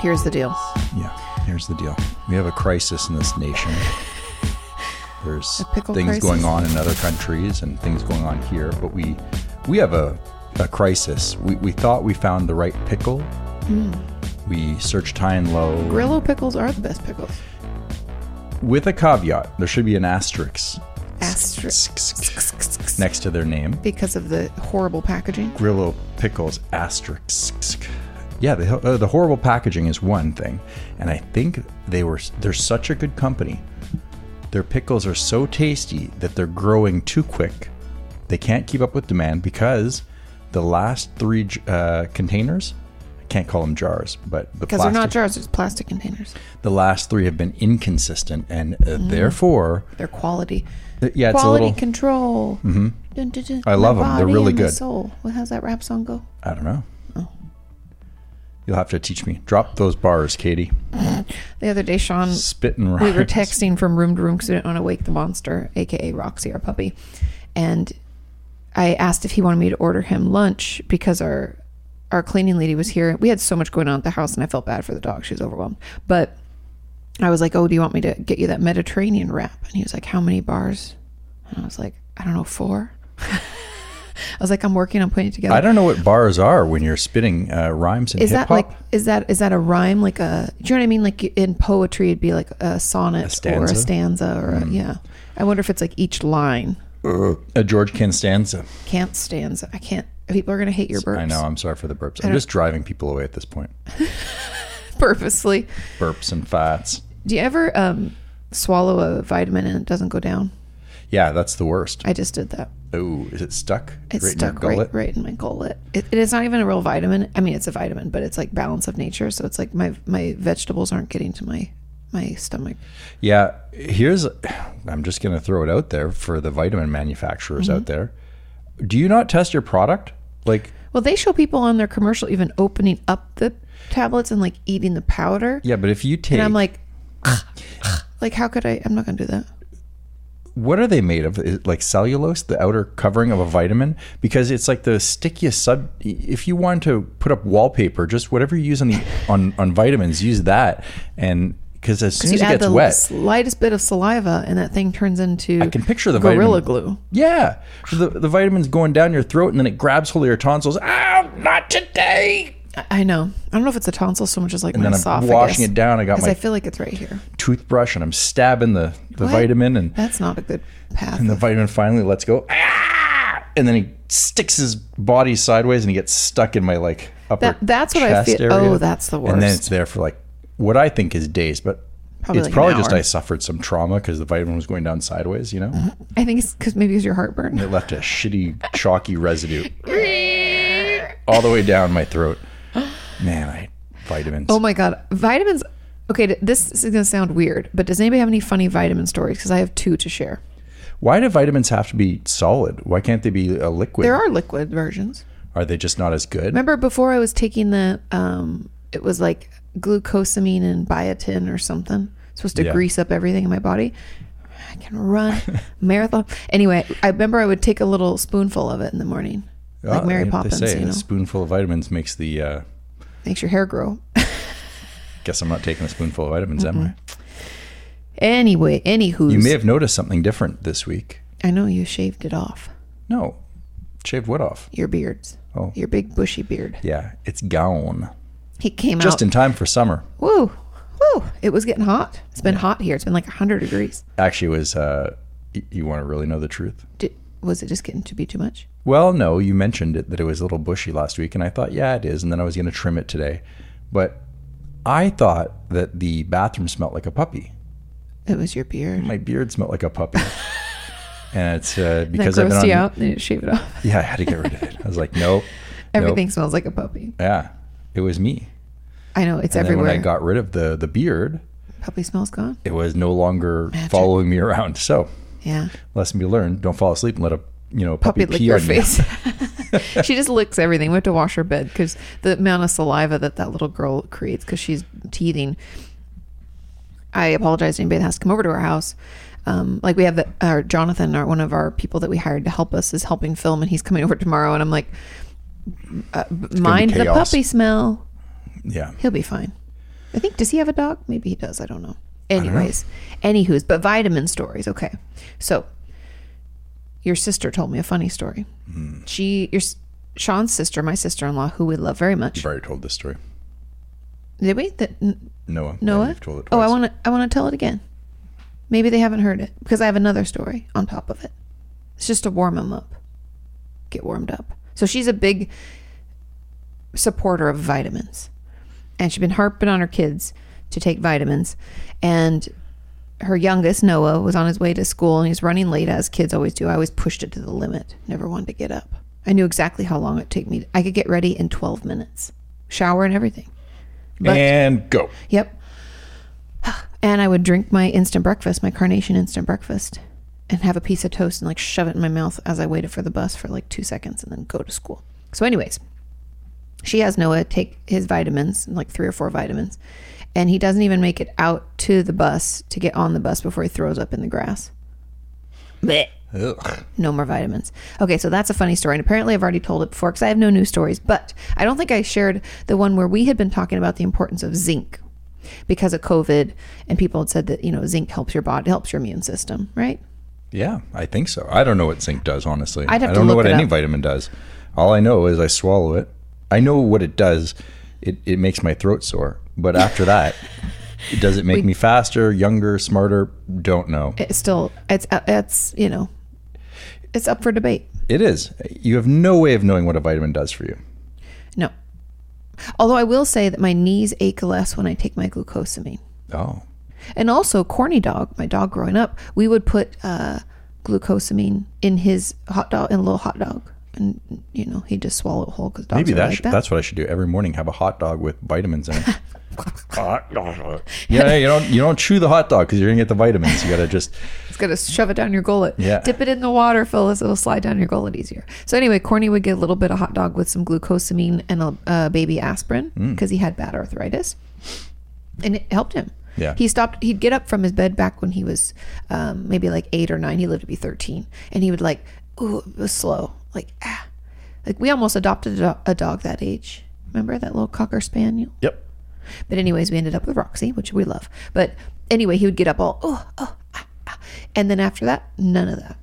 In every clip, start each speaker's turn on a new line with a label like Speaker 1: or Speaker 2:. Speaker 1: Here's the deal.
Speaker 2: Yeah, here's the deal. We have a crisis in this nation. There's
Speaker 1: A pickle
Speaker 2: things
Speaker 1: crisis.
Speaker 2: going on in other countries and things going on here, but we we have a, a crisis. We, we thought we found the right pickle.
Speaker 1: Hmm.
Speaker 2: We searched high and low.
Speaker 1: Grillo pickles are the best pickles.
Speaker 2: With a caveat, there should be an asterisk
Speaker 1: Asterisk.
Speaker 2: next to their name.
Speaker 1: Because of the horrible packaging.
Speaker 2: Grillo pickles asterisk. Yeah, the uh, the horrible packaging is one thing, and I think they were they're such a good company. Their pickles are so tasty that they're growing too quick. They can't keep up with demand because the last three j- uh, containers, I can't call them jars, but the
Speaker 1: Because they're
Speaker 2: plastic,
Speaker 1: not jars, it's plastic containers.
Speaker 2: the last three have been inconsistent, and uh, therefore,
Speaker 1: Their quality.
Speaker 2: th- yeah, it's a
Speaker 1: Mm. quality
Speaker 2: little.
Speaker 1: control. Mm-hmm. Dun, dun, dun.
Speaker 2: I love 'em. They're
Speaker 1: body
Speaker 2: really
Speaker 1: and my
Speaker 2: good.
Speaker 1: Soul. Well, how's that rap song go?
Speaker 2: I don't know.
Speaker 1: Oh.
Speaker 2: You'll have to teach me. Drop those bars, Katie.
Speaker 1: The other day, Sean
Speaker 2: Spitting right.
Speaker 1: we were texting from room to room because we didn't want to wake the monster, aka Roxy, our puppy. And I asked if he wanted me to order him lunch because our our cleaning lady was here. We had so much going on at the house, and I felt bad for the dog. She was overwhelmed, but I was like, "Oh, do you want me to get you that Mediterranean wrap?" And he was like, "How many bars?" And I was like, "I don't know, four. I was like, "I'm working on putting it together."
Speaker 2: I don't know what bars are when you're spitting uh, rhymes and
Speaker 1: is
Speaker 2: hip
Speaker 1: that
Speaker 2: hop.
Speaker 1: like is that is that a rhyme like a do you know what I mean like in poetry it'd be like a sonnet or a
Speaker 2: stanza? Mm-hmm.
Speaker 1: stanza or a, yeah I wonder if it's like each line
Speaker 2: a Uh, George Constanza.
Speaker 1: can't stanza I can't people are gonna hate your burps
Speaker 2: I know. I'm sorry for the burps. I'm
Speaker 1: don't-
Speaker 2: just driving people away at this point.
Speaker 1: purposely
Speaker 2: Burps and fats.
Speaker 1: do you ever um swallow a vitamin and it doesn't go down
Speaker 2: Yeah, that's the worst.
Speaker 1: I just did that
Speaker 2: Oh, is it stuck?
Speaker 1: it's
Speaker 2: Right in your
Speaker 1: stuck right
Speaker 2: gullet?
Speaker 1: right in my gullet it, it is not even a real vitamin I mean it's a vitamin but it's like balance of nature so it's like my my vegetables aren't getting to my my stomach
Speaker 2: Yeah. Here's. I'm just gonna throw it out there for the vitamin manufacturers
Speaker 1: Mm-hmm.
Speaker 2: out there. Do you not test your product? Like,
Speaker 1: Well, they show people on their commercial even opening up the tablets and like eating the powder.
Speaker 2: yeah, Ah, but if you take,
Speaker 1: And I'm like, like how could I? I'm not gonna do that.
Speaker 2: what are they made of? Is it like cellulose, the outer covering of a vitamin? Because it's like the stickiest sub. If you want to put up wallpaper, just whatever you use on the on, on vitamins, use that. And because as soon
Speaker 1: You
Speaker 2: as it
Speaker 1: add
Speaker 2: gets
Speaker 1: the
Speaker 2: wet,
Speaker 1: slightest bit of saliva, and that thing turns into
Speaker 2: I can picture the
Speaker 1: gorilla
Speaker 2: vitamin.
Speaker 1: glue.
Speaker 2: Yeah, So the the vitamins going down your throat, and then it grabs hold of your tonsils. Ow, not today.
Speaker 1: I, I know. I don't know if it's a tonsil so much as like my
Speaker 2: then I'm
Speaker 1: esophagus.
Speaker 2: washing it down. I got
Speaker 1: 'Cause
Speaker 2: my-
Speaker 1: I feel like it's right here.
Speaker 2: Toothbrush, and I'm stabbing the the
Speaker 1: What?
Speaker 2: vitamin, and
Speaker 1: That's not a good path.
Speaker 2: the vitamin finally lets go. Ah! And then he sticks his body sideways and he gets stuck in my like upper
Speaker 1: That- that's what I
Speaker 2: chest
Speaker 1: feel-
Speaker 2: area.
Speaker 1: oh, that's the
Speaker 2: And then
Speaker 1: worst.
Speaker 2: it's there for like what I think is days, but
Speaker 1: Probably
Speaker 2: it's
Speaker 1: like an
Speaker 2: probably
Speaker 1: hour.
Speaker 2: just
Speaker 1: Mm-hmm.
Speaker 2: I suffered some trauma because the vitamin was going down sideways, you know?
Speaker 1: I think it's because maybe it's your heartburn.
Speaker 2: It left a shitty, chalky residue all the way down my throat. Man, I vitamins.
Speaker 1: Oh my god, vitamins. Okay, th- this is gonna sound weird, but does anybody have any funny vitamin stories? Because I have two to share.
Speaker 2: Why do vitamins have to be solid? Why can't they be a liquid?
Speaker 1: There are liquid versions.
Speaker 2: are they just not as good?
Speaker 1: Remember before I was taking the um it was like glucosamine and biotin or something. It's supposed to
Speaker 2: Yeah.
Speaker 1: grease up everything in my body. I can run marathon. Anyway, I remember I would take a little spoonful of it in the morning. Like
Speaker 2: Ah,
Speaker 1: Mary
Speaker 2: they- they
Speaker 1: Poppins,
Speaker 2: say
Speaker 1: you know.
Speaker 2: a spoonful of vitamins makes the uh,
Speaker 1: Makes your hair grow.
Speaker 2: Guess I'm not taking a spoonful of vitamins, am I?
Speaker 1: anyway, anywho's
Speaker 2: You may have noticed something different this week.
Speaker 1: I know you shaved it off.
Speaker 2: No, shaved what off?
Speaker 1: Your beards.
Speaker 2: Oh.
Speaker 1: Your big bushy beard.
Speaker 2: Yeah, it's gone.
Speaker 1: He came
Speaker 2: Just
Speaker 1: out.
Speaker 2: in time for summer.
Speaker 1: Woo. Woo. It was getting hot. It's been hot here. It's been like 100 degrees.
Speaker 2: Actually, it was uh, y- you want to really know the truth?
Speaker 1: Did, was it just getting to be too much?
Speaker 2: Well, no, you mentioned it that it was a little bushy last week, and I thought, yeah, it is, and then I was going to trim it today, but I thought that the bathroom smelled like a puppy.
Speaker 1: It was your beard.
Speaker 2: My beard smelled like a puppy, and it's uh, because
Speaker 1: that
Speaker 2: I've
Speaker 1: grossed
Speaker 2: been on.
Speaker 1: you out. They just shave it off.
Speaker 2: Yeah, I had to get rid of it. I was like, nope,
Speaker 1: Everything smells like a puppy.
Speaker 2: nope. Yeah, it was me.
Speaker 1: I know it's
Speaker 2: And then
Speaker 1: everywhere.
Speaker 2: when I got rid of the the beard,
Speaker 1: puppy smells gone.
Speaker 2: it was no longer following me around. So,
Speaker 1: Yeah,
Speaker 2: lesson be learned: don't fall asleep and let a you know puppy,
Speaker 1: puppy lick
Speaker 2: pee
Speaker 1: your
Speaker 2: on you.
Speaker 1: face. she just licks everything. We have to wash her bed because the amount of saliva that that little girl creates because she's teething. I apologize to anybody that has to come over to our house. Um, like we have the, our Jonathan, our one of our people that we hired to help us is helping film, and he's coming over tomorrow. And I'm like, uh, mind the
Speaker 2: chaos.
Speaker 1: puppy smell.
Speaker 2: Yeah,
Speaker 1: He'll be fine. I think does he have a dog? Maybe he does. I don't know. Anyways, anywho's, but vitamin stories. Okay, so your sister told me a funny story. She, your s- Sean's sister, my sister-in-law, who we love very much.
Speaker 2: You've already told this story.
Speaker 1: Did we? That
Speaker 2: Noah.
Speaker 1: Noah.
Speaker 2: Yeah, you've told it
Speaker 1: oh, I
Speaker 2: twice.
Speaker 1: want to. I want to tell it again. Maybe they haven't heard it because I have another story on top of it. It's just to warm them up, get warmed up. So she's a big supporter of vitamins, and she's been harping on her kids to take vitamins. And her youngest Noah was on his way to school, and he's running late as kids always do. I always pushed it to the limit. Never wanted to get up. I knew exactly how long it would take me. I could get ready in twelve minutes, shower and everything. But-
Speaker 2: and go.
Speaker 1: Yep. And I would drink my instant breakfast, my carnation instant breakfast, and have a piece of toast and like shove it in my mouth as I waited for the bus for like two seconds and then go to school. So, anyways, she has Noah take his vitamins, like three or four vitamins, and he doesn't even make it out to the bus to get on the bus before he throws up in the grass. Blech
Speaker 2: Ugh.
Speaker 1: no more vitamins. Okay, so that's a funny story. And apparently, I've already told it before because I have no new stories, but I don't think I shared the one where we had been talking about the importance of zinc because of COVID and people had said that, you know, zinc helps your body, helps your immune system, right?
Speaker 2: Yeah, I think so. I don't know what zinc does, honestly.
Speaker 1: I'd have
Speaker 2: I
Speaker 1: to
Speaker 2: don't know
Speaker 1: look
Speaker 2: what
Speaker 1: it
Speaker 2: any
Speaker 1: up.
Speaker 2: vitamin does. All I know is I swallow it. I know what it does. It, it makes my throat sore. But after that, does it make me faster, younger, smarter? Don't know.
Speaker 1: It's still, it's, uh, it's, you know, it's up for debate.
Speaker 2: It is. You have no way of knowing what a vitamin does for you.
Speaker 1: No. Although I will say that my knees ache less when I take my glucosamine.
Speaker 2: Oh.
Speaker 1: And also, corny dog, my dog growing up, we would put uh, glucosamine in his hot dog, in a little hot dog, and you know he'd just swallow it whole because dogs
Speaker 2: Maybe
Speaker 1: are
Speaker 2: that
Speaker 1: like
Speaker 2: should,
Speaker 1: that.
Speaker 2: that's what I should do every morning. Have a hot dog with vitamins in it. yeah, you don't you don't chew the hot dog because you're gonna get the vitamins. You gotta just
Speaker 1: It's gonna shove it down your gullet.
Speaker 2: Yeah.
Speaker 1: Dip it in the water, Phyllis. It'll slide down your gullet easier. So anyway, Corny would get a little bit of hot dog with some glucosamine and a, a baby aspirin
Speaker 2: Mm.
Speaker 1: because he had bad arthritis, and it helped him.
Speaker 2: Yeah.
Speaker 1: He stopped. He'd get up from his bed back when he was um, maybe like eight or nine. He lived to be thirteen, and he would like, ooh, it was slow. Like ah, like we almost adopted a, do- a dog that age. Remember that little cocker spaniel?
Speaker 2: Yep.
Speaker 1: But anyways, we ended up with Roxy, which we love. But anyway, he would get up all oh oh, ah, ah. and then after that, none of that.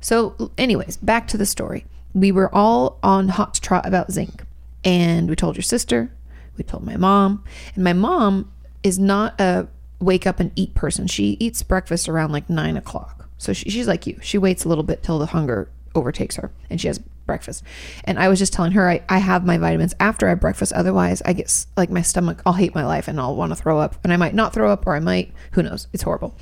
Speaker 1: So, anyways, back to the story. We were all on hot trot about zinc, and we told your sister, we told my mom, and my mom is not a wake up and eat person. She eats breakfast around like nine o'clock. So she, she's like you. She waits a little bit till the hunger overtakes her and she has breakfast. And I was just telling her I, I have my vitamins after I have breakfast. Otherwise, I get s- like my stomach, I'll hate my life and I'll want to throw up. And I might not throw up or I might, who knows? It's horrible.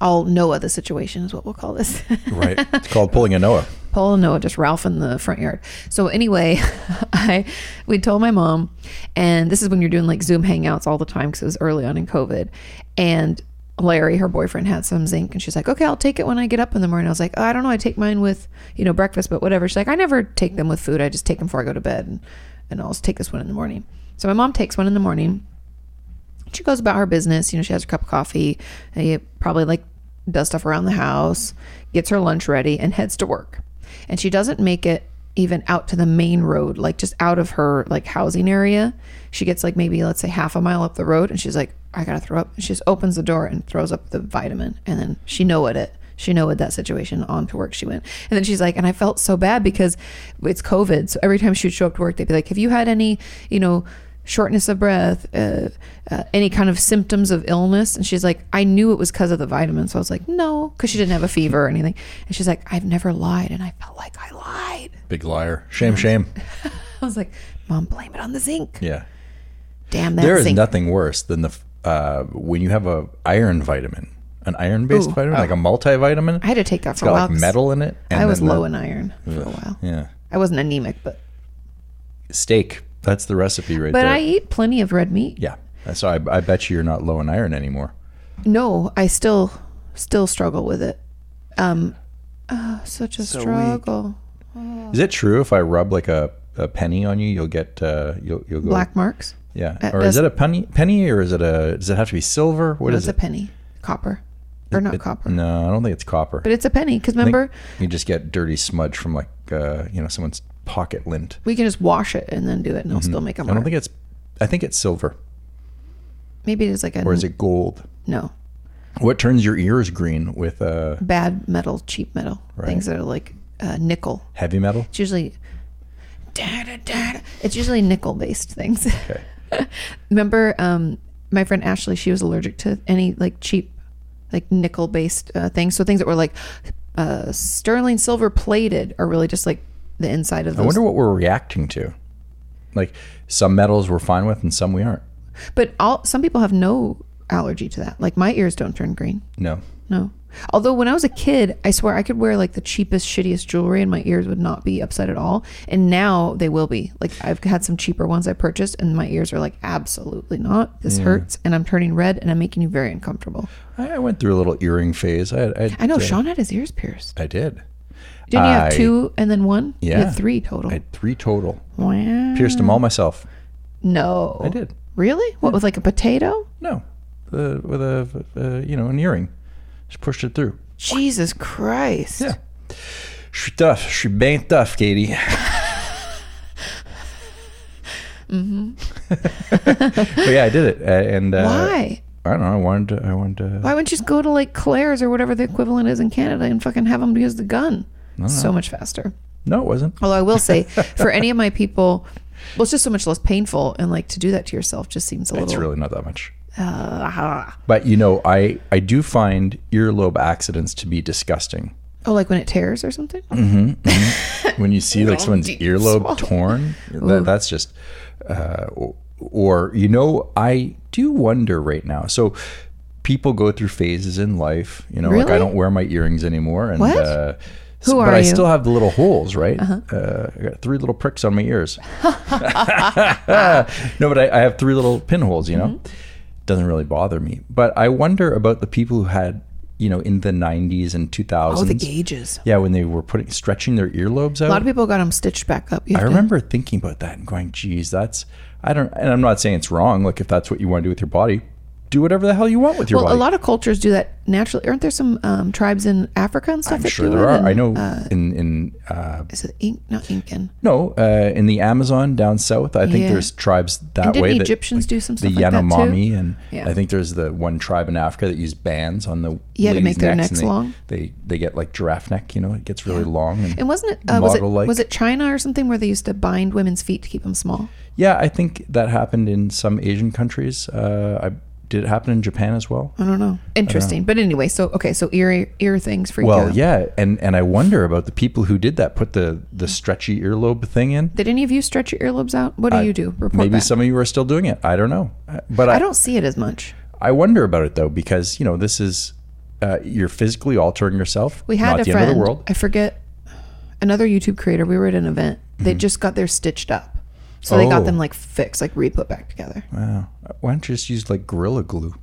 Speaker 1: All Noah the situation is what we'll call this.
Speaker 2: Right. It's called pulling a Noah.
Speaker 1: Paul and Noah, just Ralph in the front yard. So anyway, I we told my mom, and this is when you're doing like Zoom hangouts all the time because it was early on in COVID, and Larry, her boyfriend, had some zinc, and she's like, "Okay, I'll take it when I get up in the morning." I was like, oh, "I don't know, I take mine with you know breakfast, but whatever." She's like, "I never take them with food. I just take them before I go to bed, and, and I'll just take this one in the morning." So my mom takes one in the morning she goes about her business. You know, she has her cup of coffee, eh, probably like does stuff around the house, gets her lunch ready, and heads to work. And she doesn't make it even out to the main road, like just out of her like housing area. She gets like maybe let's say half a mile up the road, and she's like, "I gotta throw up." And she just opens the door and throws up the vitamin, and then she know what it. She know what that situation on to work she went. And then she's like, and I felt so bad because it's COVID. So every time she would show up to work, they'd be like, have you had any, you know, shortness of breath, uh, uh, any kind of symptoms of illness. And she's like, I knew it was because of the vitamins. So I was like, no, because she didn't have a fever or anything. And she's like, I've never lied. And I felt like I lied.
Speaker 2: Big liar. Shame,
Speaker 1: Mm-hmm.
Speaker 2: shame.
Speaker 1: I was like, Mom, blame it on the zinc.
Speaker 2: Yeah.
Speaker 1: Damn that
Speaker 2: There is
Speaker 1: zinc.
Speaker 2: nothing worse than the f- uh, when you have a iron vitamin, an iron based
Speaker 1: Ooh, Oh.
Speaker 2: vitamin, like a multivitamin.
Speaker 1: I had to take that
Speaker 2: it's
Speaker 1: for a
Speaker 2: got
Speaker 1: while.
Speaker 2: like
Speaker 1: 'cause
Speaker 2: metal in it.
Speaker 1: I was
Speaker 2: then the-
Speaker 1: low in iron for a while.
Speaker 2: Yeah.
Speaker 1: I wasn't anemic, but
Speaker 2: Steak. That's the recipe right
Speaker 1: but
Speaker 2: there.
Speaker 1: I eat plenty of red meat.
Speaker 2: yeah. Uh, So I, I bet you you're not low in iron anymore.
Speaker 1: No, I still still struggle with it. Um, oh, such a struggle.
Speaker 2: Is it true if I rub like a, a penny on you, you'll get uh, you'll you'll go
Speaker 1: Black marks.
Speaker 2: Yeah.
Speaker 1: Uh,
Speaker 2: or is
Speaker 1: does-
Speaker 2: it a penny penny or is it a does it have to be silver? What
Speaker 1: That's
Speaker 2: is
Speaker 1: a
Speaker 2: it?
Speaker 1: penny, copper, or not copper,
Speaker 2: No, I don't think it's copper.
Speaker 1: but it's a penny. Because
Speaker 2: I think
Speaker 1: remember,
Speaker 2: you just get dirty smudge from like uh, you know someone's pocket lint.
Speaker 1: we can just wash it and then do it, and it'll still make a
Speaker 2: Mm-hmm. I
Speaker 1: mark.
Speaker 2: don't think it's I think it's silver.
Speaker 1: Maybe it is like a
Speaker 2: or is it gold?
Speaker 1: no
Speaker 2: What turns your ears green with uh,
Speaker 1: bad metal, cheap metal
Speaker 2: Right.
Speaker 1: things that are like uh, nickel.
Speaker 2: heavy metal?
Speaker 1: It's usually da, da, da, da. it's usually nickel based things.
Speaker 2: Okay.
Speaker 1: Remember, um, my friend Ashley, she was allergic to any like cheap, like nickel based uh, things. So things that were like uh, sterling silver plated are really just like the inside of
Speaker 2: I
Speaker 1: those.
Speaker 2: wonder what we're reacting to. Like some metals we're fine with and some we aren't.
Speaker 1: but all some people have no allergy to that. Like my ears don't turn green.
Speaker 2: No.
Speaker 1: No. Although when I was a kid, I swear I could wear like the cheapest, shittiest jewelry and my ears would not be upset at all. And now they will be. Like I've had some cheaper ones I purchased and my ears are like, absolutely not. This hurts and I'm turning red and I'm making you very uncomfortable.
Speaker 2: I, I went through a little earring phase. I I,
Speaker 1: I know
Speaker 2: uh,
Speaker 1: Sean had his ears pierced.
Speaker 2: I did.
Speaker 1: Didn't you have
Speaker 2: I-
Speaker 1: two and then one? You
Speaker 2: Yeah.
Speaker 1: had three total.
Speaker 2: I had three total.
Speaker 1: wow.
Speaker 2: Pierced them all myself.
Speaker 1: No.
Speaker 2: I did.
Speaker 1: Really? What with like a potato?
Speaker 2: No, the, with a uh, you know an earring, just pushed it through.
Speaker 1: Jesus Christ.
Speaker 2: Yeah. Je suis tough. Je suis bien tough, Katie. mm-hmm. but yeah, I did it, uh, and uh,
Speaker 1: Why?
Speaker 2: I don't know. I wanted. To, I wanted. To,
Speaker 1: Why wouldn't you just go to like Claire's or whatever the equivalent is in Canada and fucking have them use the gun? So much faster.
Speaker 2: No, it wasn't.
Speaker 1: Although I will say, for any of my people, well, it's just so much less painful, and like to do that to yourself just seems a
Speaker 2: It's
Speaker 1: little.
Speaker 2: really not that much.
Speaker 1: uh,
Speaker 2: But you know, I I do find earlobe accidents to be disgusting.
Speaker 1: oh, like when it tears or something.
Speaker 2: Mm-hmm. when you see like someone's
Speaker 1: deep
Speaker 2: earlobe
Speaker 1: swallow.
Speaker 2: torn, that, that's just, uh, or, or you know, I do wonder right now. So people go through phases in life. You know, like I
Speaker 1: Really?
Speaker 2: don't wear my earrings anymore, and
Speaker 1: What?
Speaker 2: Uh, s-
Speaker 1: Who
Speaker 2: but
Speaker 1: are
Speaker 2: I
Speaker 1: you? Uh-huh.
Speaker 2: still have the little holes, right? uh I got three little pricks on my ears. no, but I, I have three little pinholes. You know,
Speaker 1: Mm-hmm.
Speaker 2: doesn't really bother me. But I wonder about the people who had, you know, in the '90s and 2000s.
Speaker 1: Oh, the gauges.
Speaker 2: Yeah, when they were putting stretching their earlobes out.
Speaker 1: A lot of people got them stitched back up. You
Speaker 2: I
Speaker 1: have to-
Speaker 2: remember thinking about that and going, "Geez, that's I don't." And I'm not saying it's wrong. Like if that's what you want to do with your body, do whatever the hell you want with your
Speaker 1: Well,
Speaker 2: body.
Speaker 1: a lot of cultures do that naturally. Aren't there some um, tribes in Africa and stuff
Speaker 2: I'm
Speaker 1: that
Speaker 2: sure
Speaker 1: do
Speaker 2: there
Speaker 1: it?
Speaker 2: are.
Speaker 1: And, uh,
Speaker 2: I know in in uh,
Speaker 1: Is it ink? Not Incan.
Speaker 2: no uh, in the Amazon down south. I think
Speaker 1: Yeah.
Speaker 2: there's tribes that
Speaker 1: And
Speaker 2: way.
Speaker 1: didn't
Speaker 2: that,
Speaker 1: Egyptians do some
Speaker 2: the
Speaker 1: stuff like that too?
Speaker 2: Yanomami, and
Speaker 1: Yeah.
Speaker 2: I think there's the one tribe in Africa that use bands on the
Speaker 1: Yeah, to
Speaker 2: ladies'
Speaker 1: make their
Speaker 2: necks, and
Speaker 1: necks
Speaker 2: they,
Speaker 1: long.
Speaker 2: They they get like giraffe neck. You know, it gets really long. And,
Speaker 1: And wasn't it uh, was it
Speaker 2: Model-like.
Speaker 1: was it China or something where they used to bind women's feet to keep them small?
Speaker 2: yeah, I think that happened in some Asian countries. Uh, I, did it happen in Japan as well?
Speaker 1: I don't know. Interesting. But anyway, so okay, so ear ear things freak
Speaker 2: Uh, Well,
Speaker 1: out.
Speaker 2: yeah, and and I wonder about the people who did that. Put the the stretchy earlobe thing in.
Speaker 1: Did any of you stretch your earlobes out? What do you do? Report
Speaker 2: Maybe
Speaker 1: back.
Speaker 2: some of you are still doing it. I don't know, but I,
Speaker 1: I don't see it as much.
Speaker 2: I wonder about it though because you know this is uh, you're physically altering yourself.
Speaker 1: We had
Speaker 2: not
Speaker 1: a
Speaker 2: the
Speaker 1: friend.
Speaker 2: end of the world.
Speaker 1: I forget another YouTube creator. We were at an event. They just got their stitched up, so they
Speaker 2: Mm-hmm. Oh.
Speaker 1: got them like fixed, like re put back together.
Speaker 2: Wow. Uh, Why don't you just use like gorilla glue?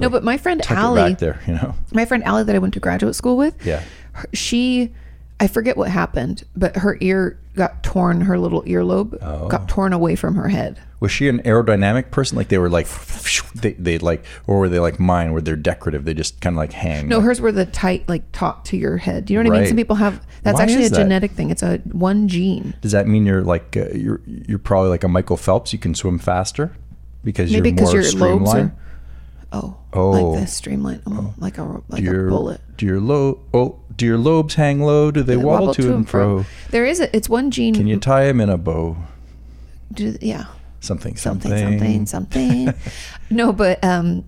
Speaker 1: no, but my friend
Speaker 2: Get
Speaker 1: Allie,
Speaker 2: back there, you know.
Speaker 1: my friend Allie that I went to graduate school with,
Speaker 2: Yeah.
Speaker 1: her- she I forget what happened, but her ear got torn. Her little earlobe
Speaker 2: Oh.
Speaker 1: got torn away from her head.
Speaker 2: Was she an aerodynamic person? Like they were like they they like or were they like mine where they're decorative? They just kind of like hang.
Speaker 1: No,
Speaker 2: like-
Speaker 1: hers were the tight, like top to your head. You know what I mean?
Speaker 2: Right.
Speaker 1: Some people have. That's
Speaker 2: Why
Speaker 1: actually
Speaker 2: is
Speaker 1: a
Speaker 2: that?
Speaker 1: genetic thing. It's a one gene.
Speaker 2: does that mean you're like uh, you're you're probably like a Michael Phelps? You can swim faster because
Speaker 1: Maybe
Speaker 2: you're more
Speaker 1: because your lobes
Speaker 2: streamlined.
Speaker 1: are. Oh.
Speaker 2: Oh.
Speaker 1: Like the streamline, um, like a like
Speaker 2: your
Speaker 1: a bullet.
Speaker 2: Do your lo- oh, do your lobes hang low? Do they
Speaker 1: They
Speaker 2: wobble, to, and fro?
Speaker 1: There is a. It's one gene.
Speaker 2: Can you tie them in a bow?
Speaker 1: do- yeah.
Speaker 2: Something, something,
Speaker 1: Something. Something. Something. no, but um,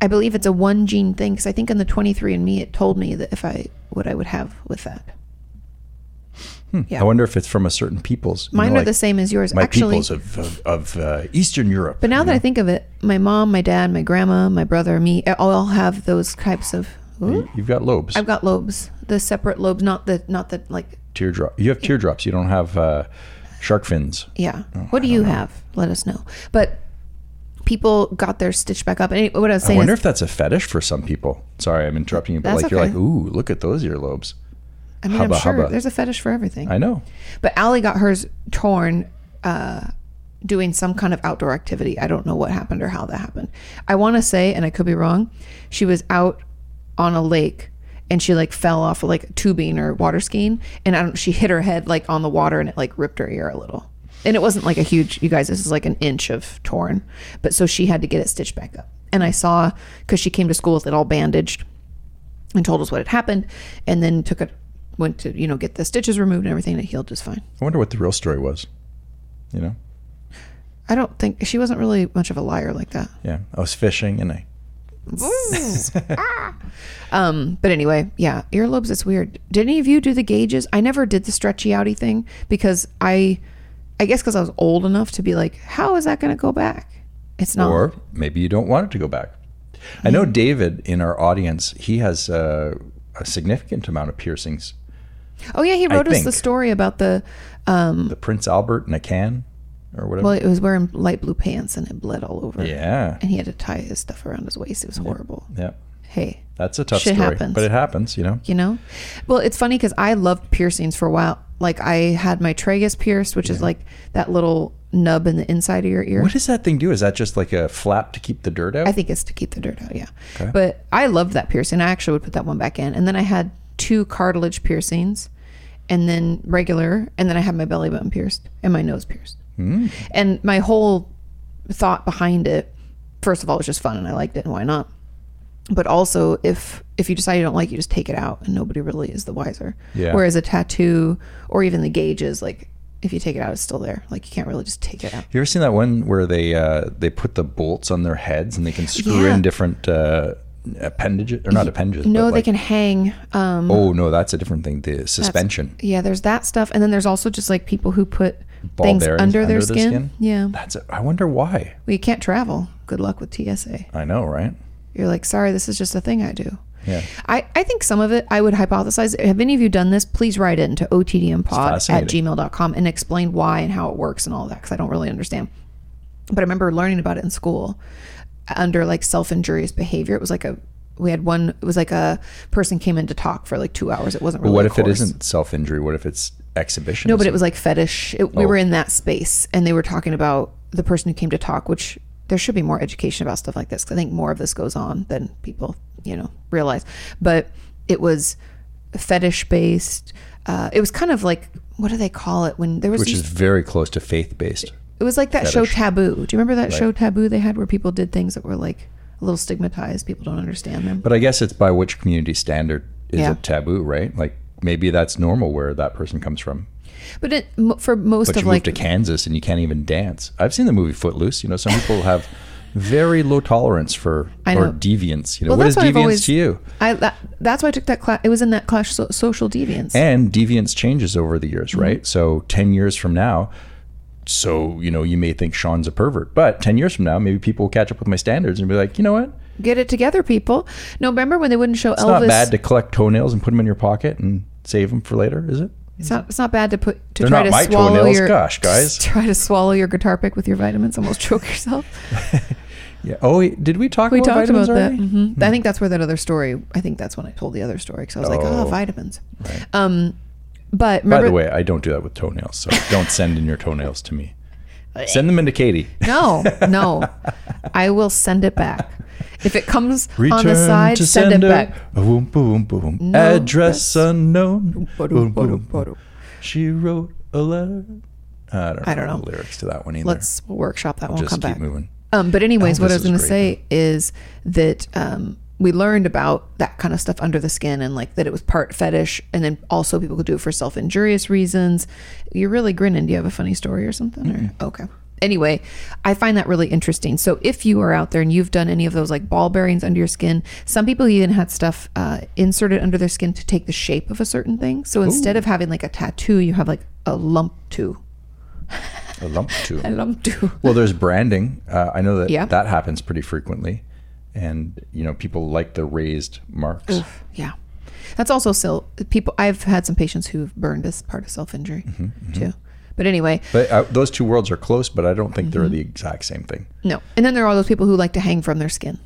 Speaker 1: I believe it's a one gene thing because I think in the 23andMe it told me that if I what I would have with that. Yeah.
Speaker 2: I wonder if it's from a certain people's. you
Speaker 1: Mine
Speaker 2: know,
Speaker 1: are
Speaker 2: like
Speaker 1: the same as yours.
Speaker 2: My
Speaker 1: actually,
Speaker 2: peoples of of, of uh, Eastern Europe.
Speaker 1: But now that I think of it, my mom, my dad, my grandma, my brother, me, I all have those types of. Ooh,
Speaker 2: You- you've got lobes,
Speaker 1: I've got lobes, the separate lobes, not the not the like.
Speaker 2: teardrop. You have teardrops. You don't have uh, shark fins.
Speaker 1: Yeah. what do you have? Let us know. But people got their stitch back up. And anyway, what I was
Speaker 2: I
Speaker 1: saying
Speaker 2: wonder
Speaker 1: is,
Speaker 2: if that's a fetish for some people. Sorry, I'm interrupting you, but
Speaker 1: That's
Speaker 2: like you're
Speaker 1: okay.
Speaker 2: like, ooh, look at those earlobes.
Speaker 1: I mean,
Speaker 2: hubba
Speaker 1: I'm sure
Speaker 2: hubba.
Speaker 1: there's a fetish for everything.
Speaker 2: I know.
Speaker 1: But Allie got hers torn uh, doing some kind of outdoor activity. I don't know what happened or how that happened. I want to say, and I could be wrong, she was out on a lake and she like fell off of, like tubing or water skiing and I don't, she hit her head like on the water and it like ripped her ear a little. and it wasn't like a huge. You guys, this is like an inch of torn, but so she had to get it stitched back up. And I saw because she came to school with it all bandaged, and told us what had happened, and then took it, went to you know get the stitches removed and everything, and it healed just fine.
Speaker 2: I wonder what the real story was. You know?
Speaker 1: I don't think she wasn't really much of a liar like that.
Speaker 2: Yeah. I was fishing and I
Speaker 1: Um, but anyway, yeah, earlobes. It's weird. Did any of you do the gauges? I never did the stretchy outy thing because I, I guess because I was old enough to be like, how is that going to go back? It's not.
Speaker 2: or maybe you don't want it to go back. I know David in our audience, he has uh, a significant amount of piercings.
Speaker 1: oh yeah, he wrote us the
Speaker 2: think.
Speaker 1: story about the. um,
Speaker 2: The Prince Albert in a can or whatever.
Speaker 1: Well, it was wearing light blue pants and it bled all over.
Speaker 2: yeah.
Speaker 1: And he had to tie his stuff around his waist. It was horrible.
Speaker 2: Yeah.
Speaker 1: Hey,
Speaker 2: That's a tough
Speaker 1: Shit
Speaker 2: story.
Speaker 1: happens.
Speaker 2: But it happens, you know?
Speaker 1: you know? Well, it's funny because I loved piercings for a while. Like I had my tragus pierced, which is like that little nub in the inside of your ear.
Speaker 2: What does that thing do? Is that just like a flap to keep the dirt out?
Speaker 1: I think it's to keep the dirt out, yeah. But I loved that piercing. I actually would put that one back in. And then I had two cartilage piercings and then regular and then I had my belly button pierced and my nose pierced.
Speaker 2: Hmm?
Speaker 1: And my whole thought behind it, first of all, it was just fun and I liked it and why not? But also if if you decide you don't like it, you just take it out and nobody really is the wiser.
Speaker 2: Yeah.
Speaker 1: Whereas a tattoo or even the gauges, like if you take it out, it's still there. Like you can't really just take it out.
Speaker 2: you ever seen that one where they uh, they put the bolts on their heads and they can screw
Speaker 1: Yeah.
Speaker 2: in different uh, appendages or not appendages?
Speaker 1: No,
Speaker 2: but
Speaker 1: they
Speaker 2: like-
Speaker 1: can hang um
Speaker 2: Oh no, that's a different thing. The suspension.
Speaker 1: Yeah, there's that stuff, and then there's also just like people who put
Speaker 2: Ball
Speaker 1: things
Speaker 2: bearings
Speaker 1: under, their skin. Yeah, well,
Speaker 2: That's. A, I wonder why.
Speaker 1: you can't travel. Good luck with TSA.
Speaker 2: I know, right?
Speaker 1: You're like, sorry, this is just a thing I do.
Speaker 2: Yeah.
Speaker 1: I, I think some of it I would hypothesize. Have any of you done this? Please write it into otdmpod at
Speaker 2: fascinating.
Speaker 1: gmail.com and explain why and how it works and all that because I don't really understand. But I remember learning about it in school under like self injurious behavior. It was like a, we had one, it was like a person came in to talk for like two hours. It wasn't really
Speaker 2: what
Speaker 1: a
Speaker 2: if it
Speaker 1: course.
Speaker 2: isn't self injury? What if it's exhibition?
Speaker 1: No, but it was like fetish. It,
Speaker 2: Oh.
Speaker 1: We were in that space, and they were talking about the person who came to talk. Which there should be more education about stuff like this. 'cause I think more of this goes on than people, you know, realize. But it was fetish based. Uh, it was kind of like what do they call it when there was
Speaker 2: which
Speaker 1: these-
Speaker 2: is very close to faith based.
Speaker 1: it was like that show
Speaker 2: fetish.
Speaker 1: Taboo. Do you remember that show Taboo they had where people did things that were like a little stigmatized? People don't understand them.
Speaker 2: But I guess it's by which community standard is
Speaker 1: Yeah.
Speaker 2: it taboo, right? Like maybe that's normal where that person comes from.
Speaker 1: But it, mo- for most
Speaker 2: But
Speaker 1: of
Speaker 2: you
Speaker 1: like
Speaker 2: move to Kansas and you can't even dance. I've seen the movie Footloose. You know, some people have very low tolerance for
Speaker 1: I
Speaker 2: or
Speaker 1: know.
Speaker 2: deviance. You know,
Speaker 1: Well,
Speaker 2: what
Speaker 1: that's
Speaker 2: is
Speaker 1: what I've
Speaker 2: deviance
Speaker 1: always-
Speaker 2: to you?
Speaker 1: I that, that's why I took that class. It was in that class so, social deviance.
Speaker 2: and deviance changes over the years,
Speaker 1: Mm-hmm.
Speaker 2: right? So 10 years from now, so you know, you may think Sean's a pervert, but 10 years from now, maybe people will catch up with my standards and be like, you know what? It's
Speaker 1: Get it together, people. No, remember when they wouldn't show Elvis?
Speaker 2: not bad to collect toenails and put them in your pocket and save them for later, is it?
Speaker 1: it's not. It's not bad to put to
Speaker 2: They're
Speaker 1: try
Speaker 2: not
Speaker 1: to
Speaker 2: my
Speaker 1: swallow
Speaker 2: toenails.
Speaker 1: your.
Speaker 2: Gosh, guys.
Speaker 1: Try to swallow your guitar pick with your vitamins, almost choke yourself.
Speaker 2: Yeah. Oh, wait, did we talk
Speaker 1: We
Speaker 2: about
Speaker 1: talked
Speaker 2: vitamins
Speaker 1: about that.
Speaker 2: already? Hmm.
Speaker 1: Mhm. I think that's where that other story. I think that's when I told the other story because I was like, oh,
Speaker 2: Oh.
Speaker 1: vitamins. Um, but
Speaker 2: By
Speaker 1: remember,
Speaker 2: the way, I don't do that with toenails, so don't send in your toenails to me. Send them into Katie.
Speaker 1: no, no, I will send it back. If it comes on the
Speaker 2: Return
Speaker 1: side,
Speaker 2: to
Speaker 1: send
Speaker 2: sender.
Speaker 1: it back.
Speaker 2: A Boom, boom, boom.
Speaker 1: No,
Speaker 2: Address unknown. Boom,
Speaker 1: Ba-dum,
Speaker 2: boom,
Speaker 1: ba-dum,
Speaker 2: boom.
Speaker 1: ba-dum.
Speaker 2: She wrote a letter. I don't know,
Speaker 1: I don't know.
Speaker 2: the lyrics to that one either.
Speaker 1: Let's we'll workshop that. Won't
Speaker 2: Just
Speaker 1: come
Speaker 2: keep
Speaker 1: back.
Speaker 2: moving.
Speaker 1: Um, but anyways, what I
Speaker 2: Elvis
Speaker 1: was going to
Speaker 2: was
Speaker 1: say is that um, we learned about that kind of stuff under the skin and like that it was part fetish, and then also people could do it for self injurious reasons. You're really grinning. Do you have a funny story or something? Or, okay. Anyway, I find that really interesting. So if you are out there and you've done any of those like ball bearings under your skin, some people even had stuff uh, inserted under their skin to take the shape of a certain thing. So instead of having like a tattoo, you have like a lump to
Speaker 2: A lump too.
Speaker 1: a lump to.
Speaker 2: well, there's branding. Uh, I know that
Speaker 1: Yeah.
Speaker 2: that happens pretty frequently, and you know people like the raised marks.
Speaker 1: Yeah. That's also still people. I've had some patients who've burned as part of self injury
Speaker 2: Mm-hmm,
Speaker 1: too. But anyway,
Speaker 2: But uh, those two worlds are close, but I don't think they're
Speaker 1: Mm-hmm.
Speaker 2: the exact same thing.
Speaker 1: no. And then there are all those people who like to hang from their skin.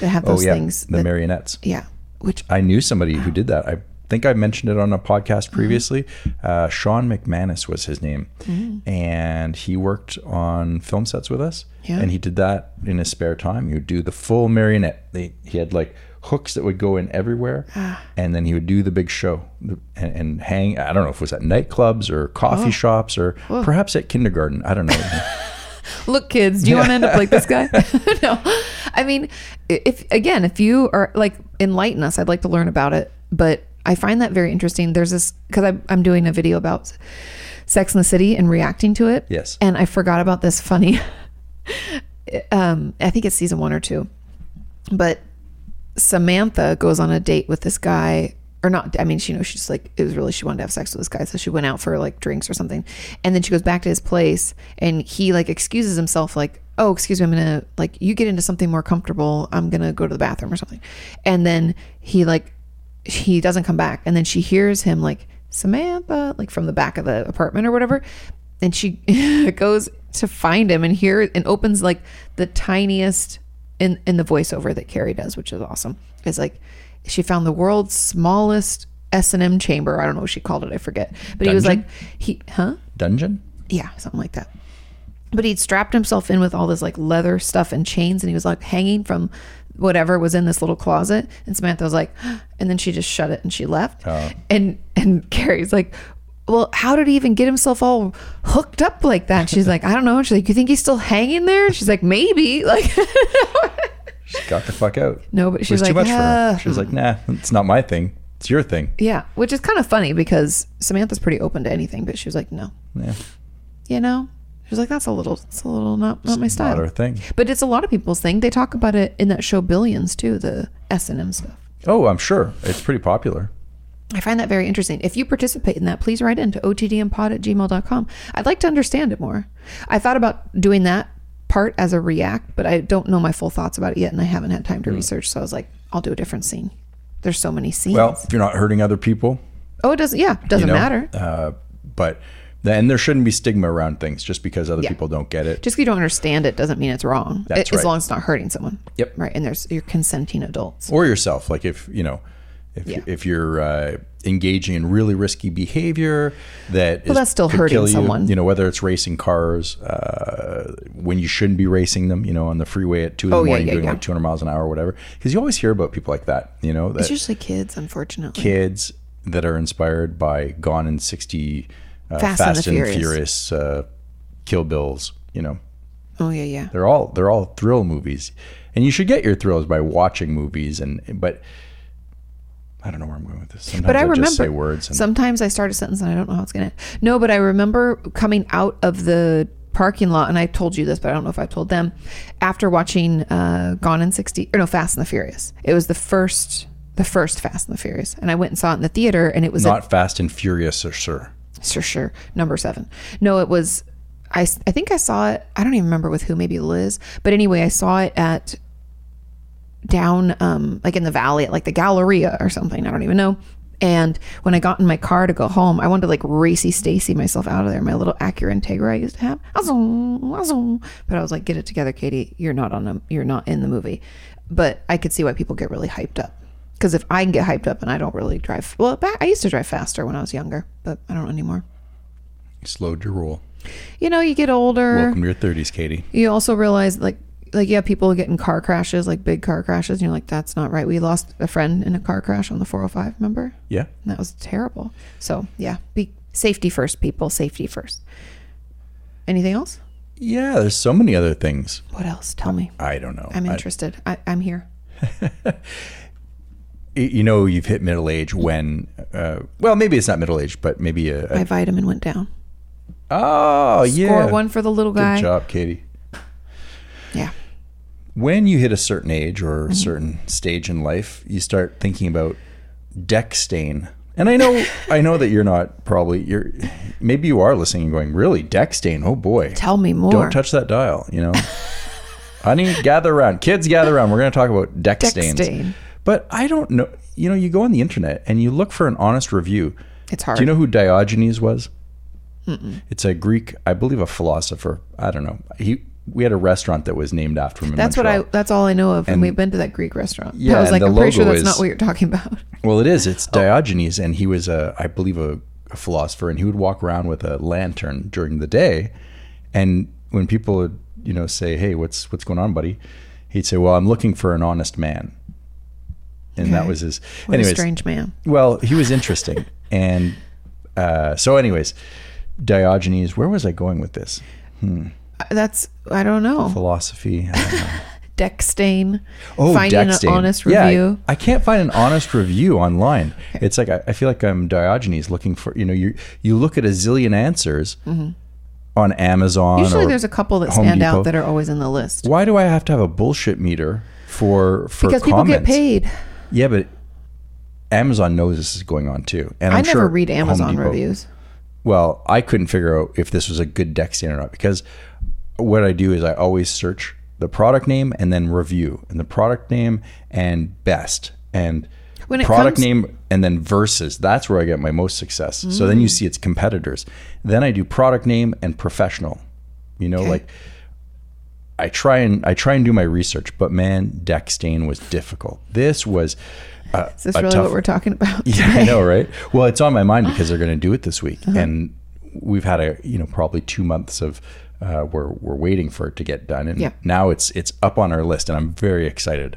Speaker 1: They have
Speaker 2: Oh
Speaker 1: those
Speaker 2: yeah,
Speaker 1: things.
Speaker 2: the
Speaker 1: that-
Speaker 2: marionettes.
Speaker 1: yeah. Which
Speaker 2: I knew somebody who did that. I think I mentioned it on a
Speaker 1: Mm-hmm.
Speaker 2: podcast previously. Uh, Sean McManus was his name,
Speaker 1: Mm-hmm.
Speaker 2: and he worked on film sets with us.
Speaker 1: Yeah.
Speaker 2: And he did that in his spare time. He would do the full marionette. They, he had like hooks that would go in everywhere,
Speaker 1: Ah.
Speaker 2: and then he would do the big show the- and, and hang. I don't know if it was at nightclubs or coffee
Speaker 1: Oh.
Speaker 2: shops or perhaps at kindergarten. I don't know.
Speaker 1: Look, kids, do you want to end up like this guy? no. I mean, i- if again, if you are like enlighten us, I'd like to learn about it. But I find that very interesting. There's this because I'm, I'm doing a video about Sex in the City and reacting to it.
Speaker 2: Yes.
Speaker 1: And I forgot about this funny. um, I think it's season one or two, but Samantha goes on a date with this guy, or not. I mean, she knows she's like, it was really, she wanted to have sex with this guy. So she went out for like drinks or something. And then she goes back to his place and he like excuses himself, like, oh, excuse me, I'm going to, like, you get into something more comfortable. I'm going to go to the bathroom or something. And then he like, he doesn't come back. And then she hears him like, Samantha, like from the back of the apartment or whatever. And she goes to find him and hear and opens like the tiniest in in the voiceover that Carrie does, which is awesome. It's like she found the world's smallest S and M chamber. I don't know what she called it. I forget. But he was
Speaker 2: Dungeon?
Speaker 1: like, he huh?
Speaker 2: Dungeon?
Speaker 1: yeah, something like that. But he'd strapped himself in with all this like leather stuff and chains, and he was like hanging from whatever was in this little closet. And Samantha was like, and then she just shut it and she left.
Speaker 2: Oh.
Speaker 1: And and Carrie's like, well, how did he even get himself all hooked up like that? She's like, I don't know. She's like, you think he's still hanging there? She's like, maybe. Like,
Speaker 2: She got the fuck out.
Speaker 1: no, but
Speaker 2: It was
Speaker 1: she's like,
Speaker 2: too much for
Speaker 1: "Uh,
Speaker 2: her. She was like, nah, it's not my thing. It's your thing.
Speaker 1: yeah, which is kind of funny because Samantha's pretty open to anything, but she was like, no,
Speaker 2: Yeah,
Speaker 1: you know, she was like, that's a little, it's a little not not my
Speaker 2: it's
Speaker 1: style.
Speaker 2: not our thing.
Speaker 1: But it's a lot of people's thing. They talk about it in that show Billions too, the S and M stuff.
Speaker 2: Oh, I'm sure. It's pretty popular.
Speaker 1: I find that very interesting. If you participate in that, please write into otdmpod at gmail.com. I'd like to understand it more. I thought about doing that part as a react, but I don't know my full thoughts about it yet, and I haven't had
Speaker 2: Hmm.
Speaker 1: time to research. So I was like, I'll do a different scene. There's so many scenes.
Speaker 2: Well, if you're not hurting other people,
Speaker 1: oh, it doesn't. Yeah, it doesn't
Speaker 2: you know,
Speaker 1: matter.
Speaker 2: Uh, but then there shouldn't be stigma around things just because other
Speaker 1: Yeah.
Speaker 2: people don't get it.
Speaker 1: Just 'cause you don't understand it doesn't mean it's wrong.
Speaker 2: That's
Speaker 1: as
Speaker 2: right.
Speaker 1: long as it's not hurting someone.
Speaker 2: Yep.
Speaker 1: Right. And there's you're consenting adults.
Speaker 2: or yourself. Like if you know, if
Speaker 1: Yeah.
Speaker 2: if you're uh, engaging in really risky behavior that well,
Speaker 1: that's still hurting someone.
Speaker 2: You know, whether it's racing cars uh, when you shouldn't be racing them. You know, on the freeway at two in
Speaker 1: Oh,
Speaker 2: the
Speaker 1: yeah,
Speaker 2: morning,
Speaker 1: yeah,
Speaker 2: doing
Speaker 1: yeah.
Speaker 2: like 200 miles an hour or whatever. Because you always hear about people like that. You know, that
Speaker 1: It's usually kids, unfortunately.
Speaker 2: kids that are inspired by Gone in 60, uh,
Speaker 1: Fast
Speaker 2: Fast,
Speaker 1: and the
Speaker 2: and,
Speaker 1: Furious.
Speaker 2: Furious, uh, Kill Bills. You know,
Speaker 1: Oh yeah, yeah.
Speaker 2: they're all they're all thrill movies, and you should get your thrills by watching movies. And but I don't know where I'm going with this. Sometimes
Speaker 1: but I, remember
Speaker 2: just say words. And,
Speaker 1: sometimes I start a sentence and I don't know how it's gonna. No, but I remember coming out of the parking lot, and I told you this, but I don't know if I told them after watching uh, Gone in sixty or no Fast and the Furious. It was the first, the first Fast and the Furious, and I went and saw it in the theater, and it was at-
Speaker 2: not Fast and Furious, or sir.
Speaker 1: for sure number seven. No, it was. I, s- I think I saw it. I don't even remember with who, maybe Liz. But anyway, I saw it at down um like in the valley at like the Galleria or something. I don't even know. And when I got in my car to go home, I wanted to like racy Stacy myself out of there. My little Acura Integra I used to have. Azzum, azzum. But I was like, get it together, Katie. You're not on a, you're not in the movie. But I could see why people get really hyped up. Because if I can get hyped up and I don't really drive, well, back, I used to drive faster when I was younger, but I don't anymore.
Speaker 2: You slowed your roll.
Speaker 1: You know, you get older
Speaker 2: Welcome to your 30s, Katie.
Speaker 1: you also realize like like yeah people get in car crashes like big car crashes and you're like that's not right we lost a friend in a car crash on the 405 remember
Speaker 2: Yeah.
Speaker 1: and that was terrible so yeah be safety first people safety first anything else
Speaker 2: Yeah. There's so many other things.
Speaker 1: what else tell me
Speaker 2: I don't know.
Speaker 1: i'm
Speaker 2: I-
Speaker 1: interested I, i'm here
Speaker 2: you know, you've hit middle age when, uh, well, maybe it's not middle age, but maybe a, a
Speaker 1: my vitamin went down
Speaker 2: Oh yeah.
Speaker 1: Score one for the little
Speaker 2: Good
Speaker 1: guy
Speaker 2: job, Katie.
Speaker 1: yeah
Speaker 2: When you hit a certain age or a certain stage in life, you start thinking about deck stain. And I know I know that you're not probably you're maybe you are listening and going, Really, deck stain? Oh boy.
Speaker 1: tell me more
Speaker 2: Don't touch that dial, you know. Honey, gather around. Kids gather around. We're gonna talk about deck,
Speaker 1: Deck
Speaker 2: stains.
Speaker 1: stain.
Speaker 2: But I don't know you know, you go on the internet and you look for an honest review.
Speaker 1: it's hard
Speaker 2: Do you know who Diogenes was? It's a Greek, I believe, a philosopher. I don't know. He we had a restaurant that was named after him. in
Speaker 1: that's what i
Speaker 2: Montreal.
Speaker 1: that's all i know of and, we've been to that greek restaurant
Speaker 2: Yeah,
Speaker 1: i was
Speaker 2: and
Speaker 1: like
Speaker 2: the
Speaker 1: i'm pretty sure
Speaker 2: logo
Speaker 1: that's not
Speaker 2: is-
Speaker 1: what you're talking about
Speaker 2: Well, it is.
Speaker 1: Oh.
Speaker 2: It's Diogenes, and he was a, I believe, a, a philosopher, and he would walk around with a lantern during the day, and when people would, you know, say, "Hey, what's what's going on, buddy?" He'd say, "Well, I'm looking for an honest man." and that
Speaker 1: Okay.
Speaker 2: was his.
Speaker 1: What
Speaker 2: anyways,
Speaker 1: a strange man.
Speaker 2: well, he was interesting, and uh, so, anyways, Diogenes. Where was I going with this
Speaker 1: Uh, That's I don't know.
Speaker 2: philosophy? I don't know.
Speaker 1: Dextain.
Speaker 2: Oh,
Speaker 1: Finding
Speaker 2: Dextain.
Speaker 1: an honest
Speaker 2: Yeah, I-
Speaker 1: review.
Speaker 2: I, can't find an honest review online. It's like I, I feel like I'm Diogenes looking for you know you you look at a zillion answers on Amazon.
Speaker 1: Mm-hmm. Usually
Speaker 2: or-
Speaker 1: there's a couple that
Speaker 2: Home
Speaker 1: stand
Speaker 2: Depot.
Speaker 1: out that are always in the list.
Speaker 2: why do I have to have a bullshit meter for for
Speaker 1: because people get
Speaker 2: comments?
Speaker 1: paid.
Speaker 2: Yeah, but Amazon knows this is going on too, and
Speaker 1: i
Speaker 2: I'm
Speaker 1: never
Speaker 2: sure
Speaker 1: read
Speaker 2: Home
Speaker 1: Amazon
Speaker 2: Depot-
Speaker 1: reviews.
Speaker 2: Well, I couldn't figure out if this was a good Dextain or not because what I do is I always search the product name and then review and the product name and best and
Speaker 1: When it
Speaker 2: product
Speaker 1: comes-
Speaker 2: name and then versus. That's where I get my most success. So then you
Speaker 1: Mm.
Speaker 2: see its competitors. Then I do product name and professional. You know,
Speaker 1: Okay.
Speaker 2: like I try and I try and do my research, but man, Dextain was difficult. This was uh,
Speaker 1: Is this
Speaker 2: a
Speaker 1: really
Speaker 2: tough
Speaker 1: what we're talking about?
Speaker 2: yeah, I know, right? Well, it's on my mind because they're going to do it this week,
Speaker 1: Uh-huh.
Speaker 2: and we've had a you know probably two months of uh, we're we're waiting for it to get done, and
Speaker 1: Yeah.
Speaker 2: now it's it's up on our list, and I'm very excited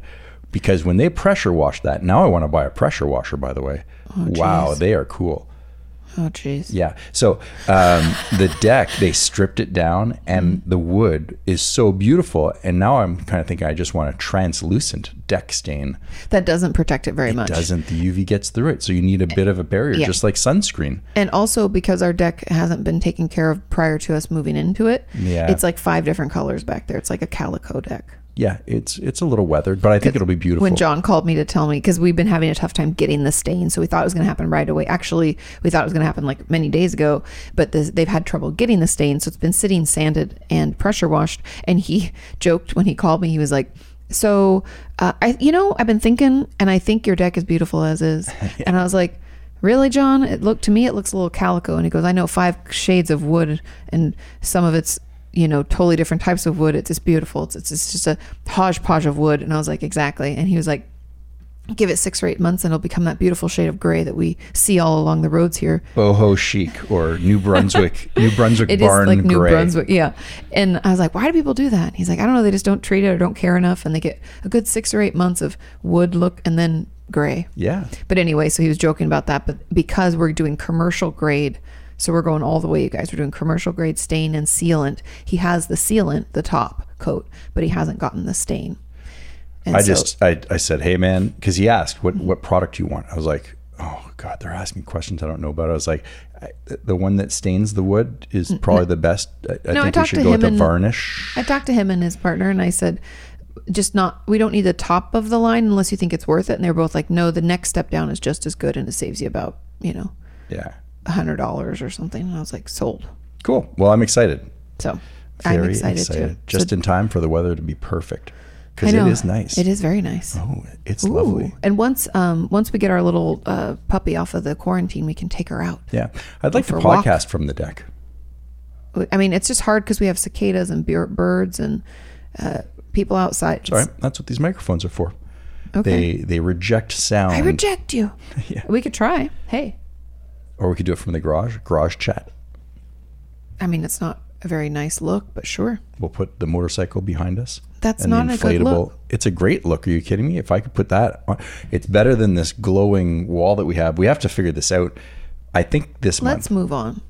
Speaker 2: because when they pressure wash that, now I want to buy a pressure washer. By the way,
Speaker 1: Oh,
Speaker 2: wow,
Speaker 1: geez.
Speaker 2: they are cool.
Speaker 1: Oh, jeez.
Speaker 2: Yeah. So um, the deck, they stripped it down, and
Speaker 1: Mm-hmm.
Speaker 2: the wood is so beautiful. And now I'm kind of thinking I just want a translucent deck stain.
Speaker 1: That doesn't protect it very much.
Speaker 2: Doesn't the UV gets through it? So you need a bit of a barrier,
Speaker 1: Yeah.
Speaker 2: just like sunscreen.
Speaker 1: And also because our deck hasn't been taken care of prior to us moving into it,
Speaker 2: Yeah.
Speaker 1: it's like five different colors back there. It's like a calico deck.
Speaker 2: Yeah, it's it's a little weathered, but I think it'll be beautiful.
Speaker 1: When John called me to tell me, because we've been having a tough time getting the stain, so we thought it was going to happen right away. Actually, we thought it was going to happen like many days ago, but this, they've had trouble getting the stain, so it's been sitting sanded and pressure washed. And he joked when he called me, he was like, "So, uh, I, you know, I've been thinking, and I think your deck is beautiful as is." And I was like. Really, John? It looked to me it looks a little calico, and he goes, "I know five shades of wood, and some of it's you know, totally different types of wood. It's just beautiful. It's, it's, it's just a hodgepodge of wood. And I was like, exactly. And he was like, give it six or eight months and it'll become that beautiful shade of gray that we see all along the roads here.
Speaker 2: boho chic or New Brunswick, New Brunswick
Speaker 1: It is
Speaker 2: barn
Speaker 1: like New
Speaker 2: gray.
Speaker 1: Brunswick. Yeah. And I was like, why do people do that? And he's like, I don't know. They just don't treat it or don't care enough. And they get a good six or eight months of wood look and then gray.
Speaker 2: Yeah,
Speaker 1: But anyway, so he was joking about that. But because we're doing commercial grade, so we're going all the way, you guys. We're doing commercial grade stain and sealant. He has the sealant, the top coat, but he hasn't gotten the stain. And
Speaker 2: I
Speaker 1: so-
Speaker 2: just I, I said, hey man, because he asked what what product you want. I was like, oh god, they're asking questions I don't know about. I was like, I, the one that stains the wood is probably the best. I, I
Speaker 1: No, I
Speaker 2: think we
Speaker 1: talked
Speaker 2: should
Speaker 1: to
Speaker 2: go
Speaker 1: him
Speaker 2: with the
Speaker 1: and-
Speaker 2: varnish.
Speaker 1: I talked to him and his partner, and I said, just not, we don't need the top of the line unless you think it's worth it. And they're both like, no, the next step down is just as good and it saves you about, you know,
Speaker 2: Yeah,
Speaker 1: a $100 or something. And I was like, sold.
Speaker 2: cool. Well, I'm excited.
Speaker 1: So
Speaker 2: Very
Speaker 1: I'm excited, too.
Speaker 2: Just
Speaker 1: so,
Speaker 2: in time for the weather to be perfect
Speaker 1: I
Speaker 2: because it
Speaker 1: know.
Speaker 2: is nice.
Speaker 1: It is very nice.
Speaker 2: Oh, it's
Speaker 1: Ooh.
Speaker 2: lovely.
Speaker 1: And once um once we get our little uh, puppy off of the quarantine, we can take her out.
Speaker 2: Yeah, I'd like to
Speaker 1: for a walk.
Speaker 2: podcast from the deck.
Speaker 1: I mean, it's just hard because we have cicadas and bir- birds and uh, people outside. It's-
Speaker 2: All right, that's what these microphones are for.
Speaker 1: Okay.
Speaker 2: They they reject sound.
Speaker 1: I reject you.
Speaker 2: Yeah.
Speaker 1: We could try. Hey,
Speaker 2: Or we could do it from the garage, garage chat.
Speaker 1: I mean, it's not a very nice look, but sure.
Speaker 2: We'll put the motorcycle behind us.
Speaker 1: That's
Speaker 2: and
Speaker 1: not a good look.
Speaker 2: It's a great look. Are you kidding me? If I could put that on, it's better than this glowing wall that we have. We have to figure this out. I think this
Speaker 1: Let's move on.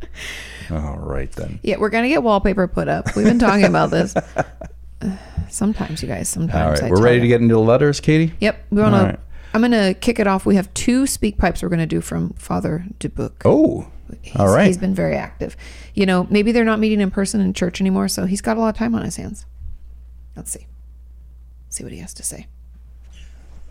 Speaker 2: month. All right then.
Speaker 1: Yeah, we're gonna get wallpaper put up. We've been talking about this. Uh, sometimes, you guys. Sometimes.
Speaker 2: All right,
Speaker 1: I
Speaker 2: we're
Speaker 1: tell
Speaker 2: ready
Speaker 1: ya.
Speaker 2: to get into the letters, Katie.
Speaker 1: Yep. We wanna.
Speaker 2: All right.
Speaker 1: I'm gonna kick it off. We have two speak pipes we're gonna do from Father Dubuc.
Speaker 2: Oh,
Speaker 1: He's,
Speaker 2: all right.
Speaker 1: He's been very active. You know, maybe they're not meeting in person in church anymore, so he's got a lot of time on his hands. Let's see. See what he has to say.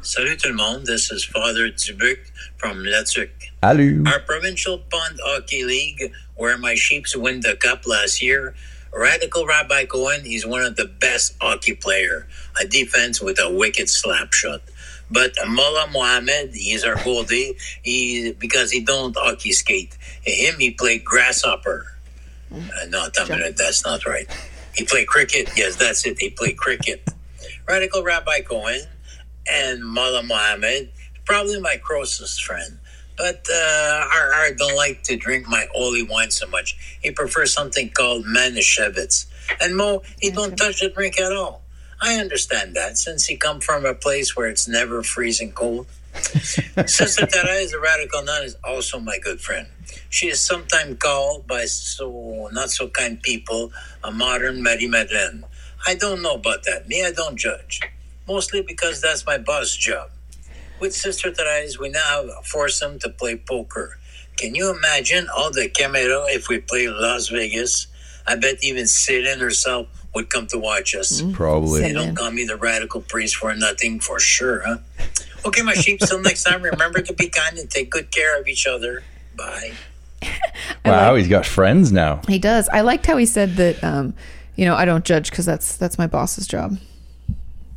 Speaker 3: Salut tout le monde, this is Father Dubuc from Letuc.
Speaker 2: Hello.
Speaker 3: Our provincial pond hockey league, where my sheeps win the cup last year, Radical Rabbi Cohen is one of the best hockey player, a defense with a wicked slap shot. But Mullah Mohammed, he's our goalie, he, because he don't hockey skate. Him, he play grasshopper. Uh, no, attends une minute, that's not right. He played cricket. Yes, that's it. He played cricket. Radical Rabbi Cohen and Mullah Mohammed, probably my closest friend. But uh, I, I don't like to drink my holy wine so much. He prefers something called Manischewitz. And Mo, he don't touch the drink at all. I understand that since he come from a place where it's never freezing cold. Sister Therese, the radical nun, is also my good friend. She is sometimes called by so not so kind people a modern Marie Madeleine. I don't know about that. Me, I don't judge. Mostly because that's my boss job. With Sister Therese, we now force them to play poker. Can you imagine all the camera if we play Las Vegas? I bet even Celine herself would come to watch us.
Speaker 2: Mm-hmm. Probably.
Speaker 1: Said-
Speaker 3: They don't
Speaker 1: Amen.
Speaker 3: call me the radical priest for nothing for sure, huh? Okay, my sheep, till next time, remember to be kind and take good care of each other. Bye.
Speaker 2: Wow, he's got friends now.
Speaker 1: He does. I liked how he said that. Um, you know, I don't judge because that's that's my boss's job.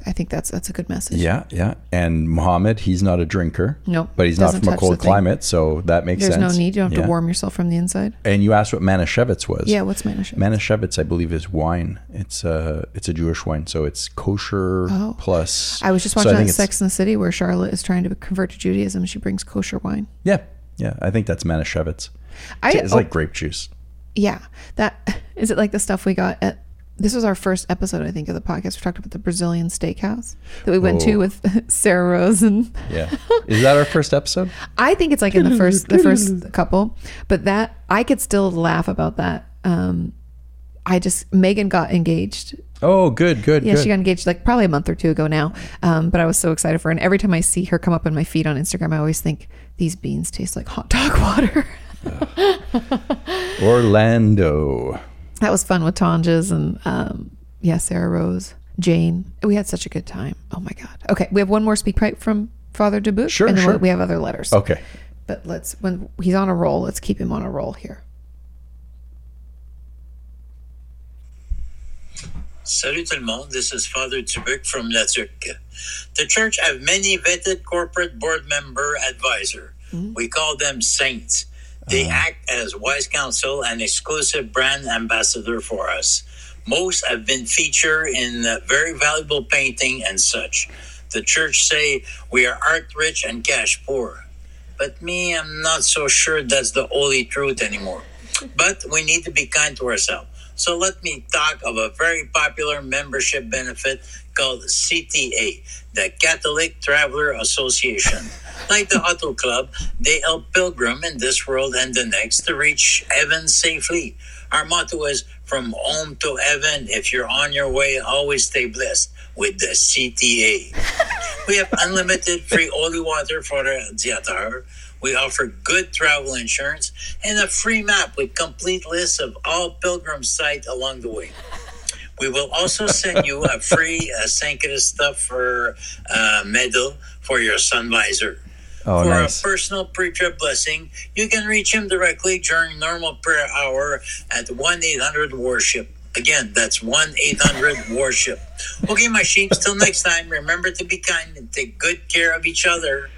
Speaker 1: I think that's that's a good message.
Speaker 2: Yeah, yeah. And Mohammed, he's not a drinker.
Speaker 1: Nope,
Speaker 2: But he's not
Speaker 1: doesn't
Speaker 2: from a
Speaker 1: touch
Speaker 2: cold
Speaker 1: the thing.
Speaker 2: climate, so that makes
Speaker 1: There's
Speaker 2: sense.
Speaker 1: no need. You don't have
Speaker 2: Yeah.
Speaker 1: to warm yourself from the inside.
Speaker 2: And you asked what Manischewitz was.
Speaker 1: Yeah. What's management?
Speaker 2: Manischewitz, I believe, is wine. It's a it's a Jewish wine, so it's kosher
Speaker 1: Oh.
Speaker 2: plus.
Speaker 1: I was just
Speaker 2: so
Speaker 1: watching
Speaker 2: think
Speaker 1: that
Speaker 2: it's-
Speaker 1: Sex in the City where Charlotte is trying to convert to Judaism. She brings kosher wine.
Speaker 2: Yeah, yeah. I think that's Manischewitz.
Speaker 1: I
Speaker 2: It's
Speaker 1: oh,
Speaker 2: like grape juice.
Speaker 1: yeah. That is it. Like the stuff we got at. This was our first episode, I think, of the podcast. We talked about the Brazilian steakhouse that we went to
Speaker 2: Oh.
Speaker 1: with Sarah Rose and
Speaker 2: Yeah. Is that our first episode?
Speaker 1: I think it's like in the first the first couple, but that I could still laugh about that. Um, I just Megan got engaged.
Speaker 2: Oh, good, good,
Speaker 1: Yeah,
Speaker 2: good.
Speaker 1: she got engaged like probably a month or two ago now. Um, but I was so excited for her, and every time I see her come up in my feed on Instagram, I always think these beans taste like hot dog water.
Speaker 2: Orlando.
Speaker 1: that was fun with Tonjas and um, yeah, Sarah Rose, Jane. We had such a good time. Oh my god. Okay, we have one more speak pipe from Father Dubuc,
Speaker 2: Sure,
Speaker 1: and then
Speaker 2: sure. Oh.
Speaker 1: we- we have other letters.
Speaker 2: Okay.
Speaker 1: But let's when he's on a roll, let's keep him on a roll here.
Speaker 3: Salut tout le monde, this is Father Dubuc from La Turque. The church have many vetted corporate board member advisor. We call them saints. They act as wise counsel and exclusive brand ambassador for us. Most have been featured in uh, very valuable painting and such. The church say we are art rich and cash poor. But me, I'm not so sure that's the only truth anymore. But we need to be kind to ourselves. So let me talk of a very popular membership benefit called CTA, the Catholic Traveler Association. Like the Auto Club, they help pilgrim in this world and the next to reach heaven safely. Our motto is from home to heaven. If you're on your way, always stay blessed with the CTA. We have unlimited free holy water for the theater. We offer good travel insurance and a free map with complete list of all pilgrim sites along the way. We will also send you a free uh, Sankita stuff for uh, medal for your sun visor.
Speaker 2: Oh,
Speaker 3: for
Speaker 2: nice.
Speaker 3: a personal pre-trip blessing, you can reach him directly during normal prayer hour at 1-800-WORSHIP. Again, that's 1-800-WORSHIP. Okay, my sheeps, till next time, remember to be kind and take good care of each other.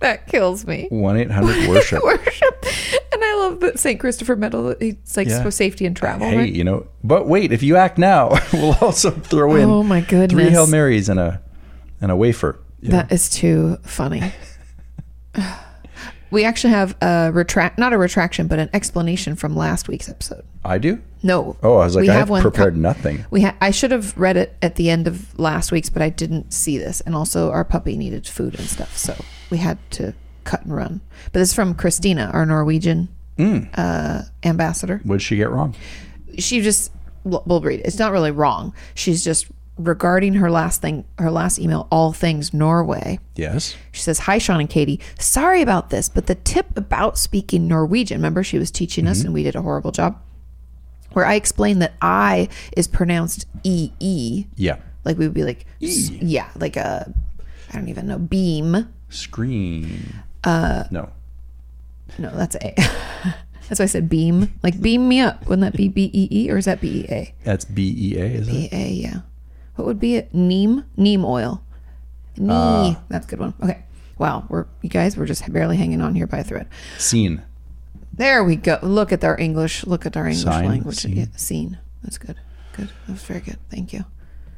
Speaker 1: That kills me.
Speaker 2: One eight hundred worship.
Speaker 1: worship. And I love that St. Christopher medal. It's like
Speaker 2: Yeah.
Speaker 1: for safety and travel.
Speaker 2: Hey,
Speaker 1: right?
Speaker 2: you know. But wait, if you act now, we'll also throw in
Speaker 1: Oh my
Speaker 2: three
Speaker 1: goodness.
Speaker 2: hail marys and a and a wafer. you know.
Speaker 1: That is too funny. we actually have a retract, not a retraction, but an explanation from last week's episode.
Speaker 2: I do.
Speaker 1: No.
Speaker 2: Oh, I was like,
Speaker 1: we
Speaker 2: I
Speaker 1: have
Speaker 2: have
Speaker 1: one Uh,
Speaker 2: prepared
Speaker 1: co-
Speaker 2: nothing.
Speaker 1: We ha- I should have read it at the end of last week's, but I didn't see this. And also, our puppy needed food and stuff, so we had to cut and run. But this is from Christina, our Norwegian uh, ambassador.
Speaker 2: What did she get wrong?
Speaker 1: she just we'll we'll read. it. It's not really wrong. She's just regarding her last thing, her last email, all things Norway.
Speaker 2: Yes.
Speaker 1: She says, "Hi, Sean and Katie. Sorry about this, but the tip about speaking Norwegian. Remember, she was teaching us, and we did a horrible job." Where I explained that I is pronounced E E,
Speaker 2: Yeah.
Speaker 1: like we would be like, s- yeah, like a, I don't even know, beam.
Speaker 2: Screen. Uh. No.
Speaker 1: No, that's A. that's why I said beam. Like beam me up. Wouldn't that be B E E or is that B E A?
Speaker 2: That's B E A, is it?
Speaker 1: A, yeah. What would be it? Neem? Neem oil. Knee.
Speaker 2: Uh.
Speaker 1: That's a good one. Okay. Wow. We're you guys, we're just barely hanging on here by a thread.
Speaker 2: Scene.
Speaker 1: There we go. Look at our English. Look at our English
Speaker 2: Sign,
Speaker 1: language.
Speaker 2: scene.
Speaker 1: Yeah, scene. That's good. Good. That was very good. Thank you.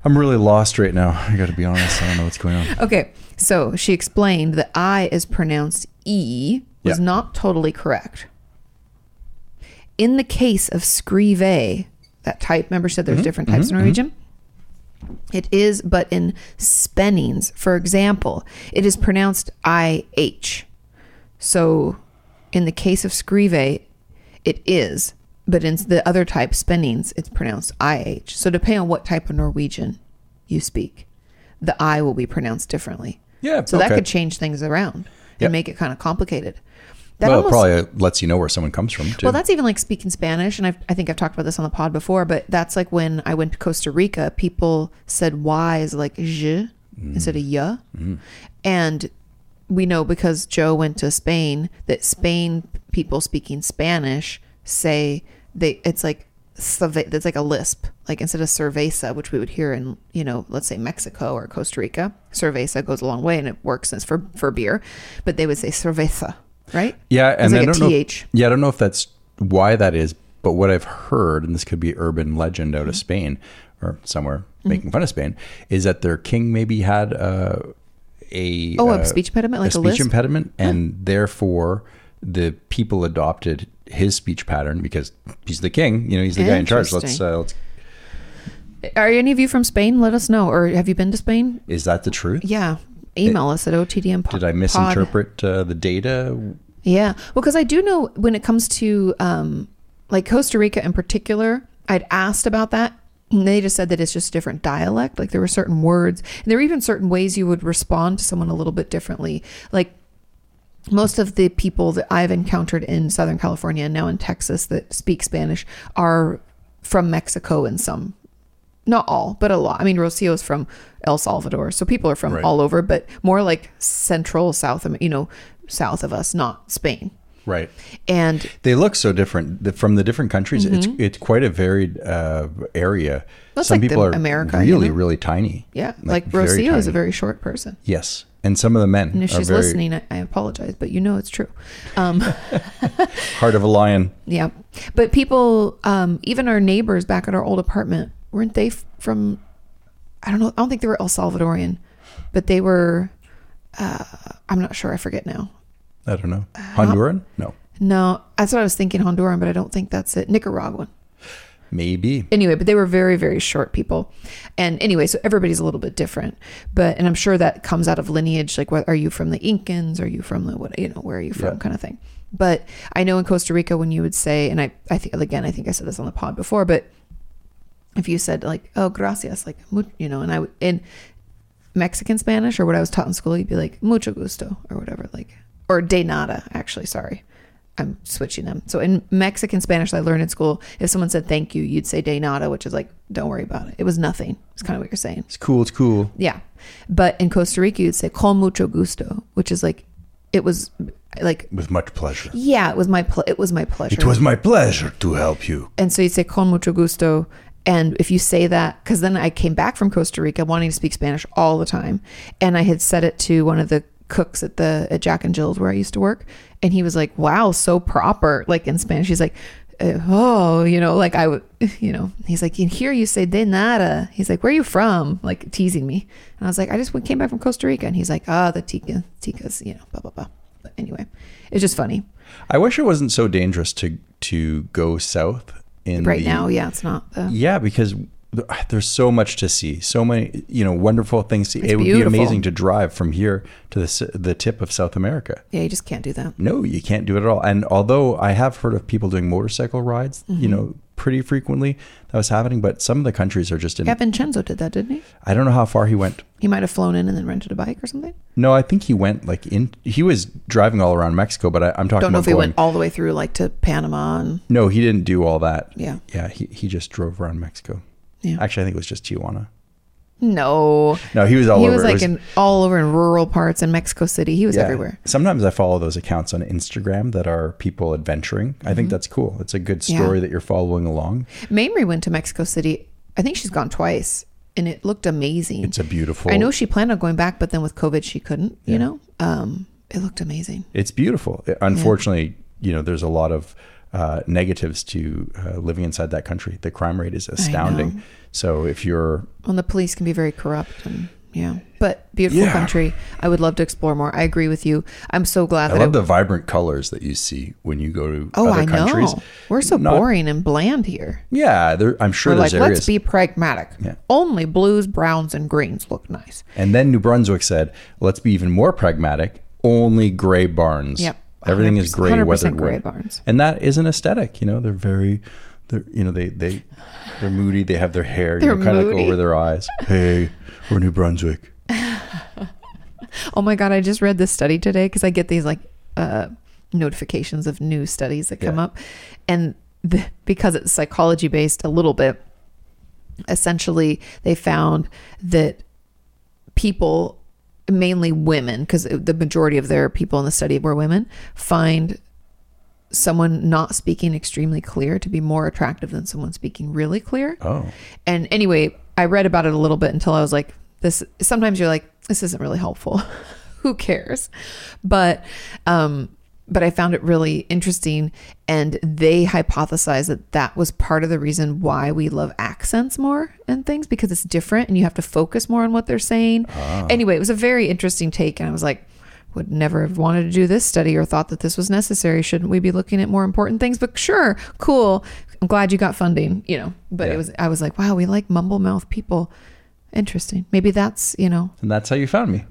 Speaker 2: I'm really lost right now. I got to be honest. I don't know what's going on.
Speaker 1: Okay. So she explained that I is pronounced E was
Speaker 2: Yeah.
Speaker 1: not totally correct.
Speaker 2: Mm-hmm.
Speaker 1: In the case of scrive, that type, remember she said there's different types in Norwegian? It is, but in Spennings, for example, it is pronounced IH. So in the case of Scrive, it is, but in the other type, Spennings, it's pronounced IH. So depending on what type of Norwegian you speak, the I will be pronounced differently.
Speaker 2: Yeah,
Speaker 1: So
Speaker 2: okay.
Speaker 1: that could change things around
Speaker 2: Yeah.
Speaker 1: and make it kind of complicated. That
Speaker 2: Well, it
Speaker 1: almost-
Speaker 2: probably lets you know where someone comes from too.
Speaker 1: well, that's even like speaking Spanish, and I've, I think I've talked about this on the pod before. But that's like when I went to Costa Rica, people said "y" is like "j" instead of
Speaker 2: Mm.
Speaker 1: "ya,"
Speaker 2: Mm-hmm.
Speaker 1: and we know because Joe went to Spain that Spain people speaking Spanish say they it's like cerve- that's like a lisp, like instead of cerveza, which we would hear in you know let's say Mexico or Costa Rica, cerveza goes a long way and it works and it's for for beer, but they would say cerveza, right?
Speaker 2: yeah,
Speaker 1: it's
Speaker 2: and
Speaker 1: like
Speaker 2: I
Speaker 1: a
Speaker 2: don't know.
Speaker 1: TH.
Speaker 2: yeah, I don't know if that's why that is, but what I've heard, and this could be urban legend out
Speaker 1: Mm-hmm.
Speaker 2: of Spain or somewhere making fun of Spain, is that their king maybe had uh, a
Speaker 1: Oh,
Speaker 2: uh,
Speaker 1: a speech impediment, like a,
Speaker 2: a speech
Speaker 1: lisp.
Speaker 2: impediment, and therefore the people adopted his speech pattern because he's the king. You know, he's the guy in charge. Let's
Speaker 1: Interesting.
Speaker 2: uh, let's
Speaker 1: Are any of you from Spain? Let us know. Or have you been to Spain?
Speaker 2: Is that the truth?
Speaker 1: Yeah. Email us at OTDM.
Speaker 2: Did I misinterpret uh, the data?
Speaker 1: Yeah. Well, because I do know when it comes to um, like Costa Rica in particular, I'd asked about that. And they just said that it's just a different dialect. Like there were certain words, and there were even certain ways you would respond to someone a little bit differently. Like most of the people that I've encountered in Southern California and now in Texas that speak Spanish are from Mexico in some not all, but a lot. I mean, Rocio is from El Salvador, so people are from
Speaker 2: Right.
Speaker 1: all over, but more like central South, Am- you know, south of us, not Spain.
Speaker 2: Right.
Speaker 1: And
Speaker 2: They look so different The- from the different countries. It's it's quite a varied uh, area.
Speaker 1: Mm-hmm. That's
Speaker 2: Some
Speaker 1: like
Speaker 2: people
Speaker 1: the
Speaker 2: are
Speaker 1: America, you
Speaker 2: really,
Speaker 1: know?
Speaker 2: really tiny.
Speaker 1: yeah, like, Rocio is a very short person.
Speaker 2: yes, and some of the men
Speaker 1: And if
Speaker 2: are
Speaker 1: she's
Speaker 2: very
Speaker 1: listening, I, I apologize, but you know it's true.
Speaker 2: heart of a lion.
Speaker 1: Yeah. But people, um, even our neighbors back at our old apartment, weren't they f- from, I don't know, I don't think they were El Salvadorian, but they were, uh, I'm not sure, I forget now.
Speaker 2: I don't
Speaker 1: Uh,
Speaker 2: know Honduran. No,
Speaker 1: No, that's what I was thinking Honduran, but I don't think that's it. Nicaraguan.
Speaker 2: maybe.
Speaker 1: anyway, but they were very, very short people. And anyway, so everybody's a little bit different. But and I'm sure that comes out of lineage. Like, what are you from the Incans? Are you from the what? You know, where are you from?
Speaker 2: Yeah.
Speaker 1: Kind of thing. But I know in Costa Rica, when you would say, and I, I think again, I think I said this on the pod before, but if you said like, oh, gracias, like, mu- you know, and I would in Mexican Spanish or what I was taught in school, you'd be like, mucho gusto or whatever, like, or de nada, actually, sorry. I'm switching them. So in Mexican Spanish that I learned in school, if someone said thank you, you'd say de nada, which is like, don't worry about it. It was nothing. It's kind of what you're saying.
Speaker 2: It's cool. It's cool.
Speaker 1: Yeah. But in Costa Rica, you'd say con mucho gusto, which is like, it was like,
Speaker 2: With much pleasure.
Speaker 1: yeah, it was my, ple- it was my pleasure
Speaker 2: It was my pleasure to help you.
Speaker 1: and so you say con mucho gusto and if you say that because then i came back from costa rica wanting to speak spanish all the time and i had said it to one of the cooks at the at jack and jill's where i used to work and he was like wow so proper like in spanish he's like uh, oh you know like i would you know he's like in here you say de nada he's like where are you from like teasing me and i was like i just went- came back from costa rica and he's like ah the tica ticas you know blah blah blah but anyway it's just funny
Speaker 2: I wish it wasn't so dangerous to to go south in
Speaker 1: right
Speaker 2: the,
Speaker 1: now yeah it's not the
Speaker 2: Yeah, because th- ah, there's so much to see, so many you know wonderful things. To, it would be
Speaker 1: beautiful.
Speaker 2: amazing to drive from here to the s- the tip of South America.
Speaker 1: yeah you just can't do that
Speaker 2: No, you can't do it at all. And although I have heard of people doing motorcycle rides,
Speaker 1: Mm-hmm.
Speaker 2: you know, pretty frequently that was happening, but some of the countries are just in.
Speaker 1: Yeah, Vincenzo did that, didn't he?
Speaker 2: I don't know how far he went.
Speaker 1: He might have flown in and then rented a bike or something.
Speaker 2: No, I think he went like in. He was driving all around Mexico, but I, I'm talking
Speaker 1: Don't know
Speaker 2: about
Speaker 1: if he
Speaker 2: going.
Speaker 1: went all the way through like to Panama and
Speaker 2: no, he didn't do all that.
Speaker 1: Yeah.
Speaker 2: yeah. He he just drove around Mexico.
Speaker 1: Yeah.
Speaker 2: Actually, I think it was just Tijuana.
Speaker 1: no.
Speaker 2: No, he was all
Speaker 1: he
Speaker 2: over.
Speaker 1: was
Speaker 2: It
Speaker 1: like
Speaker 2: was-
Speaker 1: in all over in rural parts in Mexico City. He was
Speaker 2: Yeah.
Speaker 1: everywhere.
Speaker 2: Sometimes I follow those accounts on Instagram that are people adventuring. I think that's cool. It's a good
Speaker 1: Mm-hmm. Yeah.
Speaker 2: story that you're following along.
Speaker 1: Mamrie went to Mexico City. I think she's gone twice, and it looked amazing.
Speaker 2: It's a beautiful.
Speaker 1: I know she planned on going back, but then with COVID, she couldn't. You know, um, it looked amazing.
Speaker 2: it's beautiful. It- Unfortunately, you know, there's a lot of uh, negatives to uh, living inside that country. The crime rate is astounding. So if you're
Speaker 1: Well, the police can be very corrupt, and Yeah. But beautiful
Speaker 2: Yeah.
Speaker 1: country. I would love to explore more. I agree with you. I'm so glad
Speaker 2: I
Speaker 1: that
Speaker 2: love the vibrant colors that you see when you go to
Speaker 1: Oh,
Speaker 2: other
Speaker 1: I
Speaker 2: countries.
Speaker 1: know. We're so
Speaker 2: Not-
Speaker 1: boring and bland here.
Speaker 2: Yeah, there, I'm sure
Speaker 1: We're like,
Speaker 2: there's
Speaker 1: let's
Speaker 2: areas.
Speaker 1: be pragmatic.
Speaker 2: Yeah.
Speaker 1: Only blues, browns, and greens look nice.
Speaker 2: and then New Brunswick said, let's be even more pragmatic. Only gray barns.
Speaker 1: Yep.
Speaker 2: Everything is
Speaker 1: 100%
Speaker 2: gray
Speaker 1: 100%
Speaker 2: weathered
Speaker 1: gray
Speaker 2: wood.
Speaker 1: barns.
Speaker 2: And that is an aesthetic. You know, they're very, they're, you know, they, they, they're moody. They have their hair, you
Speaker 1: They're
Speaker 2: know, kind of
Speaker 1: moody.
Speaker 2: over their eyes. Hey, we're New Brunswick.
Speaker 1: Oh my God, I just read this study today because I get these like uh, notifications of new studies that come
Speaker 2: Yeah.
Speaker 1: up. And the, because it's psychology based a little bit, essentially they found that people, mainly women, because the majority of their people in the study were women, find someone not speaking extremely clear to be more attractive than someone speaking really clear.
Speaker 2: Oh.
Speaker 1: And anyway, I read about it a little bit until I was like, this sometimes you're like, this isn't really helpful. Who cares? But um but I found it really interesting and they hypothesized that that was part of the reason why we love accents more and things because it's different and you have to focus more on what they're saying. Anyway, it was a very interesting take and I was like would never have wanted to do this study or thought that this was necessary. Shouldn't we be looking at more important things? But sure, cool. I'm glad you got funding, you know. But
Speaker 2: Yeah.
Speaker 1: it was I was like, wow, we like mumble mouth people. Interesting. Maybe that's, you know,
Speaker 2: And that's how you found me.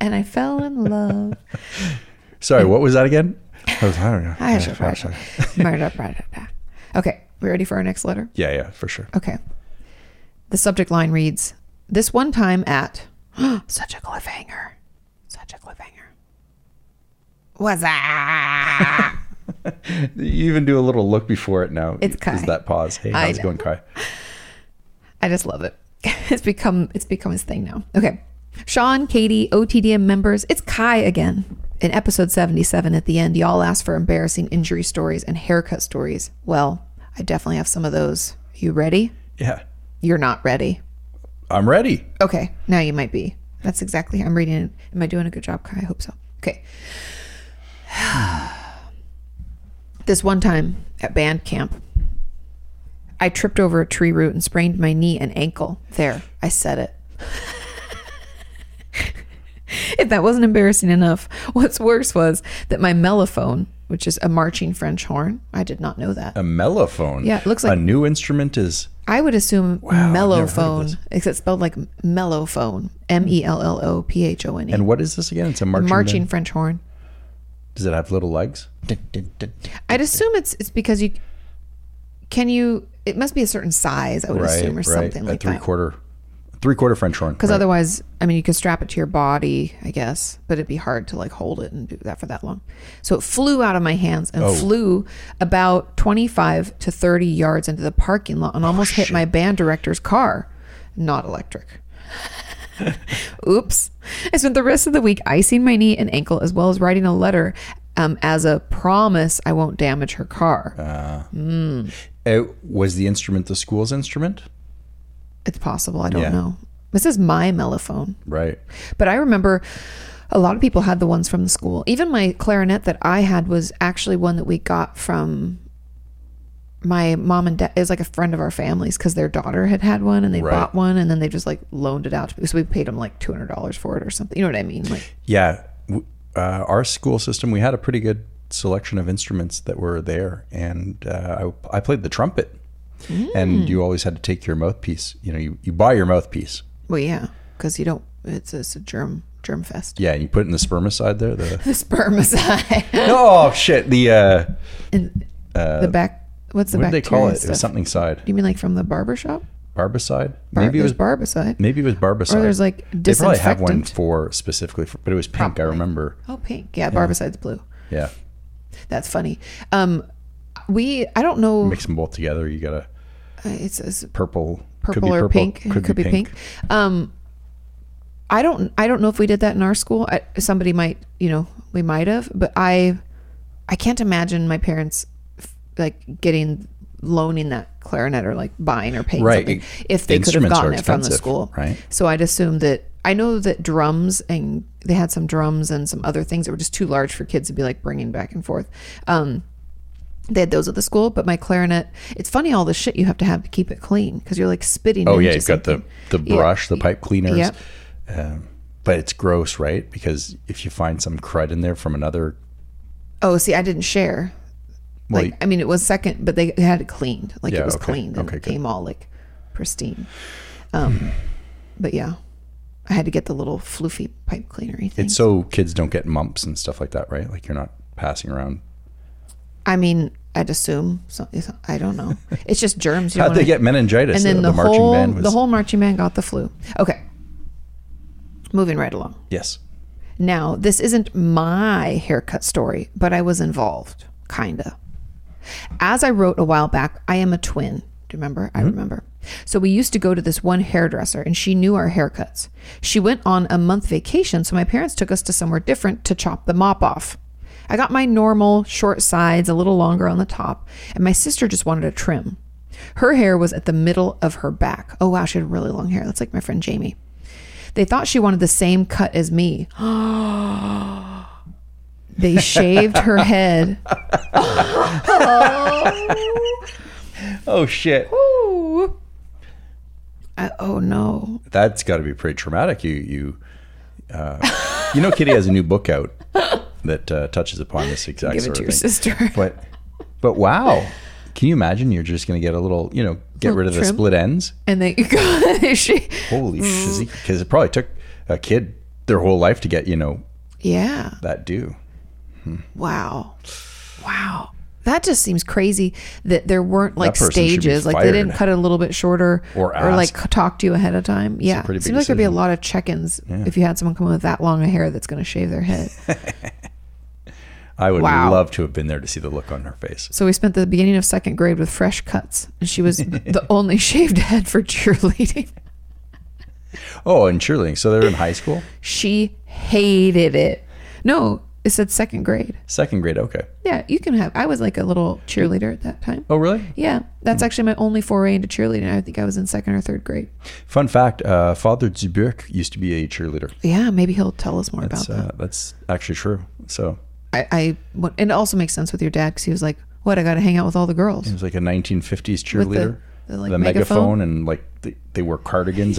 Speaker 1: and I fell in love.
Speaker 2: Sorry, what was that again? I was, I don't know.
Speaker 1: I should murder, murder, murder. Okay, we ready for our next letter?
Speaker 2: Yeah, yeah, for sure.
Speaker 1: Okay. The subject line reads This one time at such a cliffhanger. Such a cliffhanger. Was that?
Speaker 2: You even do a little look before it now.
Speaker 1: It's Kai.
Speaker 2: Is that pause? Hey,
Speaker 1: I
Speaker 2: how's it
Speaker 1: know.
Speaker 2: going, Kai?
Speaker 1: I just love it. It's become it's become his thing now. Okay. Sean, Katie, OTDM members, it's Kai again. In episode 77 at the end, y'all asked for embarrassing injury stories and haircut stories. Well, I definitely have some of those. You ready?
Speaker 2: Yeah,
Speaker 1: You're not ready.
Speaker 2: I'm ready.
Speaker 1: Okay, now you might be. That's exactly I'm reading it. Am I doing a good job, Kai? I hope so. Okay. this one time at band camp, I tripped over a tree root and sprained my knee and ankle. There, I said it. if that wasn't embarrassing enough, what's worse was that my mellophone, which is a marching French horn, I did not know that.
Speaker 2: A mellophone.
Speaker 1: Yeah, it looks like-
Speaker 2: a new instrument is.
Speaker 1: I would assume
Speaker 2: I've never heard of
Speaker 1: mellophone,
Speaker 2: this.
Speaker 1: except spelled like mellophone, M E L L O P H O N E.
Speaker 2: And what is this again? It's a marching.
Speaker 1: marching,
Speaker 2: band.
Speaker 1: French horn.
Speaker 2: Does it have little legs?
Speaker 1: I'd assume it's it's because you can you. It must be a certain size, I would assume, or something
Speaker 2: a
Speaker 1: like
Speaker 2: three
Speaker 1: that.
Speaker 2: quarter, three quarter French horn.
Speaker 1: Because
Speaker 2: right.
Speaker 1: otherwise, I mean, you could strap it to your body, I guess, but it'd be hard to like hold it and do that for that long. So it flew out of my hands
Speaker 2: Oh.
Speaker 1: and flew about 25 to 30 yards into the parking lot and
Speaker 2: Oh,
Speaker 1: almost hit my band director's car. Not electric. Oops. I spent the rest of the week icing my knee and ankle as well as writing a letter um, as a promise I won't damage her car.
Speaker 2: Uh, was the instrument the school's instrument?
Speaker 1: it's possible. I don't
Speaker 2: yeah.
Speaker 1: know. This is my mellophone.
Speaker 2: Right.
Speaker 1: But I remember a lot of people had the ones from the school. Even my clarinet that I had was actually one that we got from my mom and dad. It was like a friend of our family's because their daughter had had one and they
Speaker 2: Right.
Speaker 1: bought one and then they just like loaned it out to me. So we paid them like $200 for it or something. You know what I mean? Like,
Speaker 2: Yeah. W- Uh, our school system, we had a pretty good selection of instruments that were there, and uh, I, I played the trumpet.
Speaker 1: Mm.
Speaker 2: And you always had to take your mouthpiece. You know, you, you buy your mouthpiece.
Speaker 1: well, yeah, because you don't, it's, it's a germ, germ fest.
Speaker 2: Yeah, and you put it in the spermicide there. The
Speaker 1: The spermicide.
Speaker 2: oh shit, the uh,
Speaker 1: and the back, what's the
Speaker 2: what did they
Speaker 1: bacteria
Speaker 2: call it? It was
Speaker 1: stuff?
Speaker 2: something side,
Speaker 1: you mean like from the barber shop?
Speaker 2: barbicide.
Speaker 1: Bar-
Speaker 2: maybe it was
Speaker 1: barbicide.
Speaker 2: maybe it was barbicide.
Speaker 1: Or there's like
Speaker 2: they probably have one
Speaker 1: disinfectant.
Speaker 2: for specifically, for, but it was pink. I
Speaker 1: Probably.
Speaker 2: remember.
Speaker 1: Oh, pink. Yeah, barbicide's blue.
Speaker 2: Yeah,
Speaker 1: That's funny. Um, we I don't know.
Speaker 2: mix them both together. You got a
Speaker 1: It's, it's
Speaker 2: purple, could
Speaker 1: purple
Speaker 2: be
Speaker 1: or
Speaker 2: purple,
Speaker 1: pink. Could, be, pink. Um, I don't I don't know if we did that in our school. I, somebody might you know we might have, but I I can't imagine my parents f- like getting loaning that clarinet or like buying or paying
Speaker 2: Right.
Speaker 1: something if they could have
Speaker 2: Instruments are
Speaker 1: gotten it from the
Speaker 2: expensive,
Speaker 1: school.
Speaker 2: right?
Speaker 1: So I'd assume that I know that drums and they had some drums and some other things that were just too large for kids to be like bringing back and forth. Um, They had those at the school, but my clarinet. It's funny all the shit you have to have to keep it clean because you're like spitting.
Speaker 2: Oh
Speaker 1: into
Speaker 2: yeah, you've got the
Speaker 1: something.
Speaker 2: the
Speaker 1: Yeah.
Speaker 2: brush, the pipe cleaners.
Speaker 1: Yep.
Speaker 2: Um, but it's gross, right? Because if you find some crud in there from another,
Speaker 1: Oh, see, I didn't share.
Speaker 2: well,
Speaker 1: like, I mean, it was second, but they had it cleaned. Like
Speaker 2: Yeah,
Speaker 1: it was
Speaker 2: okay.
Speaker 1: cleaned and
Speaker 2: Okay,
Speaker 1: it
Speaker 2: good. Hmm.
Speaker 1: came all like pristine. Um, but yeah, I had to get the little floofy pipe cleanery thing.
Speaker 2: it's so kids don't get mumps and stuff like that, right? Like you're not passing around.
Speaker 1: I mean, I'd assume. So, I don't know. It's just germs. You
Speaker 2: How'd
Speaker 1: wanna-
Speaker 2: they get
Speaker 1: and
Speaker 2: meningitis?
Speaker 1: then
Speaker 2: Uh,
Speaker 1: the,
Speaker 2: marching
Speaker 1: whole
Speaker 2: band was
Speaker 1: the whole marching band got the flu. Okay, moving right along.
Speaker 2: yes.
Speaker 1: Now, this isn't my haircut story, but I was involved, kinda. As I wrote a while back, I am a twin. Do you remember? I remember. So we used to go to this one hairdresser and she knew our haircuts. She went on a month vacation, so my parents took us to somewhere different to chop the mop off. I got my normal short sides, a little longer on the top, and my sister just wanted a trim. Her hair was at the middle of her back. Oh, wow, she had really long hair. That's like my friend Jamie. They thought she wanted the same cut as me. they shaved her head.
Speaker 2: Oh shit,
Speaker 1: Ooh. I, oh no.
Speaker 2: that's got to be pretty traumatic. You you, uh, you know, Kitty has a new book out that uh, touches upon this exact
Speaker 1: Give it
Speaker 2: sort
Speaker 1: to
Speaker 2: of
Speaker 1: your
Speaker 2: thing.
Speaker 1: sister.
Speaker 2: But but wow, can you imagine? You're just gonna get a little, you know, get rid of the
Speaker 1: trim. Mm.
Speaker 2: split ends.
Speaker 1: And they she
Speaker 2: Holy shizzy! Because it probably took a kid their whole life to get you know
Speaker 1: Yeah.
Speaker 2: that do.
Speaker 1: Wow. Wow. That just seems crazy that there weren't like
Speaker 2: person should be
Speaker 1: stages. Like they didn't
Speaker 2: fired.
Speaker 1: cut it a little bit shorter
Speaker 2: Or
Speaker 1: like
Speaker 2: ask.
Speaker 1: talk to you ahead of time. Yeah. It
Speaker 2: pretty big
Speaker 1: seems like there'd be a
Speaker 2: decision.
Speaker 1: lot of check ins if you had someone come in with that long a hair that's gonna shave their head.
Speaker 2: I would
Speaker 1: Wow.
Speaker 2: love to have been there to see the look on her face.
Speaker 1: So we spent the beginning of second grade with fresh cuts, and she was the only shaved head for cheerleading.
Speaker 2: Oh, and cheerleading. So they're in high school,
Speaker 1: She hated it. No, it said second grade.
Speaker 2: second grade. Okay.
Speaker 1: Yeah, you can have. I was like a little cheerleader at that time.
Speaker 2: Oh, really?
Speaker 1: Yeah, that's actually my only foray into cheerleading. I think I was in second or third grade.
Speaker 2: Fun fact: uh, Father Zubirk used to be a cheerleader.
Speaker 1: Yeah, maybe he'll tell us more
Speaker 2: That's,
Speaker 1: about
Speaker 2: uh, that's actually true. So
Speaker 1: that. I, I what- and it also makes sense with your dad because he was like, "What? I got to hang out with all the girls."
Speaker 2: he was like a 1950s
Speaker 1: With the-
Speaker 2: cheerleader.
Speaker 1: the, like,
Speaker 2: the
Speaker 1: megaphone.
Speaker 2: megaphone and like they, they wore cardigans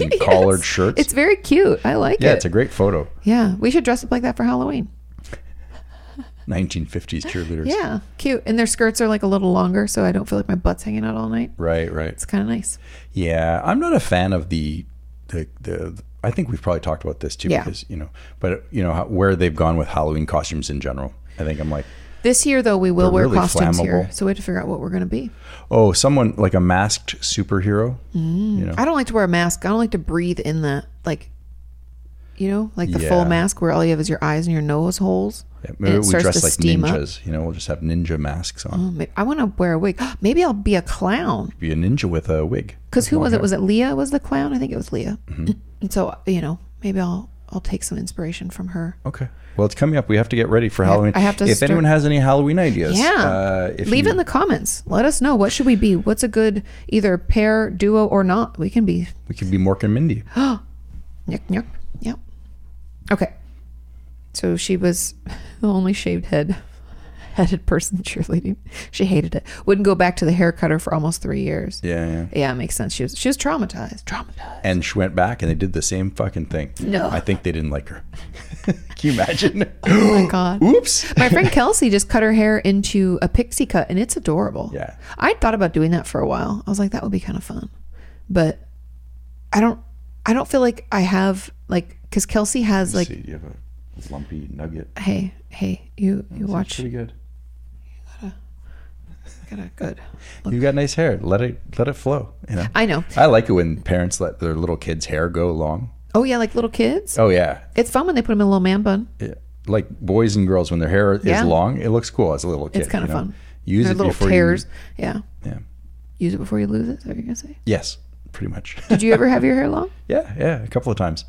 Speaker 2: and collared shirts.
Speaker 1: It's very cute. I like
Speaker 2: yeah,
Speaker 1: it.
Speaker 2: it's a great photo.
Speaker 1: yeah, we should dress up like that for Halloween.
Speaker 2: 1950s cheerleaders.
Speaker 1: Yeah, cute. And their skirts are like a little longer, so I don't feel like my butt's hanging out all night.
Speaker 2: Right, right.
Speaker 1: It's kind of nice.
Speaker 2: Yeah, I'm not a fan of the the the. I think we've probably talked about this too,
Speaker 1: Yeah.
Speaker 2: because you know, but you know how, where they've gone with Halloween costumes in general. I think I'm like,
Speaker 1: This year, though, we will
Speaker 2: They're
Speaker 1: wear
Speaker 2: really
Speaker 1: costumes here,
Speaker 2: flammable.
Speaker 1: so we have to figure out what we're going to be.
Speaker 2: oh, someone like a masked superhero. You know,
Speaker 1: Mm. I don't like to wear a mask. I don't like to breathe in that, like, you know, like the
Speaker 2: Yeah.
Speaker 1: full mask where all you have is your eyes and your nose holes.
Speaker 2: Yeah,
Speaker 1: and
Speaker 2: maybe
Speaker 1: it
Speaker 2: we
Speaker 1: starts
Speaker 2: dress
Speaker 1: to
Speaker 2: like
Speaker 1: steam up.
Speaker 2: ninjas. You know, we'll just have ninja masks on.
Speaker 1: Oh, may- I want to wear a wig. Maybe I'll be a clown.
Speaker 2: Be a ninja with a wig.
Speaker 1: Because
Speaker 2: with
Speaker 1: who
Speaker 2: long
Speaker 1: was it? Was it
Speaker 2: hair. Mm-hmm.
Speaker 1: Leah? Was the clown? I think it was Leah. And so you know, maybe I'll I'll take some inspiration from her.
Speaker 2: Okay. Well, it's coming up. We have to get ready for
Speaker 1: have-
Speaker 2: Halloween.
Speaker 1: I have to
Speaker 2: If
Speaker 1: start-
Speaker 2: anyone has any Halloween ideas,
Speaker 1: Yeah.
Speaker 2: uh, if
Speaker 1: Leave
Speaker 2: you-
Speaker 1: it in the comments. Let us know what should we be. What's a good either pair, duo, or not? We can be
Speaker 2: we could be Mork and Mindy.
Speaker 1: Nyuk nyuk. Yep. Okay. So she was the only shaved head headed person cheerleading. She hated it. Wouldn't go back to the hair cutter for almost three years.
Speaker 2: Yeah, yeah.
Speaker 1: Yeah, it makes sense. She was she was traumatized. Traumatized.
Speaker 2: And she went back, and they did the same fucking thing.
Speaker 1: No.
Speaker 2: I think they didn't like her. Can you imagine?
Speaker 1: Oh my god.
Speaker 2: Oops.
Speaker 1: My friend Kelsey just cut her hair into a pixie cut and it's adorable.
Speaker 2: Yeah.
Speaker 1: I thought about doing that for a while. I was like, that would be kind of fun. But I don't I don't feel like I have like because Kelsey has like
Speaker 2: See, you have a lumpy nugget.
Speaker 1: hey, hey, you you watch
Speaker 2: Pretty good.
Speaker 1: gotta good.
Speaker 2: You got nice hair. Let it let it flow. You know.
Speaker 1: I know.
Speaker 2: I like it when parents let their little kids' hair go long.
Speaker 1: Oh yeah, like little kids.
Speaker 2: Oh yeah.
Speaker 1: It's fun when they put them in a little man bun.
Speaker 2: Yeah. Like boys and girls when their hair is
Speaker 1: Yeah.
Speaker 2: long, it looks cool as a little kid.
Speaker 1: It's kind of
Speaker 2: you know?
Speaker 1: fun.
Speaker 2: Use
Speaker 1: They're
Speaker 2: it
Speaker 1: little
Speaker 2: before
Speaker 1: tears.
Speaker 2: you.
Speaker 1: Yeah.
Speaker 2: Yeah.
Speaker 1: Use it before you lose it. Is that what you're gonna say?
Speaker 2: Yes. Pretty much.
Speaker 1: Did you ever have your hair long?
Speaker 2: yeah. Yeah. A couple of times.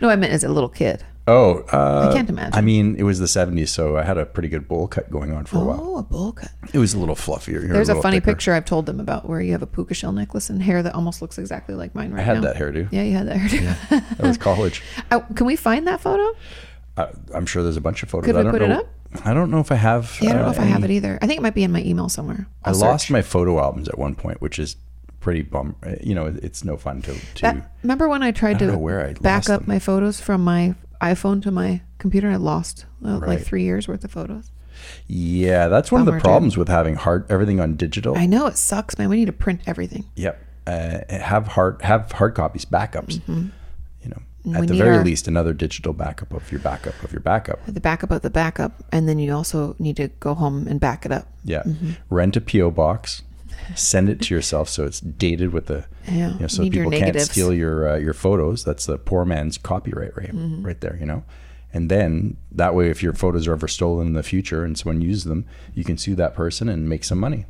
Speaker 1: No, I meant as a little kid.
Speaker 2: Oh. Uh,
Speaker 1: I can't imagine.
Speaker 2: I mean, it was the 70s, so I had a pretty good bowl cut going on for a while.
Speaker 1: Oh, a bowl cut.
Speaker 2: It was a little fluffier. you know,
Speaker 1: There's a
Speaker 2: little
Speaker 1: funny
Speaker 2: thicker.
Speaker 1: picture I've told them about where you have a puka shell necklace and hair that almost looks exactly like mine right
Speaker 2: I had
Speaker 1: now.
Speaker 2: that hairdo.
Speaker 1: Yeah, you had that hairdo.
Speaker 2: That was college.
Speaker 1: Oh, can we find that photo?
Speaker 2: I, I'm sure there's a bunch of photos.
Speaker 1: Could
Speaker 2: I
Speaker 1: we
Speaker 2: don't
Speaker 1: put it
Speaker 2: know.
Speaker 1: up?
Speaker 2: I don't know if I have.
Speaker 1: Yeah, I don't know if I have
Speaker 2: any-
Speaker 1: it either. I think it might be in my email somewhere.
Speaker 2: I
Speaker 1: I'll
Speaker 2: lost
Speaker 1: search.
Speaker 2: my photo albums at one point, which is pretty bum. uh, You know, it- it's no fun to. to
Speaker 1: That, Uh, remember when I tried
Speaker 2: don't
Speaker 1: to
Speaker 2: know where I
Speaker 1: back
Speaker 2: lost
Speaker 1: up
Speaker 2: them.
Speaker 1: my photos from my iPhone to my computer? I lost uh, like
Speaker 2: Right.
Speaker 1: three years worth of photos.
Speaker 2: yeah, that's one of
Speaker 1: Bummer,
Speaker 2: the
Speaker 1: dude.
Speaker 2: problems with having hard everything on digital.
Speaker 1: I know it sucks, man. We need to print everything.
Speaker 2: Yep. Uh, have hard have hard copies backups. You know, at
Speaker 1: Mm-hmm. we
Speaker 2: the
Speaker 1: need
Speaker 2: very
Speaker 1: our-
Speaker 2: least, another digital backup of your backup of your backup.
Speaker 1: The backup of the backup, and then you also need to go home and back it up.
Speaker 2: Yeah.
Speaker 1: Mm-hmm.
Speaker 2: Rent a PO box, send it to yourself so it's dated with the.
Speaker 1: Yeah,
Speaker 2: You know, so
Speaker 1: need your
Speaker 2: people can't
Speaker 1: negatives.
Speaker 2: steal your uh, your photos. That's the poor man's copyright right,
Speaker 1: Mm-hmm.
Speaker 2: right there. You know. And then that way, if your photos are ever stolen in the future and someone uses them, you can sue that person and make some money.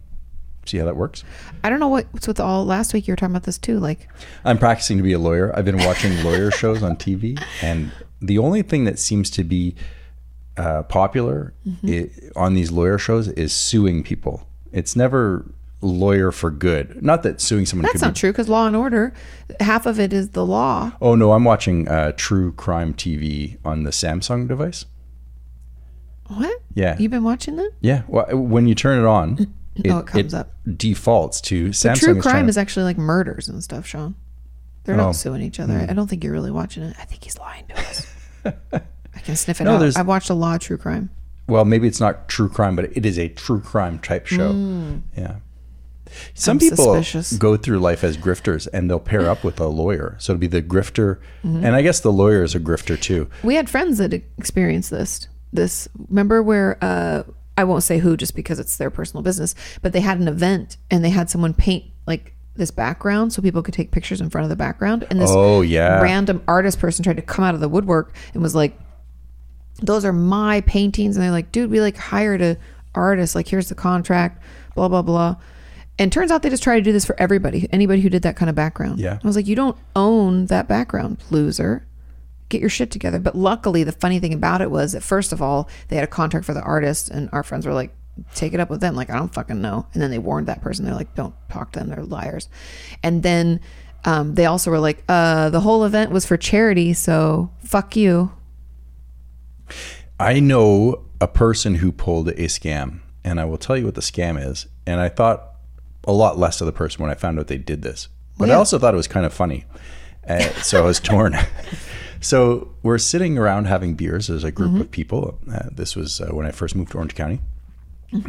Speaker 2: See how that works?
Speaker 1: I don't know what, what's with all. Last week you were talking about this too. Like,
Speaker 2: I'm practicing to be a lawyer. I've been watching lawyer shows on TV, and the only thing that seems to be uh, popular
Speaker 1: Mm-hmm.
Speaker 2: i- on these lawyer shows is suing people. It's never lawyer for good. Not that suing someone
Speaker 1: that's
Speaker 2: could
Speaker 1: not
Speaker 2: be.
Speaker 1: true because Law and Order, half of it is the law.
Speaker 2: Oh no, I'm watching uh, true crime TV on the Samsung device.
Speaker 1: What?
Speaker 2: Yeah.
Speaker 1: You've been watching that?
Speaker 2: Yeah, well, when you turn it on, it,
Speaker 1: Oh, it comes up.
Speaker 2: Defaults to Samsung.
Speaker 1: True
Speaker 2: trying
Speaker 1: crime
Speaker 2: to-
Speaker 1: is actually like murders and stuff, Sean. They're
Speaker 2: Oh.
Speaker 1: not suing each other. I don't think you're really watching it. I think he's lying to us. I can sniff it
Speaker 2: No,
Speaker 1: out.
Speaker 2: there's-
Speaker 1: I've watched a lot of true crime.
Speaker 2: well, maybe it's not true crime, but it is a true crime type show. Yeah. Some
Speaker 1: Mm. I'm
Speaker 2: people
Speaker 1: suspicious.
Speaker 2: go through life as grifters and they'll pair up with a lawyer. So it'll be the grifter.
Speaker 1: Mm-hmm.
Speaker 2: And I guess the lawyer is a grifter too.
Speaker 1: We had friends that experienced this. This remember where uh, I won't say who just because it's their personal business, but they had an event and they had someone paint like this background so people could take pictures in front of the background. And this
Speaker 2: Oh, yeah.
Speaker 1: random artist person tried to come out of the woodwork and was like, "Those are my paintings," and they're like, "Dude, we like hired a artist. Like, here's the contract." Blah blah blah. And turns out they just try to do this for everybody, anybody who did that kind of background.
Speaker 2: Yeah.
Speaker 1: I was like, you don't own that background, loser. Get your shit together. But luckily, the funny thing about it was that first of all, they had a contract for the artist, and our friends were like, take it up with them. Like, I don't fucking know. And then they warned that person. They're like, don't talk to them. They're liars. And then um, they also were like, uh, the whole event was for charity, so fuck you.
Speaker 2: I know a person who pulled a scam, and I will tell you what the scam is. And I thought a lot less of the person when I found out they did this, but I also thought it was kind of funny. Uh, so I was torn. so we're sitting around having beers as a group of people. Uh, this was uh, when I first moved to Orange County.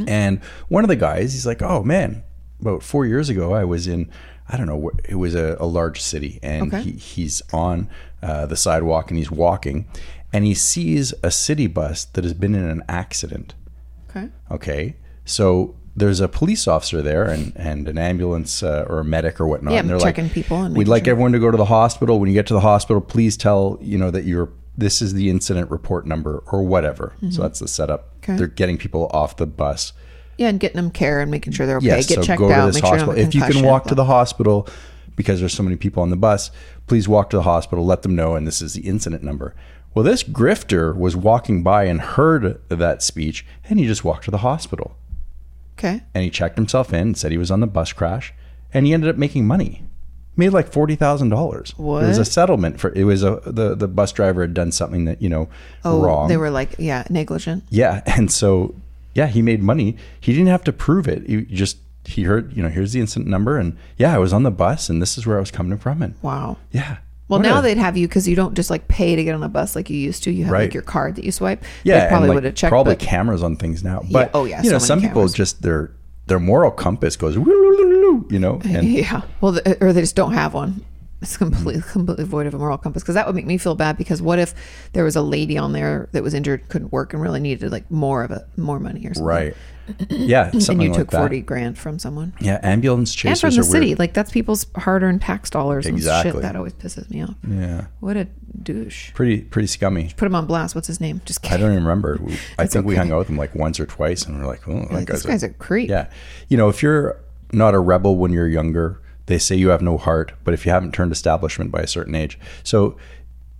Speaker 2: And one of the guys, he's like, "Oh man, about four years ago, I was in, I don't know, wh- it was a, a large city, and
Speaker 1: Okay.
Speaker 2: he, he's on uh, the sidewalk and he's walking, and he sees a city bus that has been in an accident.
Speaker 1: Okay.
Speaker 2: Okay, so." There's a police officer there and, and an ambulance uh, or a medic or whatnot.
Speaker 1: Yeah,
Speaker 2: and they're
Speaker 1: checking
Speaker 2: like,
Speaker 1: people and
Speaker 2: we'd
Speaker 1: making
Speaker 2: like
Speaker 1: sure."
Speaker 2: everyone to go to the hospital. When you get to the hospital, please tell you know that you're this is the incident report number or whatever. So that's the setup.
Speaker 1: Mm-hmm. Okay.
Speaker 2: They're getting people off the bus.
Speaker 1: Yeah, and getting them care and making sure they're okay.
Speaker 2: Yes,
Speaker 1: Get
Speaker 2: so
Speaker 1: checked
Speaker 2: go
Speaker 1: out.
Speaker 2: to this
Speaker 1: make
Speaker 2: hospital.
Speaker 1: sure you don't have a
Speaker 2: if you can
Speaker 1: concussion,
Speaker 2: walk to
Speaker 1: blah.
Speaker 2: the hospital because there's so many people on the bus, please walk to the hospital, let them know, and this is the incident number. Well, this grifter was walking by and heard that speech, and he just walked to the hospital.
Speaker 1: Okay.
Speaker 2: And he checked himself in, said he was on the bus crash, and he ended up making money. Made like forty thousand dollars. It was a
Speaker 1: What?
Speaker 2: settlement for it was a the, the bus driver had done something that, you know,
Speaker 1: Oh,
Speaker 2: wrong.
Speaker 1: they were like, yeah, negligent.
Speaker 2: Yeah, and so yeah, he made money. He didn't have to prove it. He just he heard, you know, here's the incident number, and yeah, I was on the bus, and this is where I was coming from, and
Speaker 1: Wow.
Speaker 2: yeah.
Speaker 1: Well,
Speaker 2: What
Speaker 1: now
Speaker 2: a-
Speaker 1: they'd have you because you don't just like pay to get on a bus like you used to. You have
Speaker 2: Right.
Speaker 1: like your card that you swipe.
Speaker 2: yeah,
Speaker 1: they
Speaker 2: and,
Speaker 1: probably
Speaker 2: like,
Speaker 1: would have checked.
Speaker 2: probably
Speaker 1: but
Speaker 2: cameras on things now. But
Speaker 1: oh, yeah,
Speaker 2: you know,
Speaker 1: so many
Speaker 2: some people
Speaker 1: cameras.
Speaker 2: just their their moral compass goes, you know, and
Speaker 1: yeah, well, th or they just don't have one. It's completely completely void of a moral compass because that would make me feel bad. Because what if there was a lady on there that was injured, couldn't work, and really needed like more of a more money or something?
Speaker 2: right, yeah,
Speaker 1: And
Speaker 2: something
Speaker 1: you
Speaker 2: like
Speaker 1: took
Speaker 2: that.
Speaker 1: forty grand from someone
Speaker 2: Yeah, ambulance
Speaker 1: and
Speaker 2: chasers
Speaker 1: from the
Speaker 2: are
Speaker 1: city.
Speaker 2: weird.
Speaker 1: Like that's people's hard-earned tax dollars and
Speaker 2: Exactly.
Speaker 1: shit. That always pisses me off.
Speaker 2: Yeah,
Speaker 1: What a douche.
Speaker 2: pretty pretty scummy.
Speaker 1: Put him on blast. What's his name? Just
Speaker 2: I
Speaker 1: kidding.
Speaker 2: don't even remember. We- I
Speaker 1: It's
Speaker 2: think we
Speaker 1: okay.
Speaker 2: hung out with him like once or twice, and we're like, oh, that
Speaker 1: Like,
Speaker 2: guy's
Speaker 1: this guy's a creep.
Speaker 2: Yeah. You know, if you're not a rebel when you're younger, they say you have no heart, but if you haven't turned establishment by a certain age. So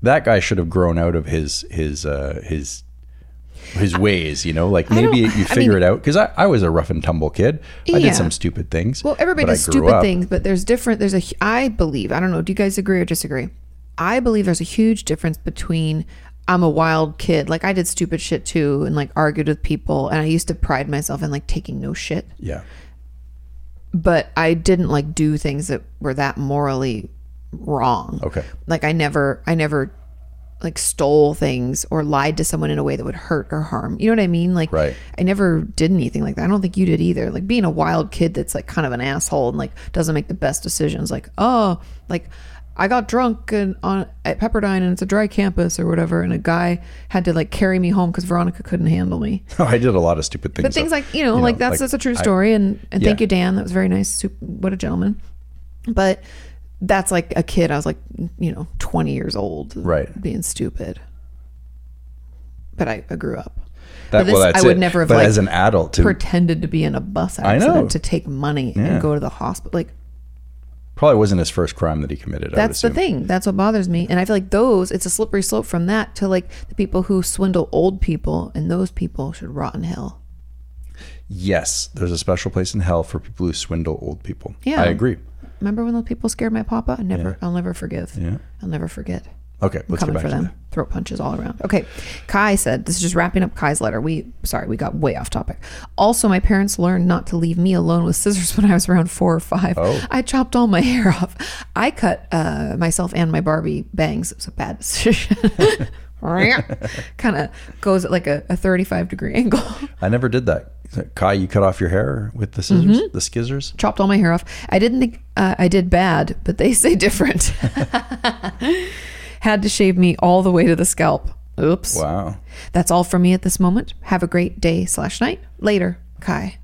Speaker 2: that guy should have grown out of his his uh his his ways, you know, like maybe you
Speaker 1: don't- I
Speaker 2: figure
Speaker 1: mean-
Speaker 2: it out. Because I, I was a rough and tumble kid. I
Speaker 1: Yeah.
Speaker 2: did some stupid things.
Speaker 1: Well, everybody
Speaker 2: but I
Speaker 1: does
Speaker 2: grew
Speaker 1: stupid
Speaker 2: up.
Speaker 1: things, but there's different. There's a. hu- I believe. I don't know. Do you guys agree or disagree? I believe there's a huge difference between I'm a wild kid. Like I did stupid shit too and like argued with people and I used to pride myself in like taking no shit.
Speaker 2: Yeah.
Speaker 1: But I didn't like do things that were that morally wrong.
Speaker 2: Okay.
Speaker 1: Like I never I never like stole things or lied to someone in a way that would hurt or harm. You know what I mean? Like
Speaker 2: Right.
Speaker 1: I never did anything like that. I don't think you did either. Like being a wild kid that's like kind of an asshole and like doesn't make the best decisions. Like oh, like I got drunk and on at Pepperdine and it's a dry campus or whatever, and a guy had to like carry me home because Veronica couldn't handle me.
Speaker 2: I did a lot of stupid things.
Speaker 1: But things like you know, like that's that's a true
Speaker 2: I-
Speaker 1: story, and and thank
Speaker 2: Yeah.
Speaker 1: you, Dan. That was very nice. Sup- What a gentleman. But that's like a kid. I was like, you know, twenty years old,
Speaker 2: Right.
Speaker 1: Being stupid. But I, I grew up.
Speaker 2: that,
Speaker 1: but this-
Speaker 2: well, that's
Speaker 1: I would
Speaker 2: it.
Speaker 1: never have,
Speaker 2: But
Speaker 1: like,
Speaker 2: as an adult, to
Speaker 1: Pretended to be in a bus
Speaker 2: I know.
Speaker 1: accident to take money
Speaker 2: Yeah.
Speaker 1: and go to the hospital. Like
Speaker 2: probably wasn't his first crime that he committed. I would
Speaker 1: that's the
Speaker 2: assume.
Speaker 1: thing. That's what bothers me. And I feel like those. It's a slippery slope from that to like the people who swindle old people, and those people should rot in hell.
Speaker 2: Yes, there's a special place in hell for people who swindle old people.
Speaker 1: Yeah.
Speaker 2: I agree.
Speaker 1: Remember when those people scared my papa? I never.
Speaker 2: Yeah.
Speaker 1: I'll never forgive.
Speaker 2: Yeah.
Speaker 1: I'll never forget.
Speaker 2: Okay, let's get
Speaker 1: coming
Speaker 2: back
Speaker 1: for
Speaker 2: to
Speaker 1: them.
Speaker 2: that.
Speaker 1: Throat punches all around. Okay. Kai said, this is just wrapping up Kai's letter. We, sorry, we got way off topic. Also, my parents learned not to leave me alone with scissors when I was around four or five.
Speaker 2: Oh.
Speaker 1: I chopped all my hair off. I cut uh, myself and my Barbie bangs. It was a bad decision. kind of goes at like a, a 35 degree angle.
Speaker 2: I never did that. Kai, you cut off your hair with the scissors,
Speaker 1: Mm-hmm.
Speaker 2: the skizzers.
Speaker 1: chopped all my hair off. I didn't think uh, I did bad, but they say different. Had to shave me all the way to the scalp. Oops.
Speaker 2: Wow.
Speaker 1: That's all from me at this moment. Have a great day slash night. Later, Kai.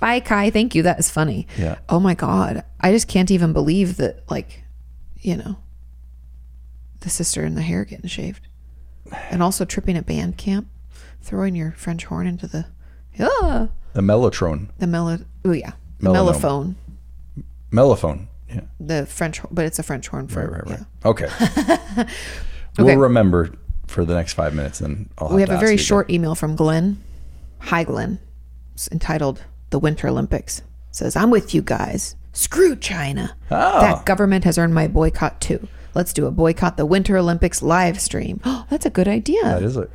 Speaker 1: Bye, Kai. Thank you. That is funny.
Speaker 2: Yeah.
Speaker 1: Oh my God. I just can't even believe that, like, you know, the sister and the hair getting shaved. And also tripping at band camp, throwing your French horn into the, ah,
Speaker 2: The mellotron,
Speaker 1: the mellow, oh yeah, the
Speaker 2: Melanoma.
Speaker 1: mellophone,
Speaker 2: mellophone. Yeah.
Speaker 1: the French, ho- but it's a French horn for,
Speaker 2: Right. Right. Right.
Speaker 1: yeah.
Speaker 2: Okay. We'll remember for the next five minutes, and I'll. Have
Speaker 1: We
Speaker 2: to
Speaker 1: have a
Speaker 2: ask
Speaker 1: very
Speaker 2: you again.
Speaker 1: short email from Glenn. Hi, Glenn. It's entitled The Winter Olympics. It says, I'm with you guys. Screw China.
Speaker 2: Ah, Oh.
Speaker 1: That government has earned my boycott too. Let's do a boycott the Winter Olympics live stream. Oh, that's a good idea.
Speaker 2: That is a.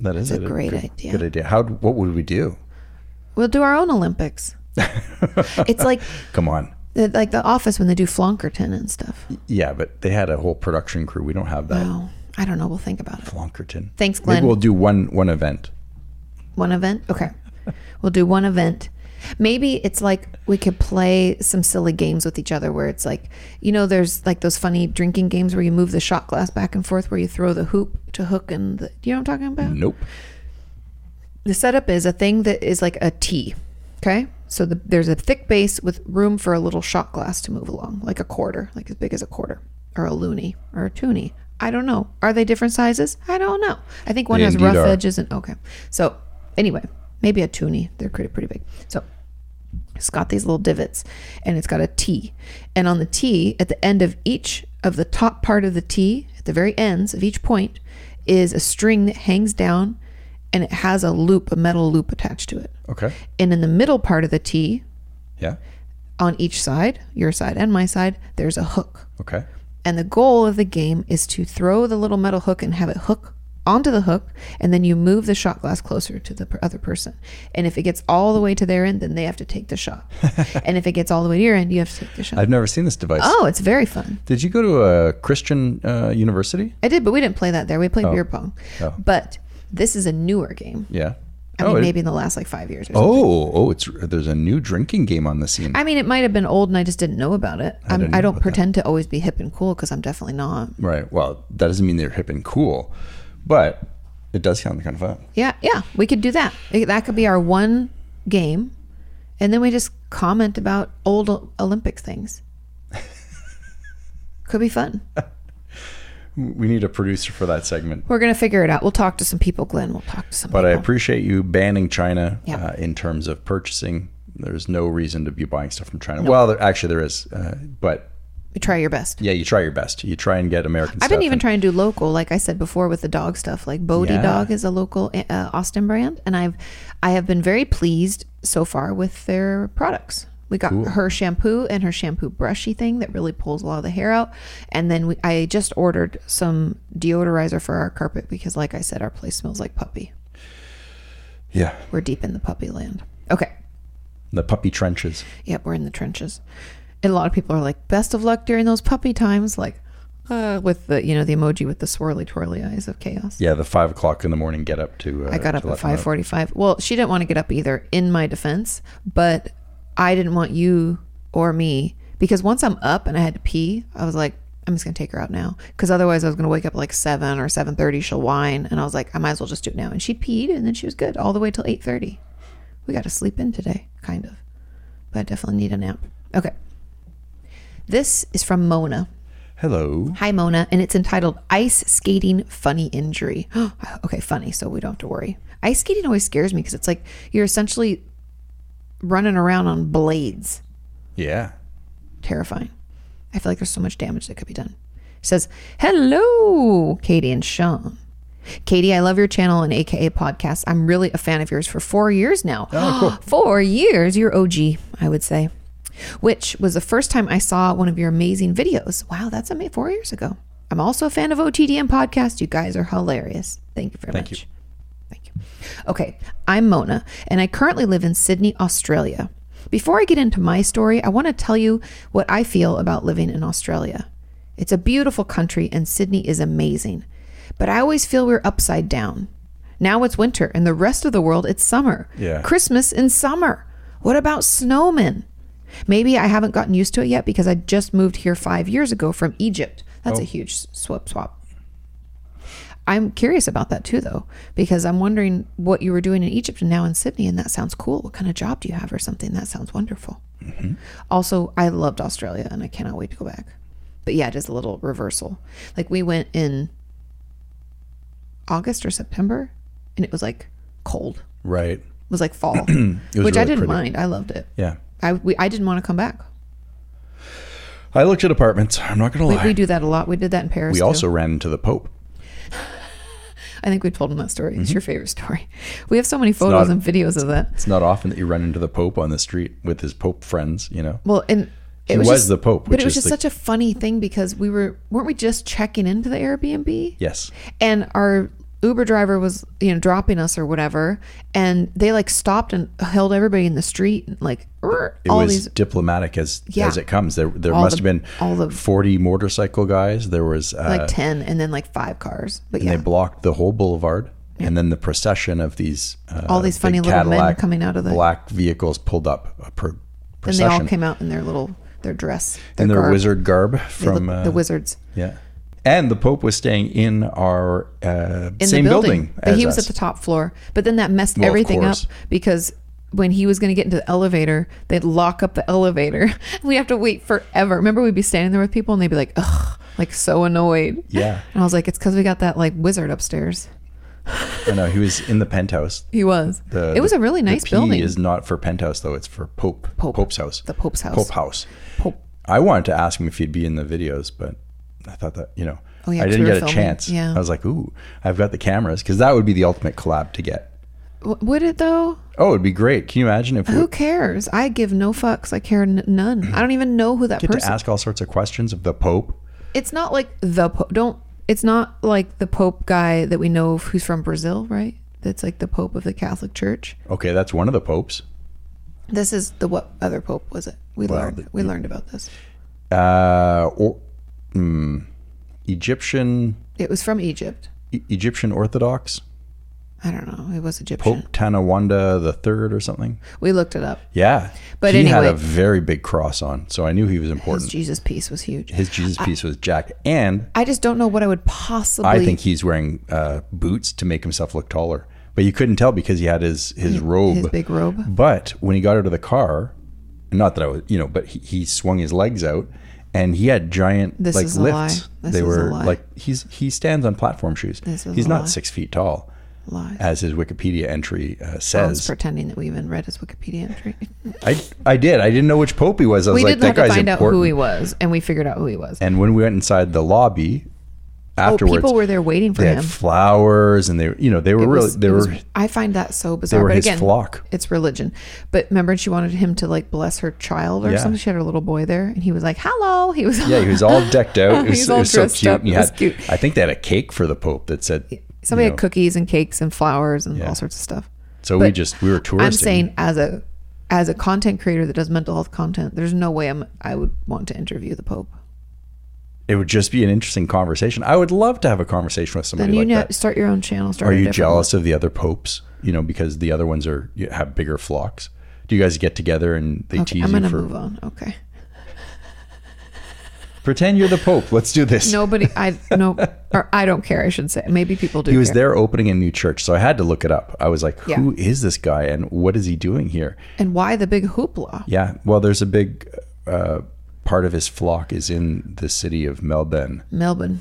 Speaker 2: That is
Speaker 1: That's
Speaker 2: a,
Speaker 1: a great
Speaker 2: good,
Speaker 1: idea.
Speaker 2: Good idea. How? What would we do?
Speaker 1: We'll do our own Olympics. it's like
Speaker 2: Come on.
Speaker 1: like the office when they do Flonkerton and stuff.
Speaker 2: Yeah, but they had a whole production crew. We don't have that.
Speaker 1: Oh, I don't know. We'll think about it.
Speaker 2: Flonkerton.
Speaker 1: Thanks, Glenn.
Speaker 2: Maybe we'll do one one event.
Speaker 1: One event? Okay. We'll do one event. Maybe it's like we could play some silly games with each other where it's like, you know, there's like those funny drinking games where you move the shot glass back and forth, where you throw the hoop to hook and the, you know what I'm talking about?
Speaker 2: Nope.
Speaker 1: The setup is a thing that is like a tee. Okay. So the, there's a thick base with room for a little shot glass to move along, like a quarter, like as big as a quarter, or a loony, or a toonie. I don't know. Are they different sizes? I don't know. I think one
Speaker 2: They
Speaker 1: has
Speaker 2: indeed
Speaker 1: rough
Speaker 2: are.
Speaker 1: edges and okay. So anyway, maybe a toonie. They're pretty pretty big. So it's got these little divots and it's got a T. And on the T, at the end of each of the top part of the T, at the very ends of each point, is a string that hangs down and it has a loop, a metal loop attached to it.
Speaker 2: Okay.
Speaker 1: And in the middle part of the T,
Speaker 2: Yeah.
Speaker 1: on each side, your side and my side, there's a hook.
Speaker 2: Okay.
Speaker 1: And the goal of the game is to throw the little metal hook and have it hook onto the hook, and then you move the shot glass closer to the per- other person. And if it gets all the way to their end, then they have to take the shot. and if it gets all the way to your end, you have to take the shot.
Speaker 2: I've never seen this device.
Speaker 1: oh, it's very fun.
Speaker 2: Did you go to a Christian uh, university?
Speaker 1: I did, but we didn't play that there. We
Speaker 2: Oh.
Speaker 1: played beer pong. But this is a newer game.
Speaker 2: Yeah.
Speaker 1: I
Speaker 2: oh,
Speaker 1: mean,
Speaker 2: it-
Speaker 1: maybe in the last like five years or something.
Speaker 2: Oh, oh, it's there's a new drinking game on the scene.
Speaker 1: I mean, it might have been old and I just didn't know about it. I,
Speaker 2: didn't
Speaker 1: am
Speaker 2: know
Speaker 1: I don't
Speaker 2: about that.
Speaker 1: pretend to always be hip and cool because I'm definitely not.
Speaker 2: right. Well, that doesn't mean they're hip and cool, but it does sound kind of fun.
Speaker 1: Yeah, yeah, we could do that. It- That could be our one game, and then we just comment about old O- Olympic things. could be fun.
Speaker 2: We need a producer for that segment.
Speaker 1: We're gonna figure it out. We'll talk to some people, Glenn. We'll talk to some.
Speaker 2: But I
Speaker 1: people.
Speaker 2: appreciate you banning China
Speaker 1: Yeah.
Speaker 2: uh, in terms of purchasing. There's no reason to be buying stuff from China. Well, there, actually, there is, uh, but
Speaker 1: You try your best.
Speaker 2: yeah, you try your best. You try and get American.
Speaker 1: I've
Speaker 2: stuff
Speaker 1: been even
Speaker 2: and-
Speaker 1: trying to do local, like I said before, with the dog stuff. Like Bodie
Speaker 2: Yeah.
Speaker 1: Dog is a local uh, Austin brand, and I've I have been very pleased so far with their products. We got
Speaker 2: Cool.
Speaker 1: her shampoo and her shampoo brushy thing that really pulls a lot of the hair out. And then we, I just ordered some deodorizer for our carpet because, like I said, our place smells like puppy.
Speaker 2: Yeah.
Speaker 1: We're deep in the puppy land. Okay.
Speaker 2: The puppy trenches.
Speaker 1: Yep, we're in the trenches. And a lot of people are like, best of luck during those puppy times. Like, uh, with the, you know, the emoji with the swirly twirly eyes of chaos.
Speaker 2: Yeah, the five o'clock in the morning get up to. Uh,
Speaker 1: I got up
Speaker 2: to
Speaker 1: at
Speaker 2: let them
Speaker 1: five forty-five. Well, she didn't want to get up either. In my defense, but I didn't want you or me because once I'm up and I had to pee, I was like, I'm just gonna take her out now because otherwise I was gonna wake up at like seven or seven thirty. She'll whine, and I was like, I might as well just do it now. And she peed, and then she was good all the way till eight thirty. We got to sleep in today, kind of, but I definitely need a nap. Okay. This is from Mona.
Speaker 2: Hello.
Speaker 1: Hi, Mona, and it's entitled Ice Skating Funny Injury. okay, funny, so we don't have to worry. Ice skating always scares me because it's like you're essentially running around on blades.
Speaker 2: Yeah.
Speaker 1: Terrifying. I feel like there's so much damage that could be done. It says, Hello, Katie and Sean. Katie, I love your channel and AKA podcast. I'm really a fan of yours for four years now. four years. You're OG, I would say, which was the first time I saw one of your amazing videos. Wow, that's amazing. Four years ago. I'm also a fan of OTDM podcast. You guys are hilarious. Thank you very much. Thank you. Okay, I'm Mona, and I currently live in Sydney, Australia. Before I get into my story, I want to tell you what I feel about living in Australia. It's a beautiful country, and Sydney is amazing. But I always feel we're upside down. Now it's winter, and the rest of the world, it's summer.
Speaker 2: Yeah.
Speaker 1: Christmas in summer. What about snowmen? Maybe I haven't gotten used to it yet because I just moved here five years ago from Egypt. That's a huge s- swap swap. I'm curious about that too, though, because I'm wondering what you were doing in Egypt and now in Sydney, and that sounds cool. What kind of job do you have or something? That sounds wonderful.
Speaker 2: Mm-hmm.
Speaker 1: Also, I loved Australia and I cannot wait to go back. But yeah, it is a little reversal. Like we went in August or September, and it was like cold. It
Speaker 2: Right.
Speaker 1: was like fall,
Speaker 2: was
Speaker 1: which I
Speaker 2: really
Speaker 1: didn't
Speaker 2: pretty.
Speaker 1: mind. I loved it.
Speaker 2: Yeah.
Speaker 1: I we, I didn't want to come back.
Speaker 2: I looked at apartments. I'm not going to
Speaker 1: We,
Speaker 2: lie.
Speaker 1: we do that a lot. We did that in Paris.
Speaker 2: We
Speaker 1: too.
Speaker 2: also ran into the Pope.
Speaker 1: I think we told him that story. It's your favorite story. We have so many photos
Speaker 2: Mm-hmm. not-
Speaker 1: and videos of that.
Speaker 2: It's not often that you run into the Pope on the street with his Pope friends, you know?
Speaker 1: Well, and it
Speaker 2: He
Speaker 1: was,
Speaker 2: was
Speaker 1: just-
Speaker 2: the Pope,
Speaker 1: but
Speaker 2: which
Speaker 1: it was just
Speaker 2: is the-
Speaker 1: such a funny thing because we were weren't we just checking into the Airbnb?
Speaker 2: Yes.
Speaker 1: And our Uber driver was you know dropping us or whatever, and they like stopped and held everybody in the street and like "Er,"
Speaker 2: It
Speaker 1: all
Speaker 2: was
Speaker 1: these
Speaker 2: diplomatic as
Speaker 1: Yeah.
Speaker 2: as it comes. There there
Speaker 1: All
Speaker 2: must
Speaker 1: the-
Speaker 2: have been
Speaker 1: all the-
Speaker 2: 40 motorcycle guys. There was uh,
Speaker 1: like ten and then like five cars. But yeah,
Speaker 2: they blocked the whole boulevard and then the procession of these uh,
Speaker 1: All these funny
Speaker 2: big
Speaker 1: little men coming out of the-
Speaker 2: black vehicles pulled up a pro-
Speaker 1: and they
Speaker 2: procession
Speaker 1: all came out in their little their dress, their
Speaker 2: in their
Speaker 1: garb.
Speaker 2: wizard garb
Speaker 1: They look-
Speaker 2: from uh,
Speaker 1: the wizards
Speaker 2: Yeah. And the Pope was staying in our uh,
Speaker 1: in
Speaker 2: same
Speaker 1: the
Speaker 2: building.
Speaker 1: but
Speaker 2: as
Speaker 1: he was
Speaker 2: us.
Speaker 1: at the top floor. But then that messed
Speaker 2: of
Speaker 1: everything up
Speaker 2: course.
Speaker 1: because when he was going to get into the elevator, they'd lock up the elevator. We'd have to wait forever. Remember, we'd be standing there with people and they'd be like, ugh, like so annoyed.
Speaker 2: Yeah.
Speaker 1: And I was like, it's because we got that like wizard upstairs.
Speaker 2: I know he was in the penthouse.
Speaker 1: He was.
Speaker 2: The-
Speaker 1: it was
Speaker 2: the-
Speaker 1: a really
Speaker 2: the
Speaker 1: nice
Speaker 2: P
Speaker 1: building.
Speaker 2: Is not for penthouse though; it's for Pope,
Speaker 1: Pope.
Speaker 2: Pope's house.
Speaker 1: The Pope's house.
Speaker 2: Pope house.
Speaker 1: Pope.
Speaker 2: I wanted to ask him if he'd be in the videos, but I thought that you know
Speaker 1: Oh, yeah,
Speaker 2: I
Speaker 1: 'cause
Speaker 2: didn't
Speaker 1: we were
Speaker 2: get a
Speaker 1: filming.
Speaker 2: chance.
Speaker 1: Yeah.
Speaker 2: I was like, ooh, I've got the cameras because that would be the ultimate collab to get.
Speaker 1: W- would it though?
Speaker 2: Oh, it'd be great. Can you imagine if we
Speaker 1: Who cares? I give no fucks. I care n- none. I don't even know who that
Speaker 2: get to
Speaker 1: person.
Speaker 2: ask all sorts of questions of the Pope?
Speaker 1: It's not like the Pope. Don't. It's not like the Pope guy that we know of who's from Brazil, right? That's like the Pope of the Catholic Church.
Speaker 2: Okay, that's one of the popes.
Speaker 1: This is the what other pope was it? We learned we learned about this.
Speaker 2: Uh, or hmm, Egyptian
Speaker 1: It was from Egypt.
Speaker 2: E- Egyptian Orthodox
Speaker 1: I don't know. It was Egyptian.
Speaker 2: Pope Tanawanda the Third or something.
Speaker 1: We looked it up.
Speaker 2: Yeah,
Speaker 1: But
Speaker 2: he had a
Speaker 1: anyway.
Speaker 2: very big cross on, so I knew he was
Speaker 1: His
Speaker 2: important.
Speaker 1: Jesus piece was huge.
Speaker 2: Mm. His Jesus piece was jacked, and
Speaker 1: I just don't know what I would possibly.
Speaker 2: I think he's wearing uh, boots to make himself look taller. But you couldn't tell because he had his his robe.
Speaker 1: his big robe.
Speaker 2: But when he got out of the car, not that I was, you know, but he, he swung his legs out, and he had giant
Speaker 1: This
Speaker 2: like
Speaker 1: is a lie.
Speaker 2: lifts.
Speaker 1: This
Speaker 2: they
Speaker 1: is a
Speaker 2: were
Speaker 1: lie.
Speaker 2: like he's he stands on platform shoes.
Speaker 1: This is
Speaker 2: he's
Speaker 1: a
Speaker 2: not
Speaker 1: lie.
Speaker 2: six feet tall,
Speaker 1: Lies.
Speaker 2: as his Wikipedia entry uh,
Speaker 1: I was
Speaker 2: says.
Speaker 1: pretending that we even read his Wikipedia entry.
Speaker 2: I I did. I didn't know which pope he was. I
Speaker 1: we
Speaker 2: was like,
Speaker 1: did
Speaker 2: that
Speaker 1: have to
Speaker 2: guy's
Speaker 1: find out
Speaker 2: important.
Speaker 1: who he was, and we figured out who he was.
Speaker 2: And when we went inside the lobby, afterwards.
Speaker 1: oh, people were there waiting for
Speaker 2: they
Speaker 1: him.
Speaker 2: had flowers and they you know they were
Speaker 1: It
Speaker 2: really
Speaker 1: was-
Speaker 2: they
Speaker 1: it
Speaker 2: were
Speaker 1: was- I find that so bizarre.
Speaker 2: were
Speaker 1: but
Speaker 2: his
Speaker 1: again,
Speaker 2: flock.
Speaker 1: It's religion. But remember, she wanted him to like bless her child or
Speaker 2: Yeah.
Speaker 1: something. She had her little boy there, and he was like, "Hello." He was
Speaker 2: yeah he was all decked out. It
Speaker 1: He
Speaker 2: was,
Speaker 1: was
Speaker 2: it
Speaker 1: all
Speaker 2: was so
Speaker 1: dressed
Speaker 2: cute.
Speaker 1: up.
Speaker 2: and he
Speaker 1: It was
Speaker 2: had-
Speaker 1: cute.
Speaker 2: I think they had a cake for the Pope that said
Speaker 1: somebody
Speaker 2: you
Speaker 1: had
Speaker 2: know,
Speaker 1: cookies and cakes and flowers and
Speaker 2: Yeah.
Speaker 1: all sorts of stuff.
Speaker 2: So we
Speaker 1: but
Speaker 2: just we were touristing.
Speaker 1: I'm saying as a as a content creator that does mental health content, there's no way I'm I would want to interview the Pope.
Speaker 2: it would just be an interesting conversation. I would love to have a conversation with
Speaker 1: Then
Speaker 2: somebody
Speaker 1: you
Speaker 2: like
Speaker 1: know,
Speaker 2: that.
Speaker 1: start your own channel. Start
Speaker 2: Are
Speaker 1: a
Speaker 2: you
Speaker 1: different
Speaker 2: jealous of the other popes? You know, because the other ones are you have bigger flocks. Do you guys get together and they
Speaker 1: one. Okay,
Speaker 2: tease
Speaker 1: I'm
Speaker 2: you
Speaker 1: gonna
Speaker 2: for
Speaker 1: move on. Okay.
Speaker 2: pretend you're the pope? Let's do this.
Speaker 1: Nobody, I no, or I don't care. I should say. Maybe people do.
Speaker 2: he was
Speaker 1: care.
Speaker 2: there opening a new church, so I had to look it up. I was like,
Speaker 1: Yeah.
Speaker 2: "Who is this guy and what is he doing here?"
Speaker 1: And why the big hoopla?
Speaker 2: Yeah, well, there's a big uh, part of his flock is in the city of Melbourne,
Speaker 1: Melbourne.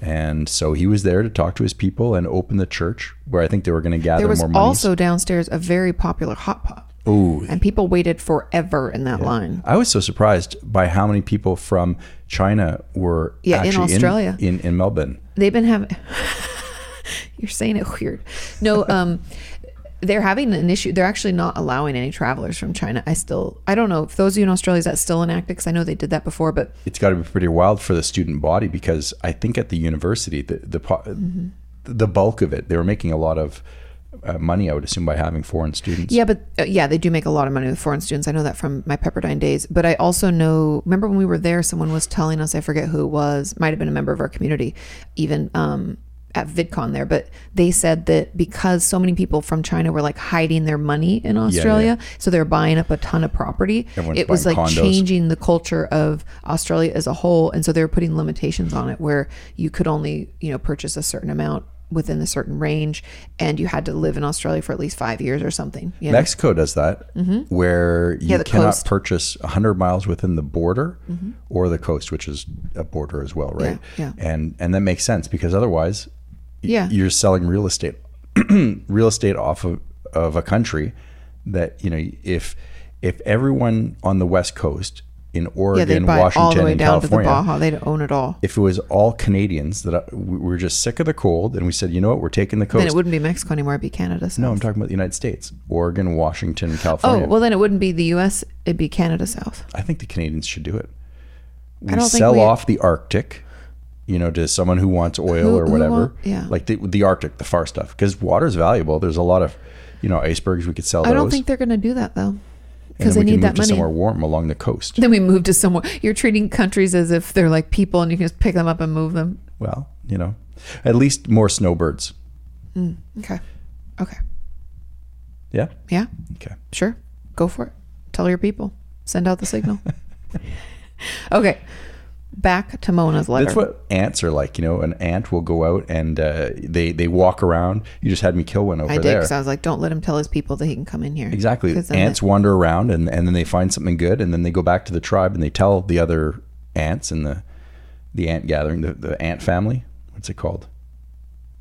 Speaker 2: and so he was there to talk to his people and open the church where I think they were going to gather
Speaker 1: There was
Speaker 2: more money.
Speaker 1: also downstairs a very popular hot pot.
Speaker 2: Ooh.
Speaker 1: And people waited forever in that line.
Speaker 2: I was so surprised by how many people from China were
Speaker 1: Yeah, in
Speaker 2: actually
Speaker 1: Australia.
Speaker 2: in, in, Melbourne.
Speaker 1: They've been having. You're saying it weird. No, um, they're having an issue. They're actually not allowing any travelers from China. I still, I don't know if those of you in Australia is that still enacted because I know they did that before, but
Speaker 2: It's got to be pretty wild for the student body because I think at the university the the po-
Speaker 1: Mm-hmm.
Speaker 2: the bulk of it they were making a lot of uh, money. I would assume by having foreign students.
Speaker 1: Yeah, but uh, yeah, they do make a lot of money with foreign students. I know that from my Pepperdine days. But I also know, remember when we were there, someone was telling us, I forget who it was, might have been a member of our community, even um, at VidCon there. But they said that because so many people from China were like hiding their money in Australia, so they're buying up a ton of property,
Speaker 2: Everyone's
Speaker 1: it was
Speaker 2: buying
Speaker 1: like
Speaker 2: condos.
Speaker 1: changing the culture of Australia as a whole. And so they were putting limitations on it where you could only, you know, purchase a certain amount within a certain range and you had to live in Australia for at least five years or something. You know?
Speaker 2: Mexico does that, where you
Speaker 1: Mm-hmm. the
Speaker 2: cannot
Speaker 1: coast. Mm-hmm.
Speaker 2: purchase 100 miles within the border or the coast, which is a border as well, right?
Speaker 1: Yeah,
Speaker 2: And and that makes sense because otherwise, y-
Speaker 1: Yeah.
Speaker 2: you're selling real estate, real estate off of, of a country that you know if if everyone on the west coast in
Speaker 1: yeah, they
Speaker 2: Oregon,
Speaker 1: buy
Speaker 2: Washington,
Speaker 1: all the way
Speaker 2: and
Speaker 1: down
Speaker 2: California,
Speaker 1: to the Baja. They own it all.
Speaker 2: if it was all Canadians that I, we were just sick of the cold and we said, you know what, we're taking the
Speaker 1: Then it
Speaker 2: coast.
Speaker 1: wouldn't be Mexico anymore. It'd be Canada.
Speaker 2: No,
Speaker 1: South.
Speaker 2: I'm talking about the United States, Oregon, Washington,
Speaker 1: Oh,
Speaker 2: California.
Speaker 1: well, then it wouldn't be the U.S. It'd be Canada South.
Speaker 2: I think the Canadians should do it. We
Speaker 1: don't think
Speaker 2: sell
Speaker 1: we-
Speaker 2: off the Arctic, you know, to someone who wants oil
Speaker 1: Who-
Speaker 2: or
Speaker 1: who
Speaker 2: whatever.
Speaker 1: want- yeah.
Speaker 2: Like the, the Arctic, the far stuff, because water's valuable. There's a lot of, you know, icebergs we could sell
Speaker 1: I
Speaker 2: those.
Speaker 1: don't think they're going to do that though,
Speaker 2: and
Speaker 1: because
Speaker 2: then
Speaker 1: they
Speaker 2: we can
Speaker 1: need
Speaker 2: move
Speaker 1: that
Speaker 2: to
Speaker 1: money.
Speaker 2: somewhere warm along the coast.
Speaker 1: Then we move to somewhere. You're treating countries as if they're like people, and you can just pick them up and move them.
Speaker 2: Well, you know, at least more snowbirds.
Speaker 1: Okay. Okay.
Speaker 2: Yeah.
Speaker 1: Yeah.
Speaker 2: Okay.
Speaker 1: Sure. Go for it. Tell your people. Send out the signal. okay. Back to Mona's letter.
Speaker 2: That's what ants are like. You know, an ant will go out and uh, they they walk around. You just had me kill one over
Speaker 1: I did
Speaker 2: there.
Speaker 1: because I was like, don't let him tell his people that he can come in here.
Speaker 2: Exactly.
Speaker 1: 'Cause then
Speaker 2: Ants
Speaker 1: they-
Speaker 2: wander around and, and then they find something good and then they go back to the tribe and they tell the other ants in the the ant gathering, the, the ant family. What's it called?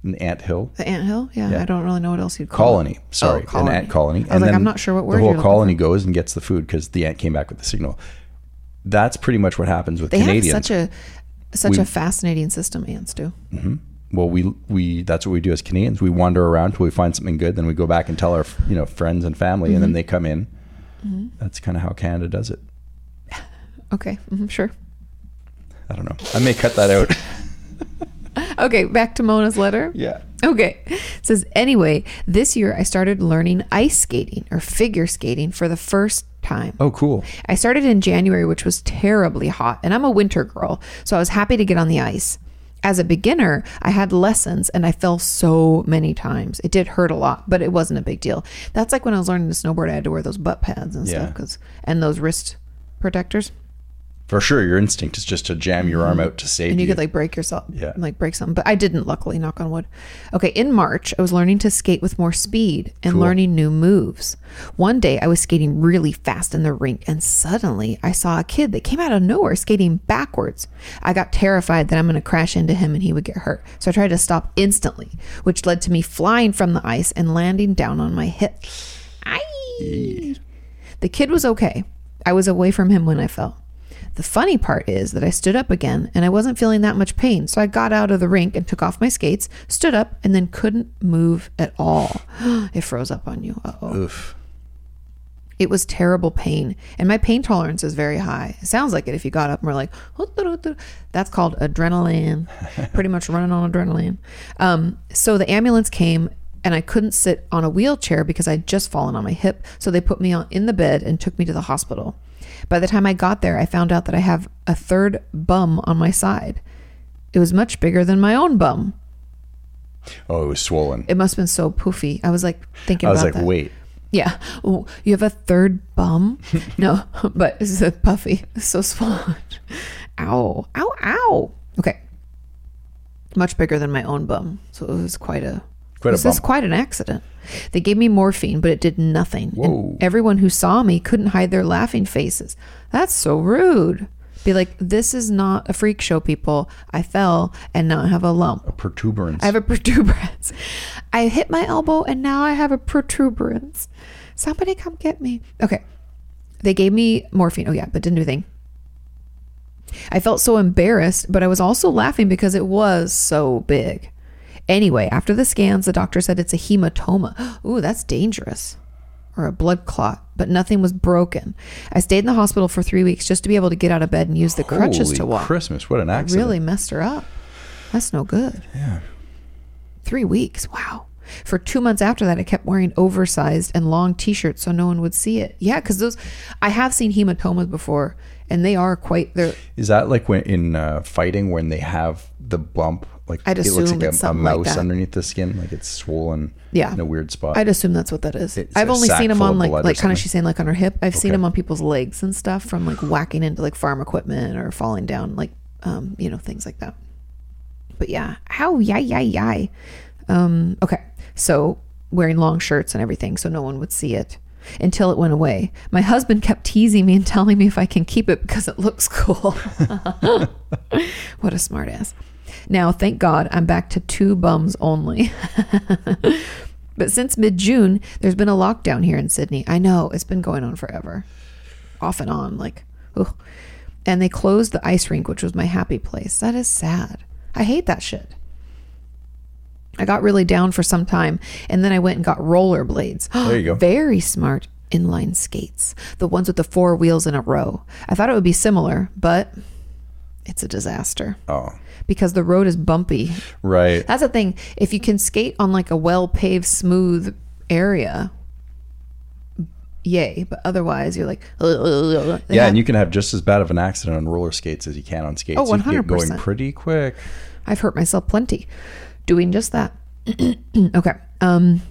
Speaker 2: An ant hill?
Speaker 1: the ant hill? Yeah,
Speaker 2: Yeah.
Speaker 1: I don't really know what else you'd call it.
Speaker 2: Colony. Sorry.
Speaker 1: Oh, colony.
Speaker 2: An ant colony.
Speaker 1: I was like, I'm not sure what word
Speaker 2: The
Speaker 1: you're
Speaker 2: whole
Speaker 1: looking
Speaker 2: colony goes and gets the food because the ant came back with the signal. That's pretty much what happens with
Speaker 1: They
Speaker 2: Canadians.
Speaker 1: have such a such
Speaker 2: We-
Speaker 1: a fascinating system. Ants do.
Speaker 2: well, we we that's what we do as Canadians. We wander around till we find something good, then we go back and tell our you know friends and family, and then
Speaker 1: Mm-hmm.
Speaker 2: they come in. That's kind of how Canada does it.
Speaker 1: Okay, mhm, sure.
Speaker 2: I don't know. I may cut that out.
Speaker 1: Okay, back to Mona's letter.
Speaker 2: yeah.
Speaker 1: Okay. It says, anyway, this year I started learning ice skating or figure skating for the first time.
Speaker 2: Oh, cool.
Speaker 1: I started in January, which was terribly hot, and I'm a winter girl, so I was happy to get on the ice. As a beginner, I had lessons and I fell so many times. It did hurt a lot, but it wasn't a big deal. That's like when I was learning to snowboard, I had to wear those butt pads and
Speaker 2: Yeah.
Speaker 1: stuff 'cause- and those wrist protectors.
Speaker 2: For sure, your instinct is just to jam your arm out to save
Speaker 1: and you
Speaker 2: you.
Speaker 1: could like break yourself
Speaker 2: Yeah.
Speaker 1: like break something but i didn't luckily knock on wood okay in march i was learning to skate with more speed and learning new moves one day i was skating really fast in the rink and suddenly i saw a kid that came out of nowhere skating backwards i got terrified that i'm going to crash into him and he would get hurt so i tried to stop instantly which led to me flying from the ice and landing down on my hip Aye. The kid was okay. I was away from him when I fell. The funny part is that I stood up again and I wasn't feeling that much pain, so I got out of the rink and took off my skates, stood up, and then couldn't move at all. it froze up on you. Uh oh.
Speaker 2: Oof.
Speaker 1: It was terrible pain, and my pain tolerance is very high. It sounds like it if you got up and were like, "Hoo-doo-doo-doo." that's called adrenaline. Pretty much running on adrenaline. Um, so the ambulance came, and I couldn't sit on a wheelchair because I'd just fallen on my hip. So they put me on, in the bed and took me to the hospital. By the time I got there, I found out that I have a third bum on my side. It was much bigger than my own bum.
Speaker 2: Oh, it was swollen.
Speaker 1: It must have been so poofy. I was like thinking
Speaker 2: I was
Speaker 1: about
Speaker 2: like,
Speaker 1: that.
Speaker 2: wait.
Speaker 1: Yeah. Oh, you have a third bum? no, but it's a puffy. It's so swollen. Ow. Ow, ow. Okay. Much bigger than my own bum. So it was quite a
Speaker 2: Quite a
Speaker 1: this is
Speaker 2: bump.
Speaker 1: quite an accident. They gave me morphine, but it did nothing. And
Speaker 2: Whoa.
Speaker 1: everyone who saw me couldn't hide their laughing faces. That's so rude. Be like, this is not a freak show, people. I fell and now I have a lump.
Speaker 2: Protuberance.
Speaker 1: I have a protuberance. I hit my elbow and now I have a protuberance. Somebody come get me. Okay. They gave me morphine. Oh, yeah, but didn't do a thing. I felt so embarrassed, but I was also laughing because it was so big. Anyway, after the scans, the doctor said it's a hematoma. Ooh, that's dangerous. Or a blood clot, but nothing was broken. I stayed in the hospital for three weeks just to be able to get out of bed and use the crutches
Speaker 2: Holy
Speaker 1: to walk
Speaker 2: Christmas. What an accident.
Speaker 1: really messed her up. That's no good. Yeah. Three weeks. Wow. For two months after that, I kept wearing oversized and long T-shirts so no one would see it. Yeah, because those, I have seen hematomas before, and they are quite. They're
Speaker 2: Is that like when in uh, fighting when they have the bump? Like
Speaker 1: I'd
Speaker 2: it looks
Speaker 1: assume
Speaker 2: like
Speaker 1: it's
Speaker 2: a, a
Speaker 1: something like
Speaker 2: mouse
Speaker 1: that.
Speaker 2: underneath the skin, like it's swollen
Speaker 1: Yeah.
Speaker 2: in a weird spot.
Speaker 1: I'd assume that's what that is.
Speaker 2: It's
Speaker 1: I've
Speaker 2: a
Speaker 1: only
Speaker 2: sack
Speaker 1: seen them
Speaker 2: full
Speaker 1: on
Speaker 2: of
Speaker 1: like
Speaker 2: blood or
Speaker 1: like kind
Speaker 2: something.
Speaker 1: of she's saying like on her hip. I've seen
Speaker 2: Okay.
Speaker 1: them on people's legs and stuff from like whacking into like farm equipment or falling down like um you know things like that. But yeah, how yay yay yay. Um okay. So wearing long shirts and everything so no one would see it until it went away. My husband kept teasing me and telling me if I can keep it because it looks cool. What a smartass. Now, thank God, I'm back to two bums only. but since mid June, there's been a lockdown here in Sydney. I know it's been going on forever, off and on. Like, ugh. and they closed the ice rink, which was my happy place. That is sad. I hate that shit. I got really down for some time, and then I went and got rollerblades.
Speaker 2: There you go.
Speaker 1: Very smart inline skates, the ones with the four wheels in a row. I thought it would be similar, but it's a disaster
Speaker 2: oh,
Speaker 1: because the road is bumpy.
Speaker 2: right.
Speaker 1: That's the thing. If you can skate on like a well paved, smooth area, yay. But otherwise, you're like,
Speaker 2: yeah, and you can have just as bad of an accident on roller skates as you can on skates.
Speaker 1: Oh,
Speaker 2: you can get going
Speaker 1: 100%.
Speaker 2: pretty quick.
Speaker 1: I've hurt myself plenty doing just that. okay. Um,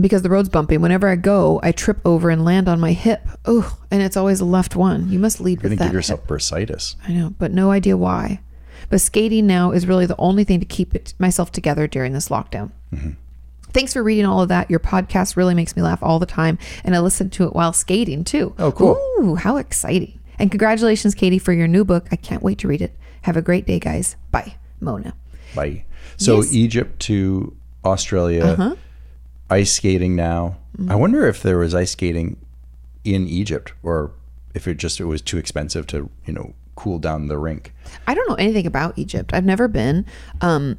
Speaker 1: because the road's bumpy. Whenever I go, I trip over and land on my hip. Oh, and it's always the left one. You must lead
Speaker 2: You're
Speaker 1: with that.
Speaker 2: gonna give yourself bursitis.
Speaker 1: I know, but no idea why. But skating now is really the only thing to keep it, myself together during this lockdown.
Speaker 2: Mm-hmm.
Speaker 1: Thanks for reading all of that. Your podcast really makes me laugh all the time, and I listen to it while skating too.
Speaker 2: Oh, cool.
Speaker 1: Ooh, how exciting! And congratulations, Katie, for your new book. I can't wait to read it. Have a great day, guys. Bye, Mona.
Speaker 2: Bye. So
Speaker 1: Yes. Uh-huh.
Speaker 2: Egypt to Australia, ice skating now. I
Speaker 1: Mm-hmm.
Speaker 2: wonder if there was ice skating in Egypt or if it just it was too expensive to you know cool down the rink.
Speaker 1: I don't know anything about Egypt. I've never been. Um,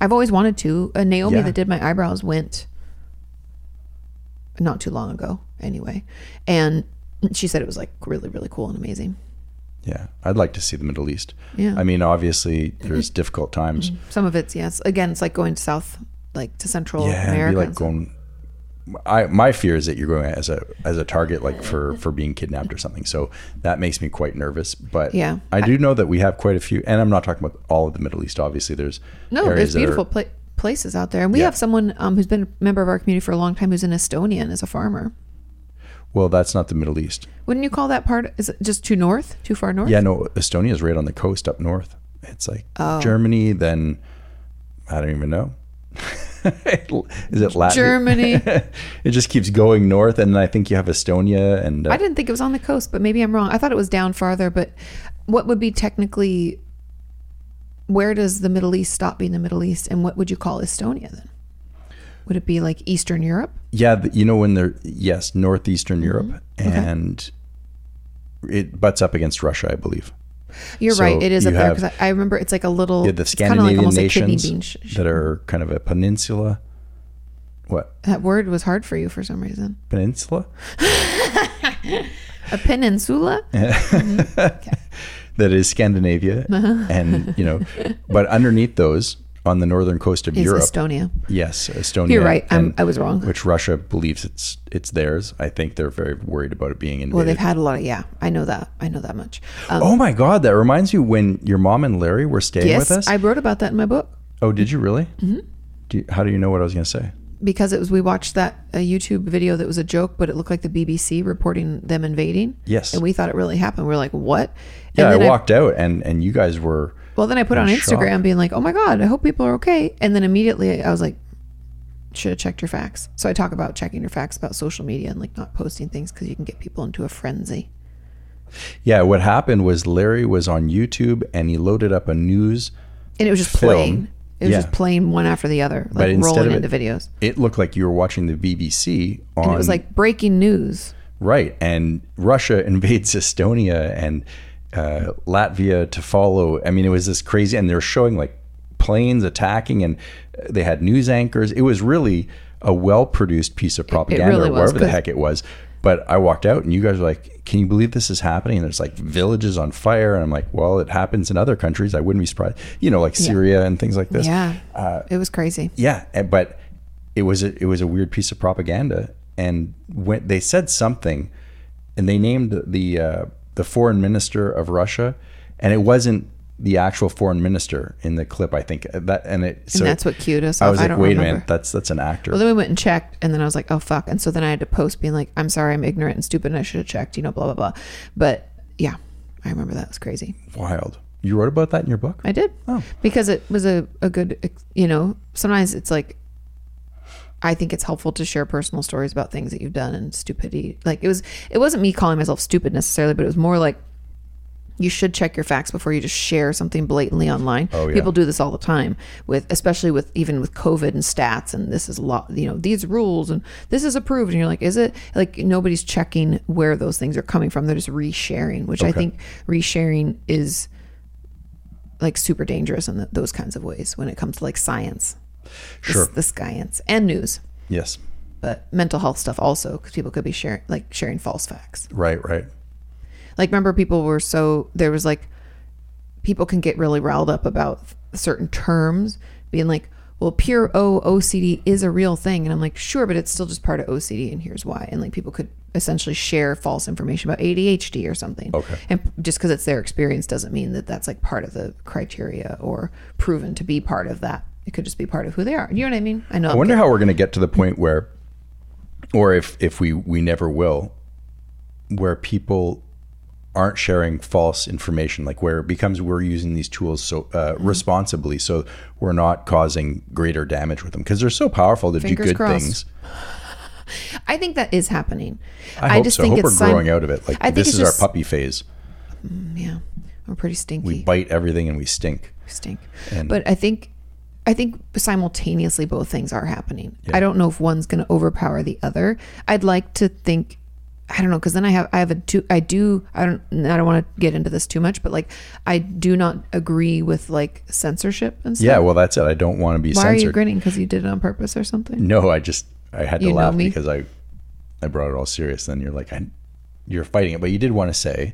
Speaker 1: I've always wanted to. Uh, Naomi
Speaker 2: Yeah.
Speaker 1: that did my eyebrows went not too long ago, anyway, and she said it was like really, really cool and amazing.
Speaker 2: Yeah, I'd like to see the Middle East.
Speaker 1: Yeah. Mm-hmm.
Speaker 2: I mean, obviously, there's difficult times.
Speaker 1: Some of it's yes. Again, it's like going south, like to Central
Speaker 2: Yeah, it'd
Speaker 1: America.
Speaker 2: be like
Speaker 1: and stuff.
Speaker 2: going. I my fear is that you're going as a as a target, like for for being kidnapped or something. So that makes me quite nervous. But
Speaker 1: Yeah.
Speaker 2: I do know that we have quite a few, and I'm not talking about all of the Middle East. Obviously, there's
Speaker 1: no, there's
Speaker 2: areas that are-
Speaker 1: beautiful pla- places out there, and we
Speaker 2: Yeah.
Speaker 1: have someone um, who's been a member of our community for a long time who's in Estonia and is a farmer.
Speaker 2: well, that's not the Middle East.
Speaker 1: Wouldn't you call that part? Is it just too north, too far north?
Speaker 2: Yeah, no, Estonia is right on the coast up north. It's like
Speaker 1: Oh.
Speaker 2: Germany, then I don't even know. is it Latin?
Speaker 1: Germany.
Speaker 2: it just keeps going north, and I think you have Estonia and uh,
Speaker 1: I didn't think it was on the coast, but maybe I'm wrong. I thought it was down farther, but what would be technically where does the Middle East stop being the Middle East and what would you call Estonia then? Would it be like Eastern Europe?
Speaker 2: Yeah, the, you know when they're
Speaker 1: Mm-hmm.
Speaker 2: yes, northeastern Europe, and it butts up against Russia, I believe.
Speaker 1: You're
Speaker 2: So
Speaker 1: right. It is
Speaker 2: you
Speaker 1: up there
Speaker 2: have-
Speaker 1: because I, I remember it's like a little.
Speaker 2: You have the
Speaker 1: it's kinda like
Speaker 2: Scandinavian
Speaker 1: almost like kidney
Speaker 2: nations
Speaker 1: bean sh- sh-
Speaker 2: that are kind of a peninsula. What
Speaker 1: that word was hard for you for some reason.
Speaker 2: peninsula?
Speaker 1: A peninsula.
Speaker 2: That is Scandinavia,
Speaker 1: Uh-huh.
Speaker 2: and you know, but underneath those on the northern coast of
Speaker 1: Is
Speaker 2: Europe,
Speaker 1: Estonia.
Speaker 2: yes, Estonia.
Speaker 1: You're right. I'm, uh,
Speaker 2: and-
Speaker 1: I was wrong.
Speaker 2: Which Russia believes it's it's theirs. I think they're very worried about it being invaded.
Speaker 1: well, they've had a lot of yeah. I know that. I know that much. Um,
Speaker 2: oh my God, that reminds you when your mom and Larry were staying with us.
Speaker 1: yes, I wrote about that in my book
Speaker 2: oh, did you really? Mm-hmm. Do you, how do you know what I was going to say?
Speaker 1: because it was we watched that a YouTube video that was a joke, but it looked like the BBC reporting them invading.
Speaker 2: Yes.
Speaker 1: and we thought it really happened. We were like, what?
Speaker 2: Yeah, I
Speaker 1: then
Speaker 2: walked out, and and you guys were.
Speaker 1: Well, then I put on
Speaker 2: shock.
Speaker 1: Instagram being like, "Oh my god, I hope people are okay." And then immediately I was like, "Should have checked your facts." So I talk about checking your facts about social media and like not posting things because you can get people into a frenzy.
Speaker 2: Yeah, what happened was Larry was on YouTube and he loaded up a news.
Speaker 1: And it was just
Speaker 2: Film.
Speaker 1: playing. It was
Speaker 2: Yeah.
Speaker 1: just playing one after the other,
Speaker 2: But
Speaker 1: like
Speaker 2: instead
Speaker 1: rolling
Speaker 2: of it-
Speaker 1: into videos.
Speaker 2: It looked like you were watching the BBC on
Speaker 1: And it was like breaking news.
Speaker 2: right, and Russia invades Estonia and uh, Latvia to follow. I mean, it was this crazy, and they were showing like planes attacking, and uh, they had news anchors. It was really a well-produced piece of propaganda,
Speaker 1: really
Speaker 2: or
Speaker 1: was,
Speaker 2: whatever the
Speaker 1: 'cause-
Speaker 2: heck it was. But I walked out, and you guys were like, "Can you believe this is happening?" And there's like villages on fire, and I'm like, "Well, it happens in other countries. I wouldn't be surprised, you know, like Syria and things like this."
Speaker 1: Yeah,
Speaker 2: Uh,
Speaker 1: it was crazy.
Speaker 2: yeah and- but it was a, it was a weird piece of propaganda and when they said something and they named the uh, the foreign minister of Russia and it wasn't the actual foreign minister in the clip I think uh, that and it so
Speaker 1: and that's what cued us.
Speaker 2: I
Speaker 1: off.
Speaker 2: was
Speaker 1: I
Speaker 2: like
Speaker 1: don't
Speaker 2: wait a
Speaker 1: remember.
Speaker 2: minute that's that's an actor
Speaker 1: Well, then we went and checked, and then I was like, oh, fuck. And so then I had to post being like, I'm sorry, I'm ignorant and stupid, and I should have checked, you know, blah, blah, blah. But yeah, I remember that. It was crazy.
Speaker 2: wild you wrote about that in your book
Speaker 1: I did.
Speaker 2: Oh.
Speaker 1: Because it was a, a good, you know, sometimes it's like, I think it's helpful to share personal stories about things that you've done and stupidity. Like it was, it wasn't me calling myself stupid necessarily, but it was more like you should check your facts before you just share something blatantly online.
Speaker 2: Oh, yeah.
Speaker 1: People do this all the time with, especially with even with COVID and stats and this is a lot, you know, these rules and this is approved. And you're like, is it like nobody's checking where those things are coming from? They're just resharing, which I think resharing is like super dangerous in th those kinds of ways when it comes to like science, the-
Speaker 2: Sure.
Speaker 1: the, science and news,
Speaker 2: yes
Speaker 1: but mental health stuff also because people could be sharing like sharing false facts.
Speaker 2: right right
Speaker 1: Like remember, people were so there was like people can get really riled up about certain terms being like. Well, pure O OCD is a real thing. And I'm like, sure, but it's still just part of OCD, and here's why. And like, people could essentially share false information about ADHD or something.
Speaker 2: Okay.
Speaker 1: And just because it's their experience doesn't mean that that's like part of the criteria or proven to be part of that. It could just be part of who they are. You know what I mean? I know.
Speaker 2: I wonder how we're going to get to the point where, or if if we we never will, where people aren't sharing false information, like where it becomes we're using these tools so uh,
Speaker 1: Mm-hmm.
Speaker 2: responsibly, so we're not causing greater damage with them because they're so powerful to
Speaker 1: Fingers
Speaker 2: do good
Speaker 1: crossed.
Speaker 2: things.
Speaker 1: I think that is happening.
Speaker 2: I, hope
Speaker 1: just
Speaker 2: so. I
Speaker 1: think
Speaker 2: hope
Speaker 1: it's
Speaker 2: we're
Speaker 1: sim-
Speaker 2: growing out of it. Like
Speaker 1: I think
Speaker 2: this
Speaker 1: it's
Speaker 2: is
Speaker 1: just-
Speaker 2: our puppy phase.
Speaker 1: Yeah, we're pretty stinky.
Speaker 2: We bite everything and we stink.
Speaker 1: stink. but I think I think simultaneously both things are happening. I don't know if one's going to overpower the other. I'd like to think I don't know because then I have I have a two I do I don't I don't want to get into this too much but like I do not agree with like censorship and stuff.
Speaker 2: Yeah, well, that's it. I don't want to be
Speaker 1: Why are you
Speaker 2: censored.
Speaker 1: grinning because you did it on purpose or something?
Speaker 2: no, I just I had to
Speaker 1: You know
Speaker 2: laugh
Speaker 1: me.
Speaker 2: because I I brought it all serious. Then you're like I, you're fighting it, but you did want to say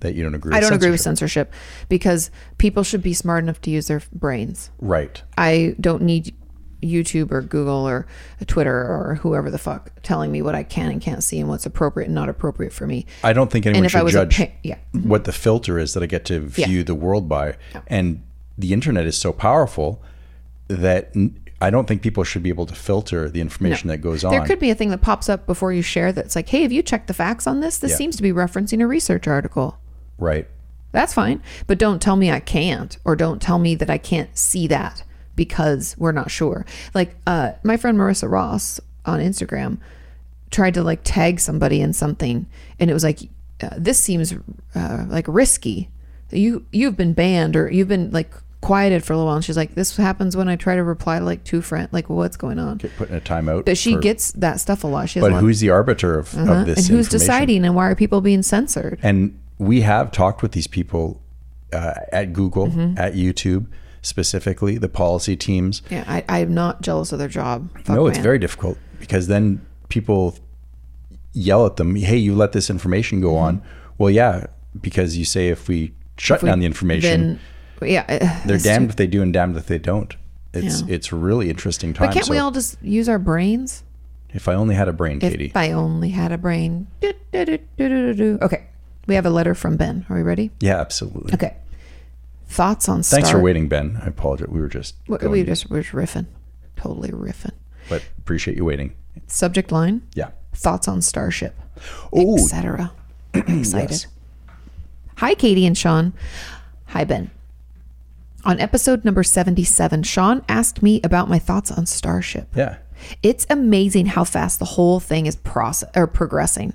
Speaker 2: that you don't agree.
Speaker 1: I don't agree with
Speaker 2: censorship.
Speaker 1: censorship because people should be smart enough to use their brains.
Speaker 2: Right.
Speaker 1: I don't need YouTube or Google or Twitter or whoever the fuck telling me what I can and can't see and what's appropriate and not appropriate for me.
Speaker 2: I don't think anyone
Speaker 1: And if I
Speaker 2: should
Speaker 1: was a
Speaker 2: judge
Speaker 1: pa- yeah.
Speaker 2: what the filter is that I get to view the world by. And the internet is so powerful that n- I don't think people should be able to filter the information that goes on.
Speaker 1: There could be a thing that pops up before you share that's like, hey, have you checked the facts on this? This
Speaker 2: Yeah.
Speaker 1: seems to be referencing a research article.
Speaker 2: right.
Speaker 1: That's fine. But don't tell me I can't, or don't tell me that I can't see that because we're not sure. Like uh, my friend Marissa Ross on Instagram tried to like tag somebody in something, and it was like, uh, this seems uh, like risky. You you've been banned or you've been like quieted for a little while. And she's like, this happens when I try to reply to like two friend. Like what's going on?
Speaker 2: Putting a timeout.
Speaker 1: But she
Speaker 2: for-
Speaker 1: gets that stuff a lot. She has a
Speaker 2: But
Speaker 1: lot- uh,
Speaker 2: who's the arbiter of, of this
Speaker 1: and who's
Speaker 2: information?
Speaker 1: deciding and why are people being censored?
Speaker 2: And we have talked with these people uh, at Google,
Speaker 1: Mm-hmm.
Speaker 2: at YouTube specifically, the policy teams.
Speaker 1: Yeah, I, I'm not jealous of their job. Fuck,
Speaker 2: no, it's
Speaker 1: man.
Speaker 2: very difficult because then people yell at them, "Hey, you let this information
Speaker 1: Mm-hmm.
Speaker 2: go on." Well, yeah, because you say if we shut down the information,
Speaker 1: Then, yeah, uh,
Speaker 2: they're
Speaker 1: it's
Speaker 2: damned if they do and damned if they don't. It's
Speaker 1: Yeah.
Speaker 2: it's a really interesting time.
Speaker 1: But can't we
Speaker 2: So
Speaker 1: all just use our brains?
Speaker 2: if I only had a brain, Katie.
Speaker 1: If I only had a brain. Do, do, do, do, do, do. Okay. We have a letter from Ben. Are we ready?
Speaker 2: yeah, absolutely.
Speaker 1: Okay. Thoughts on
Speaker 2: Thanks
Speaker 1: Star-
Speaker 2: for waiting, Ben. I apologize. We were just
Speaker 1: We,
Speaker 2: going,
Speaker 1: we just we're just riffing. Totally riffing.
Speaker 2: but appreciate you waiting.
Speaker 1: Subject line:
Speaker 2: Yeah.
Speaker 1: Thoughts on Starship,
Speaker 2: Oh,
Speaker 1: etc. Excited. Hi, Katie and Sean. Hi, Ben. On episode number 77, Sean asked me about my thoughts on Starship.
Speaker 2: yeah.
Speaker 1: It's amazing how fast the whole thing is process or progressing.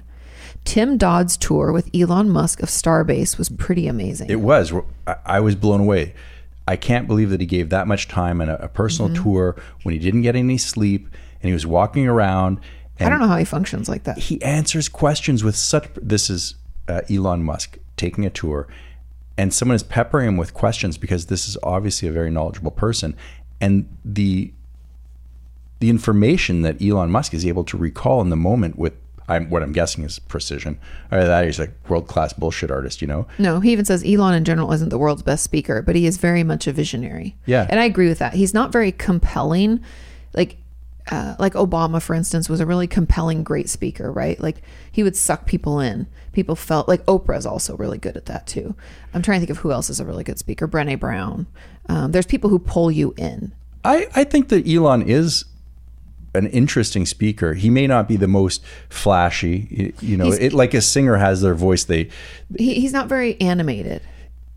Speaker 1: Tim Dodd's tour with Elon Musk of Starbase was pretty amazing.
Speaker 2: It was. I- I was blown away. I can't believe that he gave that much time and a, a personal tour when he didn't get any sleep and he was walking around. And
Speaker 1: I don't know how he functions like that.
Speaker 2: he answers questions with such this is uh, Elon Musk taking a tour and someone is peppering him with questions because this is obviously a very knowledgeable person and the the information that Elon Musk is able to recall in the moment with I'm, what I'm guessing is precision. Or that he's like world class bullshit artist, you know.
Speaker 1: No, he even says Elon in general isn't the world's best speaker, but he is very much a visionary.
Speaker 2: Yeah.
Speaker 1: and I agree with that. He's not very compelling, like uh, like Obama, for instance, was a really compelling, great speaker, right? Like he would suck people in. People felt like Oprah's also really good at that too. I'm trying to think of who else is a really good speaker. Brené Brown. Um, there's people who pull you in.
Speaker 2: I, I think that Elon is an interesting speaker. He may not be the most flashy, you- you know,
Speaker 1: He's-
Speaker 2: it, like a singer has their voice. They,
Speaker 1: He, he's not very animated,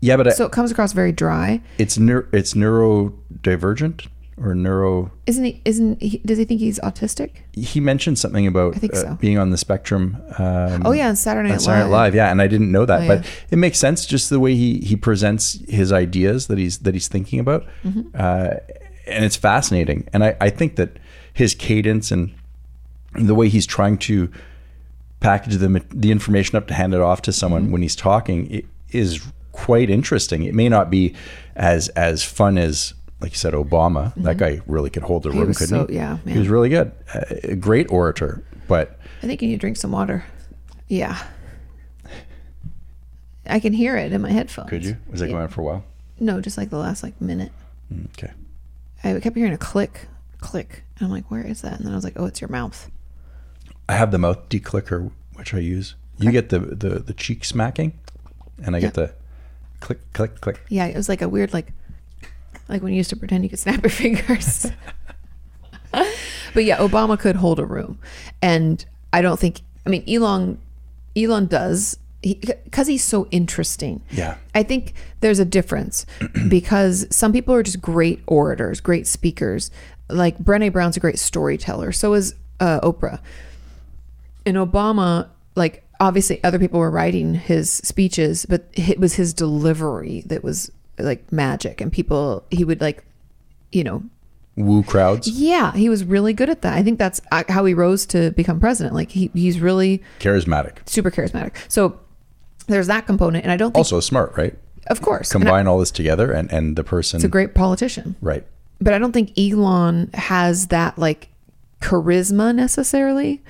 Speaker 2: yeah, but I-
Speaker 1: so it comes across very dry.
Speaker 2: it's neur- it's neurodivergent or neuro.
Speaker 1: Isn't he? Isn't he? Does he think he's autistic?
Speaker 2: He mentioned something about
Speaker 1: think
Speaker 2: uh,
Speaker 1: so.
Speaker 2: being on the spectrum. Um,
Speaker 1: Oh yeah, on Saturday Night
Speaker 2: on Saturday Night
Speaker 1: Live.
Speaker 2: Live, yeah, and I didn't know that, but
Speaker 1: Oh, yeah.
Speaker 2: it makes sense just the way he he presents his ideas that he's that he's thinking about,
Speaker 1: Mm-hmm.
Speaker 2: uh, and it's fascinating. And I I think that his cadence and the way he's trying to package the ma- the information up to hand it off to someone
Speaker 1: Mm-hmm.
Speaker 2: when he's talking i- is quite interesting. It may not be as as fun as like you said Obama. That guy really could hold the room,
Speaker 1: Mm-hmm. was so-
Speaker 2: couldn't he?
Speaker 1: yeah,
Speaker 2: he was
Speaker 1: man.
Speaker 2: really good, Uh, a great orator. But
Speaker 1: I think you need to drink some water. Yeah. I can hear it in my headphones.
Speaker 2: could you? Was that going on for a while?
Speaker 1: No, just like the last like minute.
Speaker 2: Okay.
Speaker 1: I kept hearing a click, click. And I'm like, where is that? And then I was like, oh, it's your mouth.
Speaker 2: I have the mouth declicker, which I use. You get the the, the cheek smacking, and I get the click click click.
Speaker 1: Yeah, it was like a weird like like when you used to pretend you could snap your fingers. but yeah, Obama could hold a room. And I don't think I mean Elon Elon does because he's so interesting.
Speaker 2: Yeah.
Speaker 1: I think there's a difference because some people are just great orators, great speakers. Like Brené Brown's a great storyteller. So is uh, Oprah. And Obama, like obviously other people were writing his speeches, but it was his delivery that was like magic. And people, he would like, you know,
Speaker 2: Woo crowds,
Speaker 1: yeah, he was really good at that. I think that's uh, how he rose to become president. Like he, he's really
Speaker 2: charismatic,
Speaker 1: super charismatic. So there's that component. And I don't think,
Speaker 2: also smart, right?
Speaker 1: of course, and I-
Speaker 2: Combine all this together, and and the person,
Speaker 1: a great politician.
Speaker 2: right?
Speaker 1: But I don't think Elon has that like charisma necessarily.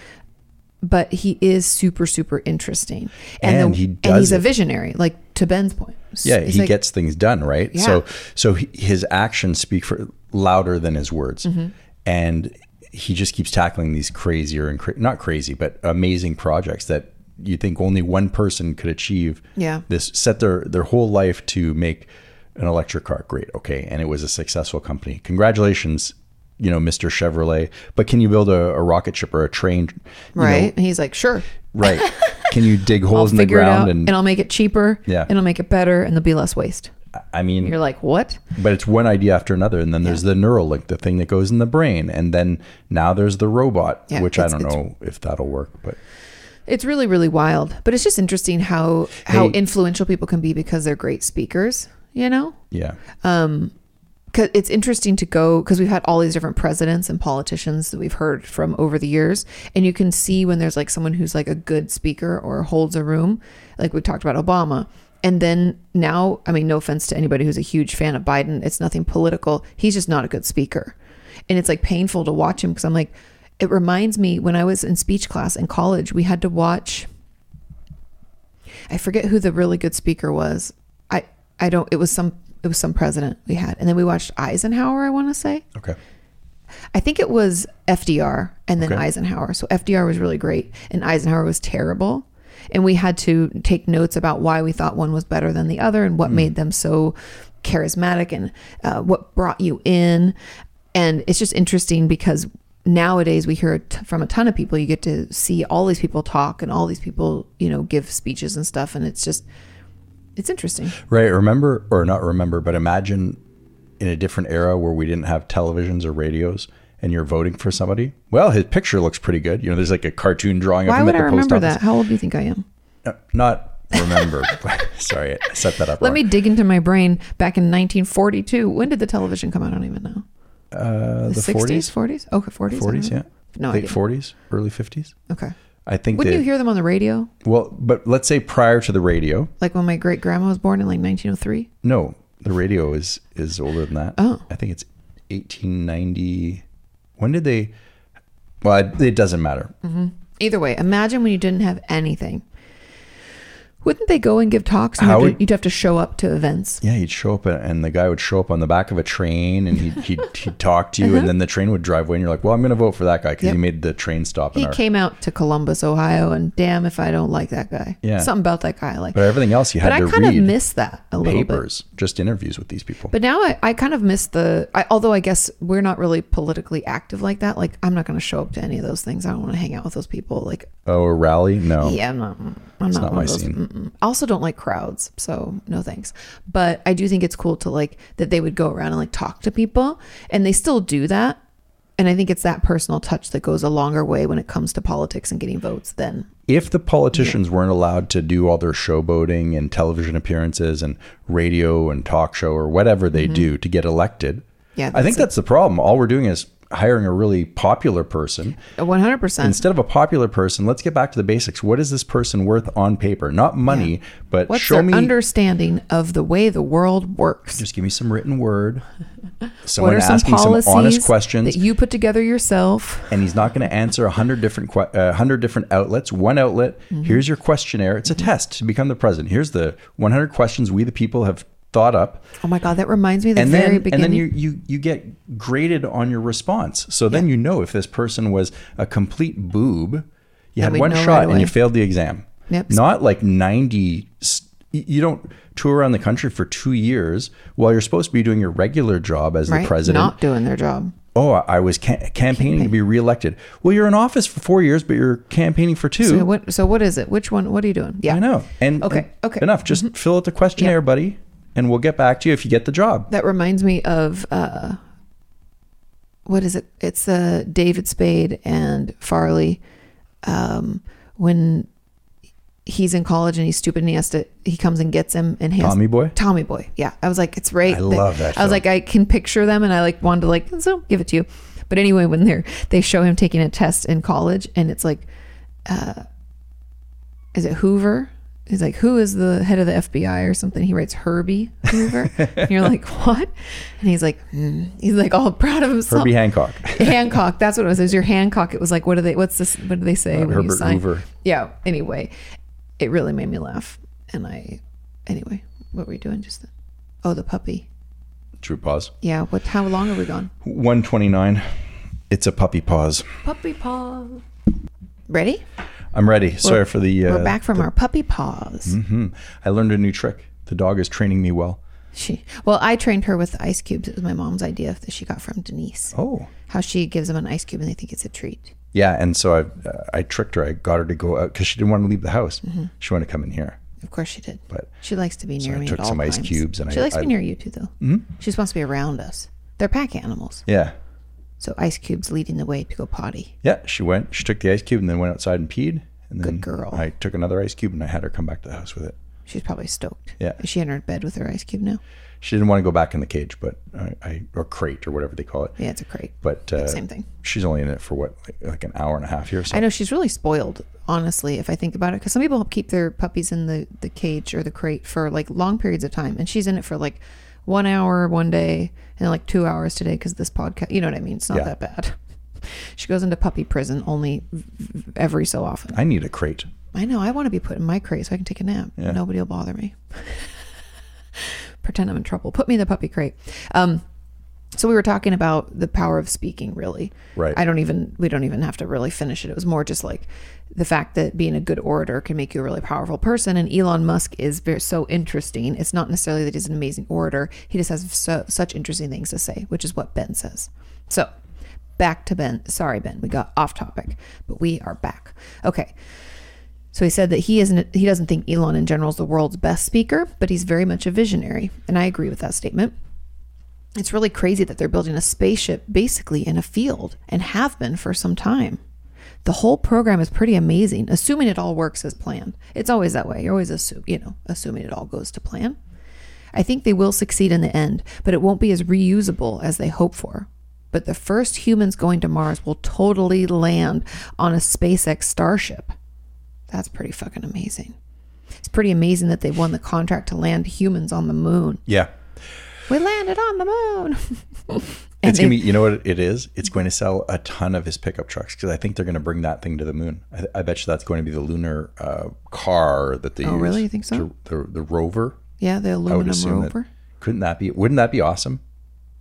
Speaker 1: But he is super, super interesting,
Speaker 2: And he
Speaker 1: and he's
Speaker 2: does
Speaker 1: a
Speaker 2: it.
Speaker 1: visionary, like to Ben's point.
Speaker 2: Yeah,
Speaker 1: He's
Speaker 2: he
Speaker 1: like-
Speaker 2: gets things done, right? So so he, his actions speak for louder than his words,
Speaker 1: Mm-hmm.
Speaker 2: and he just keeps tackling these crazier and cra- not crazy, but amazing projects that you think only one person could achieve.
Speaker 1: Yeah.
Speaker 2: this set their their whole life to make an electric car great, okay, and it was a successful company. Congratulations. You know, Mr. Chevrolet, but can you build a, a rocket ship or a train? you know,
Speaker 1: right, and he's like, sure,
Speaker 2: right. Can you dig
Speaker 1: I'll
Speaker 2: holes in the
Speaker 1: figure it out,
Speaker 2: ground?
Speaker 1: and,
Speaker 2: And
Speaker 1: I'll make it cheaper,
Speaker 2: Yeah.
Speaker 1: and I'll make it better, and there'll be less waste.
Speaker 2: I mean,
Speaker 1: You're like, what?
Speaker 2: but it's one idea after another and then there's the neuralink the thing that goes in the brain and then now there's the robot
Speaker 1: Yeah,
Speaker 2: which i
Speaker 1: it's-
Speaker 2: don't
Speaker 1: it's-
Speaker 2: know if that'll work but
Speaker 1: It's really, really wild, but it's just interesting how how
Speaker 2: Hey.
Speaker 1: influential people can be because they're great speakers. You know,
Speaker 2: yeah
Speaker 1: because it's interesting to go because we've had all these different presidents and politicians that we've heard from over the years and you can see when there's like someone who's like a good speaker or holds a room like we talked about obama And then now, I mean, no offense to anybody who's a huge fan of Biden, it's nothing political. He's just not a good speaker. And it's like painful to watch him because I'm like, it reminds me when I was in speech class in college, we had to watch. I forget who the really good speaker was. I I don't. It was some. It was some president we had, and then we watched Eisenhower. I want to say.
Speaker 2: Okay.
Speaker 1: I think it was FDR and then
Speaker 2: Okay.
Speaker 1: Eisenhower. So FDR was really great and Eisenhower was terrible. And we had to take notes about why we thought one was better than the other and what
Speaker 2: Hmm.
Speaker 1: made them so charismatic and uh, what brought you in. And it's just interesting because nowadays we hear t- from a ton of people, you get to see all these people talk and all these people, you know, give speeches and stuff. And it's just, it's interesting.
Speaker 2: Right. Remember, or not remember, but imagine in a different era where we didn't have televisions or radios and you're voting for somebody. Well, his picture looks pretty good. You know, there's like a cartoon drawing
Speaker 1: Why
Speaker 2: of him
Speaker 1: would
Speaker 2: at
Speaker 1: I
Speaker 2: the post
Speaker 1: remember
Speaker 2: office.
Speaker 1: that? How old do you think I am?
Speaker 2: No, not remember. Sorry, I set that up.
Speaker 1: Let
Speaker 2: wrong.
Speaker 1: me dig into my brain back in 1942. When did the television come out? I don't even know.
Speaker 2: Uh, the
Speaker 1: 60s,
Speaker 2: 40s,
Speaker 1: 40s? Okay, 40s. I don't
Speaker 2: 40s,
Speaker 1: know.
Speaker 2: yeah.
Speaker 1: No
Speaker 2: Late
Speaker 1: idea.
Speaker 2: 40s, early 50s.
Speaker 1: Okay.
Speaker 2: I think
Speaker 1: Wouldn't
Speaker 2: they,
Speaker 1: you hear them on the radio?
Speaker 2: well, but let's say prior to the radio.
Speaker 1: Like when my great grandma was born in like 1903?
Speaker 2: No, the radio is is older than that.
Speaker 1: Oh.
Speaker 2: I think it's 1890. When did they? Well, it- it doesn't matter.
Speaker 1: Mm. Either way, imagine when you didn't have anything. Wouldn't they go and give talks? And
Speaker 2: How
Speaker 1: have to-
Speaker 2: would-
Speaker 1: you'd have to show up to events.
Speaker 2: Yeah, he'd show up, and- and the guy would show up on the back of a train, and he'd he'd, he'd talk to you, and then the train would drive away, and you're like, "Well, I'm going to vote for that guy because
Speaker 1: Uh-huh. Yep.
Speaker 2: he made the train stop in
Speaker 1: He
Speaker 2: our."
Speaker 1: came out to Columbus, Ohio, and damn if I don't like that guy.
Speaker 2: Yeah.
Speaker 1: Something about that guy I like.
Speaker 2: but everything else, you
Speaker 1: But
Speaker 2: had
Speaker 1: I
Speaker 2: to
Speaker 1: kind of
Speaker 2: read
Speaker 1: miss that a little bit.
Speaker 2: papers, just interviews with these people.
Speaker 1: But now I, I kind of miss the, I, although I guess we're not really politically active like that. Like, I'm not going to show up to any of those things. I don't want to hang out with those people. Like,
Speaker 2: oh, a rally? No.
Speaker 1: yeah, I'm not, mm, I'm not,
Speaker 2: not
Speaker 1: one
Speaker 2: my
Speaker 1: of those.
Speaker 2: scene.
Speaker 1: Mm-mm. I also don't like crowds. So no thanks. But I do think it's cool to like that they would go around and like talk to people and they still do that. And I think it's that personal touch that goes a longer way when it comes to politics and getting votes than
Speaker 2: if the politicians weren't allowed to do all their showboating and television appearances and radio and talk show or whatever
Speaker 1: Mm-hmm.
Speaker 2: they do to get elected,
Speaker 1: Yeah,
Speaker 2: I
Speaker 1: that's
Speaker 2: think
Speaker 1: it.
Speaker 2: that's the problem. All we're doing is hiring a really popular person
Speaker 1: 100%.
Speaker 2: instead of a popular person. Let's get back to the basics. What is this person worth on paper? Not money, but
Speaker 1: What's
Speaker 2: show
Speaker 1: their
Speaker 2: me.
Speaker 1: understanding of the way the world works?
Speaker 2: just give me some written word. Someone
Speaker 1: What are some
Speaker 2: asking
Speaker 1: policies
Speaker 2: some honest questions,
Speaker 1: that you put together yourself?
Speaker 2: and he's not going to answer a hundred different que- uh, hundred different outlets. One outlet.
Speaker 1: Mm-hmm.
Speaker 2: Here's your questionnaire. It's a test to become the president. Here's the 100 questions we the people have thought up,
Speaker 1: Oh my God, that reminds me of the
Speaker 2: and
Speaker 1: very
Speaker 2: then
Speaker 1: beginning.
Speaker 2: and then you you you get graded on your response. So then you know if this person was a complete boob. You
Speaker 1: Then
Speaker 2: had
Speaker 1: we'd
Speaker 2: one
Speaker 1: know
Speaker 2: shot
Speaker 1: right
Speaker 2: and
Speaker 1: away.
Speaker 2: you failed the exam.
Speaker 1: Yep.
Speaker 2: Not like 90. s- y- You don't tour around the country for two years while you're supposed to be doing your regular job as
Speaker 1: right?
Speaker 2: the president
Speaker 1: not doing their job.
Speaker 2: oh, I was ca- campaigning to be reelected. Well, you're in office for four years, but you're campaigning for two.
Speaker 1: So what? So what is it? Which one? What are you doing? Yeah,
Speaker 2: I know. And
Speaker 1: Okay,
Speaker 2: and
Speaker 1: okay. Mm-hmm.
Speaker 2: enough. Just fill out the questionnaire, buddy, and we'll get back to you if you get the job.
Speaker 1: That reminds me of uh, what is it? It's uh, David Spade and Farley. Um, when he's in college and he's stupid and he has to, he comes and gets him and he has-
Speaker 2: Tommy boy?
Speaker 1: Tommy Boy. Yeah, I was like, it's right.
Speaker 2: I
Speaker 1: there.
Speaker 2: love that
Speaker 1: I was
Speaker 2: film.
Speaker 1: like, I can picture them and I like wanted to like so give it to you. But anyway, when they're they show him taking a test in college and it's like, is it Hoover? He's like, who is the head of the FBI or something? He writes Herbie Hoover. and you're like, what? And he's like, hmm. he's like all proud of himself.
Speaker 2: Herbie Hancock.
Speaker 1: Hancock. That's what it was. It was your Hancock. It was like, what do they? What's this? What do they say? when you
Speaker 2: Herbert
Speaker 1: sign?
Speaker 2: Hoover.
Speaker 1: Yeah. Anyway, it really made me laugh. And I, anyway, what were we doing just then? Oh, the puppy.
Speaker 2: True pause.
Speaker 1: Yeah. What? How long are we gone?
Speaker 2: 129. It's a puppy pause.
Speaker 1: Puppy paw. Ready?
Speaker 2: I'm ready. Sorry for the. Uh,
Speaker 1: we're back from our puppy paws.
Speaker 2: hmm. I learned a new trick. The dog is training me well.
Speaker 1: She. Well, I trained her with ice cubes. It was my mom's idea that she got from Denise.
Speaker 2: Oh.
Speaker 1: How she gives them an ice cube and they think it's a treat.
Speaker 2: Yeah, and so I, uh, I tricked her. I got her to go out because she didn't want to leave the house.
Speaker 1: Mm-hmm.
Speaker 2: She wanted to come in here.
Speaker 1: Of course she did.
Speaker 2: But-
Speaker 1: she likes to be near
Speaker 2: I
Speaker 1: me.
Speaker 2: took
Speaker 1: at all
Speaker 2: some ice
Speaker 1: times.
Speaker 2: cubes and
Speaker 1: she
Speaker 2: I-
Speaker 1: likes to
Speaker 2: I- Hmm?
Speaker 1: be near you too, though. Mm-hmm. She just wants to be around us. They're pack animals.
Speaker 2: Yeah.
Speaker 1: So ice cubes leading the way to go potty.
Speaker 2: Yeah, she went. She took the ice cube and then went outside and peed. And then
Speaker 1: Good girl.
Speaker 2: I took another ice cube and I had her come back to the house with it.
Speaker 1: She's probably stoked.
Speaker 2: Yeah.
Speaker 1: Is she in her bed with her ice cube now?
Speaker 2: She didn't want to go back in the cage, but I, I or crate or whatever they call it.
Speaker 1: Yeah, it's a crate.
Speaker 2: But uh,
Speaker 1: Same thing.
Speaker 2: She's only in it for what, like, like an hour and a half here. So
Speaker 1: I know she's really spoiled, honestly, if I think about it, because some people keep their puppies in the, the cage or the crate for like long periods of time, and she's in it for like one hour one day and like two hours today because this podcast. You know what I mean? It's not
Speaker 2: Yeah.
Speaker 1: that bad. She goes into puppy prison only v- v- every so often.
Speaker 2: I need a crate.
Speaker 1: I know. I want to be put in my crate so I can take a nap. Nobody will bother me. Pretend I'm in trouble. Put me in the puppy crate. Um, so we were talking about the power of speaking, really.
Speaker 2: Right.
Speaker 1: I don't even. We don't even have to really finish it. It was more just like the fact that being a good orator can make you a really powerful person. And Elon Musk is very, so interesting. It's not necessarily that he's an amazing orator. He just has so, such interesting things to say, which is what Ben says. So back to Ben. Sorry, Ben. We got off topic, but we are back. Okay. So he said that he isn't he doesn't think Elon in general is the world's best speaker, but he's very much a visionary, and I agree with that statement. It's really crazy that they're building a spaceship basically in a field and have been for some time. The whole program is pretty amazing, assuming it all works as planned. It's always that way. You're always assume, you know, assuming it all goes to plan. I think they will succeed in the end, but it won't be as reusable as they hope for. But the first humans going to Mars will totally land on a SpaceX starship. That's pretty fucking amazing. It's pretty amazing that they won the contract to land humans on the moon.
Speaker 2: Yeah.
Speaker 1: We landed on the moon. and
Speaker 2: It's gonna
Speaker 1: they-
Speaker 2: be. You know what it is? It's going to sell a ton of his pickup trucks because I think they're going to bring that thing to the moon. I, I bet you that's going to be the lunar uh, car that they.
Speaker 1: Oh,
Speaker 2: use
Speaker 1: really? You think so?
Speaker 2: to- the, the rover.
Speaker 1: yeah, the
Speaker 2: I would
Speaker 1: aluminum
Speaker 2: assume
Speaker 1: rover.
Speaker 2: that. Couldn't that be? Wouldn't that be awesome?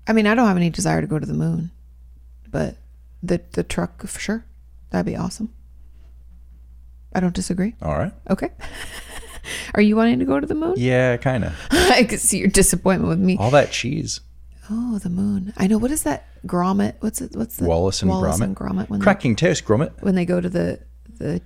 Speaker 1: I mean, I don't have any desire to go to the moon, but the the truck for sure. That'd be awesome. I don't disagree.
Speaker 2: All right.
Speaker 1: Okay. Are you wanting to go to the moon?
Speaker 2: Yeah, kind of.
Speaker 1: I can see your disappointment with me.
Speaker 2: All that cheese.
Speaker 1: Oh, the moon. I know. What is that grommet? What's it? What's the
Speaker 2: Wallace and
Speaker 1: Wallace
Speaker 2: Gromit?
Speaker 1: and Gromit when they-
Speaker 2: Cracking toast, Gromit.
Speaker 1: when they go to the the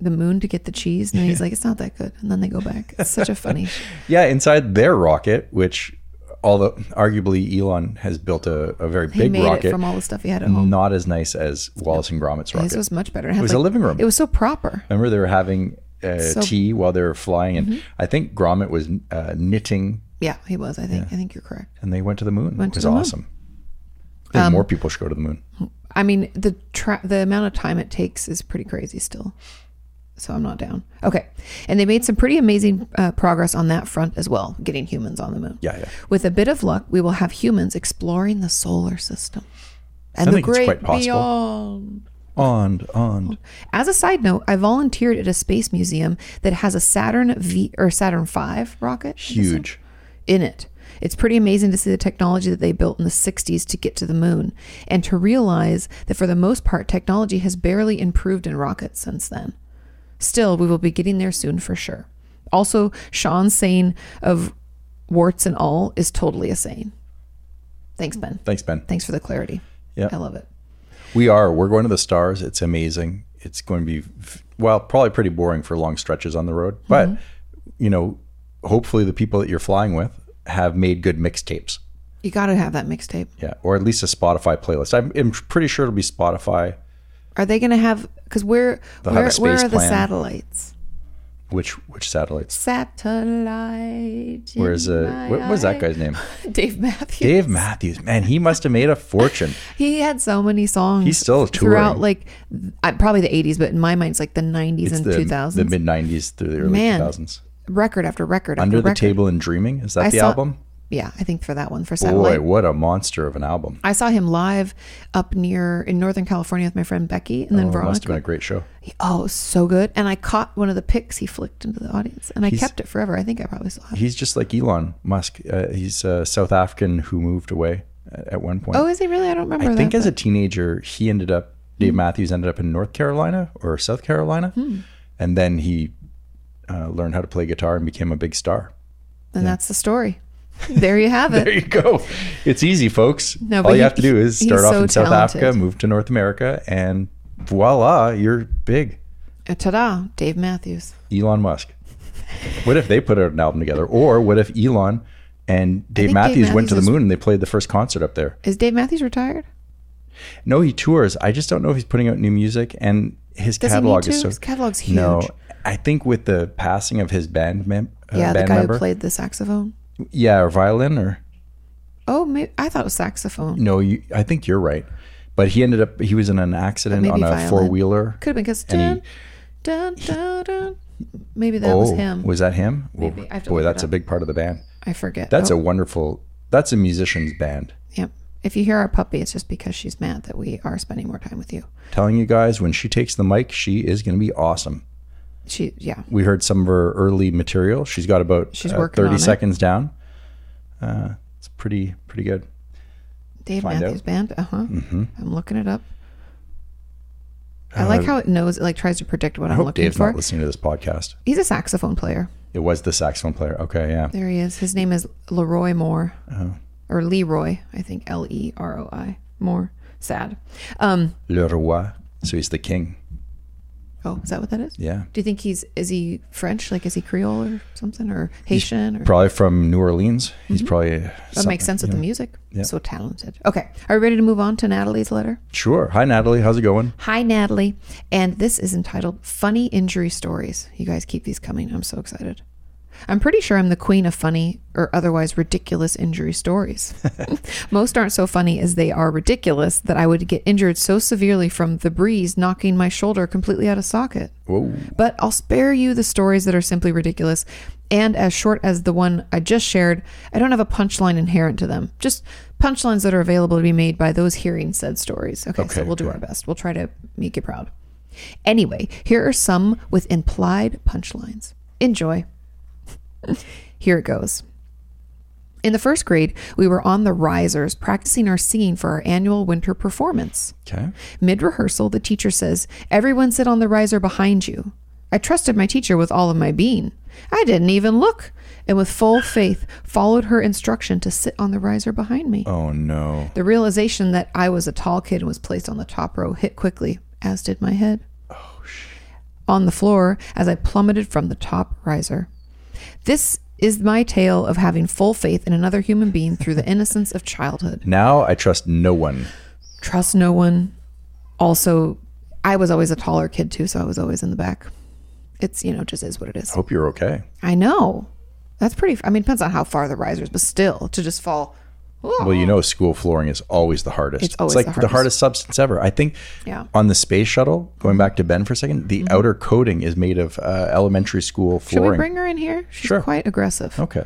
Speaker 1: the moon to get the cheese and then he's like it's not that good and then they go back it's such a funny
Speaker 2: Yeah, inside their rocket, which although arguably Elon has built a, a very
Speaker 1: he
Speaker 2: big
Speaker 1: made
Speaker 2: rocket,
Speaker 1: it from all the stuff he had at home
Speaker 2: not as nice as Wallace and Gromit's rocket.
Speaker 1: this was much better it, had,
Speaker 2: was a living room.
Speaker 1: it was so proper
Speaker 2: Remember, they were having uh, tea while they were flying,
Speaker 1: Mm-hmm.
Speaker 2: and I think Gromit was uh, knitting,
Speaker 1: yeah he was i think i think you're correct
Speaker 2: and they went to the moon.
Speaker 1: Went
Speaker 2: it
Speaker 1: to
Speaker 2: was
Speaker 1: the moon. Um,
Speaker 2: awesome. I think more people should go to the moon.
Speaker 1: i mean the tra- the amount of time it takes is pretty crazy still so i'm not down okay and they made some pretty amazing uh, progress on that front as well getting humans on the moon
Speaker 2: Yeah, yeah.
Speaker 1: with a bit of luck we will have humans exploring the solar system and
Speaker 2: I
Speaker 1: the
Speaker 2: think it's
Speaker 1: great
Speaker 2: quite possible.
Speaker 1: beyond
Speaker 2: On,
Speaker 1: Oh,
Speaker 2: on.
Speaker 1: As a side note, I volunteered at a space museum that has a Saturn V or Saturn V rocket I guess,
Speaker 2: Huge.
Speaker 1: in it. It's pretty amazing to see the technology that they built in the 60s to get to the moon and to realize that for the most part, technology has barely improved in rockets since then. Still, we will be getting there soon for sure. Also, Sean's saying of warts and all is totally a saying. Thanks, Ben.
Speaker 2: Thanks, Ben.
Speaker 1: Thanks for the clarity.
Speaker 2: Yeah.
Speaker 1: I love it.
Speaker 2: We are. We're going to the stars. It's amazing. It's going to be, f- well, probably pretty boring for long stretches on the road. But,
Speaker 1: Mm-hmm.
Speaker 2: you know, hopefully the people that you're flying with have made good mixtapes.
Speaker 1: You got to have that mixtape.
Speaker 2: Yeah. Or at least a Spotify playlist. I'm, I'm pretty sure it'll be Spotify,
Speaker 1: Are they going to have? Because where
Speaker 2: They'll have
Speaker 1: where,
Speaker 2: a
Speaker 1: where
Speaker 2: space
Speaker 1: are the
Speaker 2: plan.
Speaker 1: satellites?
Speaker 2: which which satellites.
Speaker 1: Satellite.
Speaker 2: Where's
Speaker 1: in
Speaker 2: uh,
Speaker 1: my
Speaker 2: what was that
Speaker 1: eye.
Speaker 2: guy's name?
Speaker 1: Dave Matthews.
Speaker 2: Dave Matthews. Man, he must have made a fortune.
Speaker 1: He had so many songs.
Speaker 2: He's still touring.
Speaker 1: throughout like th- I- probably the 80s, but in my mind it's like the 90s
Speaker 2: It's
Speaker 1: and
Speaker 2: the,
Speaker 1: 2000s.
Speaker 2: the mid 90s through the early
Speaker 1: Man.
Speaker 2: 2000s.
Speaker 1: record after record after
Speaker 2: Under the
Speaker 1: record.
Speaker 2: Table and Dreaming. Is that
Speaker 1: I
Speaker 2: the
Speaker 1: saw-
Speaker 2: album?
Speaker 1: Yeah, I think for that one for
Speaker 2: Boy,
Speaker 1: satellite.
Speaker 2: what a monster of an album.
Speaker 1: I saw him live up near in Northern California with my friend Becky and then
Speaker 2: Oh, it
Speaker 1: Veronica.
Speaker 2: must have been a great show.
Speaker 1: He- oh, it was so good. And I caught one of the pics he flicked into the audience, and I
Speaker 2: He's-
Speaker 1: kept it forever. I think I probably still have. it.
Speaker 2: He's just like Elon Musk. Uh, he's a South African who moved away at, at one point.
Speaker 1: Oh, is he really? I don't remember.
Speaker 2: I
Speaker 1: that, Hmm.
Speaker 2: think as
Speaker 1: but-
Speaker 2: a teenager, he ended up, Dave Matthews ended up in North Carolina or South Carolina.
Speaker 1: Hmm.
Speaker 2: And then he uh, learned how to play guitar and became a big star.
Speaker 1: And that's the story. There you have it.
Speaker 2: There you go. It's easy, folks.
Speaker 1: No,
Speaker 2: All
Speaker 1: but
Speaker 2: you
Speaker 1: he-
Speaker 2: have to do is
Speaker 1: he's
Speaker 2: start off
Speaker 1: so
Speaker 2: in South Africa,
Speaker 1: talented.
Speaker 2: move to North America, and voila, you're big.
Speaker 1: Uh, Ta-da, Dave Matthews.
Speaker 2: Elon Musk. What if they put out an album together? Or what if Elon and Dave
Speaker 1: think Dave
Speaker 2: Matthews went
Speaker 1: Matthews
Speaker 2: to the
Speaker 1: is-
Speaker 2: moon and they played the first concert up there?
Speaker 1: Is Dave Matthews retired?
Speaker 2: No, he tours. I just don't know if he's putting out new music and his
Speaker 1: Does
Speaker 2: catalog
Speaker 1: he need to?
Speaker 2: is so
Speaker 1: His catalog's huge.
Speaker 2: no. I think with the passing of his band, mem- uh,
Speaker 1: yeah, the
Speaker 2: band
Speaker 1: guy
Speaker 2: member,
Speaker 1: who played the saxophone.
Speaker 2: yeah, or violin, or
Speaker 1: Oh, maybe, I thought it was saxophone.
Speaker 2: no, you, I think you're right. But he ended up he was in an accident
Speaker 1: maybe
Speaker 2: on a
Speaker 1: violin.
Speaker 2: four wheeler.
Speaker 1: Could have been because
Speaker 2: And
Speaker 1: dun,
Speaker 2: he-
Speaker 1: dun, dun, dun. maybe that
Speaker 2: oh,
Speaker 1: was him.
Speaker 2: that him? Well,
Speaker 1: Maybe. I have to
Speaker 2: boy,
Speaker 1: look it
Speaker 2: that's a
Speaker 1: up.
Speaker 2: big part of the band.
Speaker 1: I forget.
Speaker 2: That's
Speaker 1: oh,
Speaker 2: a wonderful. That's a musician's band.
Speaker 1: Yep. If you hear our puppy, it's just because she's mad that we are spending more time with you.
Speaker 2: Telling you guys, when she takes the mic, she is going to be awesome.
Speaker 1: She, yeah.
Speaker 2: We heard some of her early material. She's got about
Speaker 1: She's
Speaker 2: uh,
Speaker 1: working
Speaker 2: thirty
Speaker 1: on it.
Speaker 2: seconds down. Uh, it's pretty pretty good.
Speaker 1: Dave
Speaker 2: Find
Speaker 1: Matthews
Speaker 2: out. Mm-hmm.
Speaker 1: Band. Uh huh. I'm looking it up. I like how it knows, it like tries to predict what
Speaker 2: Uh, I
Speaker 1: I'm
Speaker 2: hope
Speaker 1: looking
Speaker 2: Dave's
Speaker 1: for.
Speaker 2: not listening to this podcast.
Speaker 1: He's a saxophone player.
Speaker 2: It was the saxophone player. Okay, yeah.
Speaker 1: There he is. His name is Leroy Moore.
Speaker 2: Oh.
Speaker 1: Or Leroy, I think. L E R O I. Moore. Sad. Um,
Speaker 2: Le roi. So he's the king.
Speaker 1: oh, is that what that is?
Speaker 2: Yeah.
Speaker 1: Do you think he's, is he French? Like, is he Creole or something? Or Haitian? Or,
Speaker 2: Probably from New Orleans. He's probably.
Speaker 1: Mm-hmm. that
Speaker 2: something,
Speaker 1: makes sense with
Speaker 2: you
Speaker 1: the
Speaker 2: know.
Speaker 1: music. So talented. Okay. Are we ready to move on to Natalie's letter?
Speaker 2: Sure. Hi, Natalie. How's it going?
Speaker 1: Hi, Natalie. And this is entitled Funny Injury Stories. You guys keep these coming. I'm so excited. I'm pretty sure I'm the queen of funny or otherwise ridiculous injury stories. Most aren't so funny as they are ridiculous that I would get injured so severely from the breeze knocking my shoulder completely out of socket.
Speaker 2: Whoa.
Speaker 1: But I'll spare you the stories that are simply ridiculous and as short as the one I just shared. I don't have a punchline inherent to them, just punchlines that are available to be made by those hearing said stories. Okay, so
Speaker 2: Okay,
Speaker 1: we'll do
Speaker 2: good.
Speaker 1: our best. We'll try to make you proud. Anyway, here are some with implied punchlines. Enjoy. here it goes. In the first grade, we were on the risers practicing our singing for our annual winter performance.
Speaker 2: Okay.
Speaker 1: Mid rehearsal, the teacher says, Everyone sit on the riser behind you. I trusted my teacher with all of my being. I didn't even look, and with full faith, followed her instruction to sit on the riser behind me.
Speaker 2: Oh, no.
Speaker 1: The realization that I was a tall kid and was placed on the top row hit quickly, as did my head. On the floor as I plummeted from the top riser. This is my tale of having full faith in another human being through the innocence of childhood
Speaker 2: Now I trust no one.
Speaker 1: trust no one. Also, I was always a taller kid too, so I was always in the back. It's you know just is what it is.
Speaker 2: Hope you're okay.
Speaker 1: I know. That's pretty. I mean, depends on how far the risers, but still to just fall. Oh,
Speaker 2: Well, you know, school flooring is always the hardest.
Speaker 1: It's always
Speaker 2: like
Speaker 1: the
Speaker 2: the hardest substance ever. I think
Speaker 1: Yeah. Mm-hmm.
Speaker 2: on the space shuttle, going back to Ben for a second, the outer coating is made of uh, elementary school
Speaker 1: Should we
Speaker 2: flooring.
Speaker 1: bring her in here? She's
Speaker 2: Sure.
Speaker 1: quite aggressive.
Speaker 2: okay.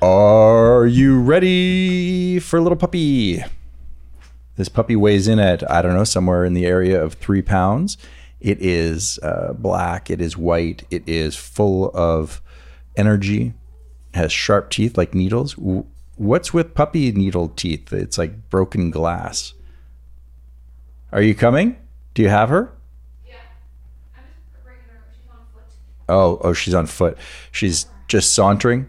Speaker 2: Are you ready for little puppy? This puppy weighs in at, I don't know, somewhere in the area of three pounds. It is uh, black, it is white, it is full of energy, has sharp teeth like needles. W- What's with puppy needle teeth? It's like broken glass. Are you coming? Do you have her? Oh, oh, she's on foot. She's just sauntering.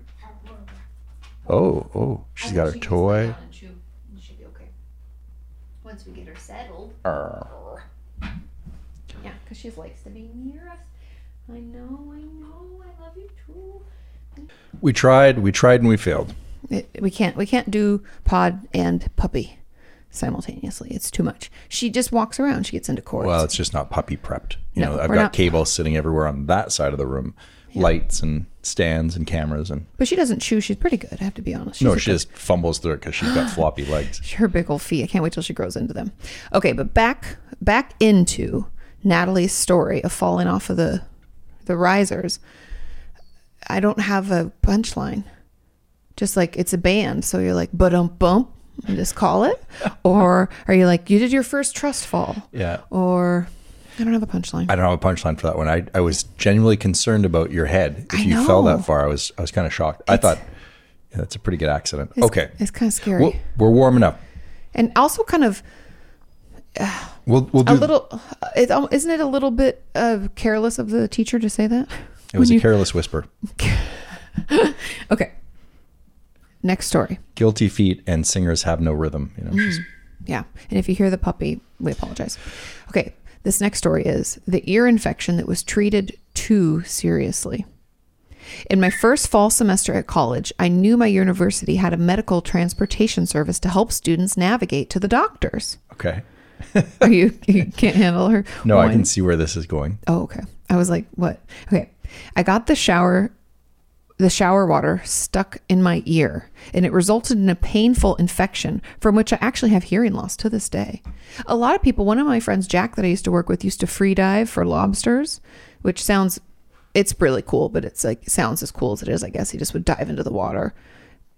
Speaker 2: Oh, oh, she's got her toy.
Speaker 4: She'll be okay. Once we get her settled.
Speaker 2: Arr.
Speaker 4: Yeah, because she likes to be near us. I know, I know, I love you too.
Speaker 2: We tried, we tried, and we failed.
Speaker 1: It, Eh, we can't. We can't do pod and puppy simultaneously. It's too much. She just walks around. She gets into cords.
Speaker 2: Well, it's just not puppy prepped. You
Speaker 1: No,
Speaker 2: know, I've
Speaker 1: we're
Speaker 2: got
Speaker 1: not-
Speaker 2: cables sitting everywhere on that side of the room, lights and stands and cameras, and
Speaker 1: but she doesn't chew. She's pretty good. I have to be honest. She's
Speaker 2: no,
Speaker 1: a
Speaker 2: she
Speaker 1: good-
Speaker 2: just fumbles through it because she's got floppy legs.
Speaker 1: her big old feet. I can't wait till she grows into them. Okay, but back back into Natalie's story of falling off of the the risers. I don't have a punchline. Just like it's a band, so you're like but um bump and just call it, or are you like you did your first trust fall?
Speaker 2: Yeah.
Speaker 1: Or I don't have a punchline.
Speaker 2: I don't have a punchline for that one. I, I was genuinely concerned about your head. If
Speaker 1: I
Speaker 2: you fell
Speaker 1: know.
Speaker 2: that far, I was I was kind of shocked. I thought yeah, that's a pretty good accident. okay.
Speaker 1: it's kind of scary,
Speaker 2: We're, we're warming up.
Speaker 1: and also kind of
Speaker 2: We'll we'll do
Speaker 1: a little. uh, It, al- isn't it a little bit uh, careless of the teacher to say that?
Speaker 2: It was
Speaker 1: When
Speaker 2: a
Speaker 1: you-
Speaker 2: careless whisper.
Speaker 1: Okay. Next story.
Speaker 2: Guilty feet and singers have no rhythm. You know, she's
Speaker 1: Mm. Yeah. And if you hear the puppy, we apologize. Okay. This next story is the ear infection that was treated too seriously. In my first fall semester at college, I knew my university had a medical transportation service to help students navigate to the doctors.
Speaker 2: okay.
Speaker 1: Are you, you can't handle her?
Speaker 2: No, I
Speaker 1: whine.
Speaker 2: can see where this is going.
Speaker 1: Oh, okay. I was like, what? Okay. I got the shower the shower water stuck in my ear and it resulted in a painful infection from which I actually have hearing loss to this day. A lot of people, one of my friends, Jack, that I used to work with, used to free dive for lobsters, which sounds, it's really cool, but it's like, sounds as cool as it is, I guess. He just would dive into the water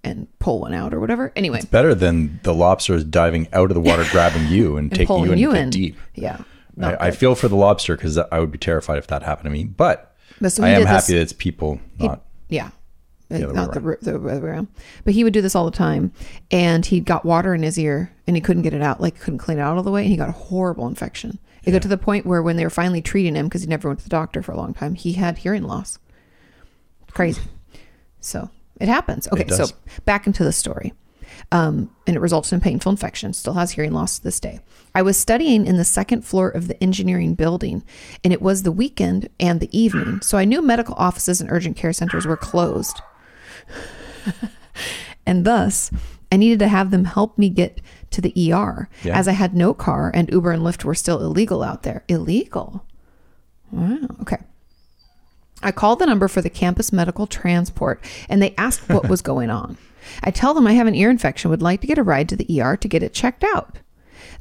Speaker 1: and pull one out or whatever. Anyway,
Speaker 2: Better than the lobsters diving out of the water, grabbing you and, taking you,
Speaker 1: pulling
Speaker 2: in
Speaker 1: you
Speaker 2: the
Speaker 1: in.
Speaker 2: deep.
Speaker 1: Yeah. not
Speaker 2: I, I
Speaker 1: good.
Speaker 2: feel for the lobster because I would be terrified if that happened to me. But
Speaker 1: But so
Speaker 2: I
Speaker 1: he
Speaker 2: am
Speaker 1: did this-
Speaker 2: happy that it's people, not
Speaker 1: Yeah.
Speaker 2: other way
Speaker 1: Not the, ro- the other way around. But he would do this all the time. And he got water in his ear and he couldn't get it out, like couldn't clean it out all the way. And he got a horrible infection. It got to the point where when they were finally treating him, because he never went to the doctor for a long time, he had hearing loss. Crazy. So it happens. Okay. so
Speaker 2: does.
Speaker 1: back into the story. Um, and it results in painful infection. Still has hearing loss to this day. I was studying in the second floor of the engineering building, and it was the weekend and the evening, so I knew medical offices and urgent care centers were closed, and thus I needed to have them help me get to the ER,
Speaker 2: Yeah.
Speaker 1: as I had no car and Uber and Lyft were still illegal out there. Illegal. Wow. Okay. I called the number for the campus medical transport and they asked what was going on. I tell them I have an ear infection, would like to get a ride to the ER to get it checked out.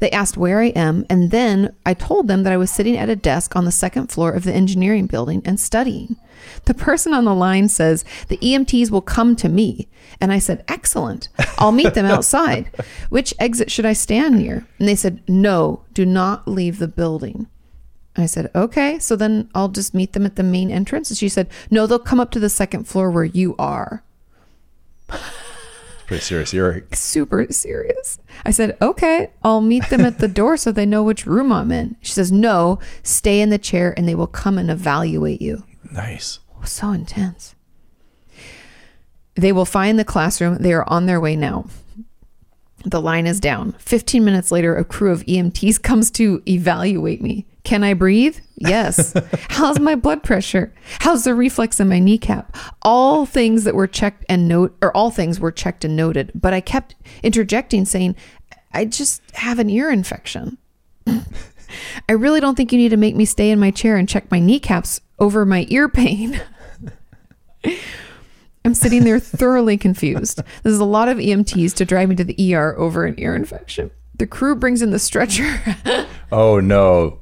Speaker 1: They asked where I am, and then I told them that I was sitting at a desk on the second floor of the engineering building and studying. The person on the line says, The EMTs will come to me. And I said, Excellent. I'll meet them outside. Which exit should I stand near? And they said, No, do not leave the building. I said, okay, so then I'll just meet them at the main entrance. And she said, no, they'll come up to the second floor where you are.
Speaker 2: it's pretty serious. You're
Speaker 1: Super serious. I said, okay, I'll meet them at the door so they know which room I'm in. She says, no, stay in the chair and they will come and evaluate you.
Speaker 2: nice.
Speaker 1: So intense. They will find the classroom. They are on their way now. The line is down. 15 minutes later, a crew of EMTs comes to evaluate me. Can I breathe? Yes. How's my blood pressure? How's the reflex in my kneecap? All things that were checked and note or all things were checked and noted, but I kept interjecting saying, I just have an ear infection. I really don't think you need to make me stay in my chair and check my kneecaps over my ear pain. I'm sitting there thoroughly confused. There's a lot of EMTs to drive me to the ER over an ear infection. The crew brings in the stretcher.
Speaker 2: Oh no.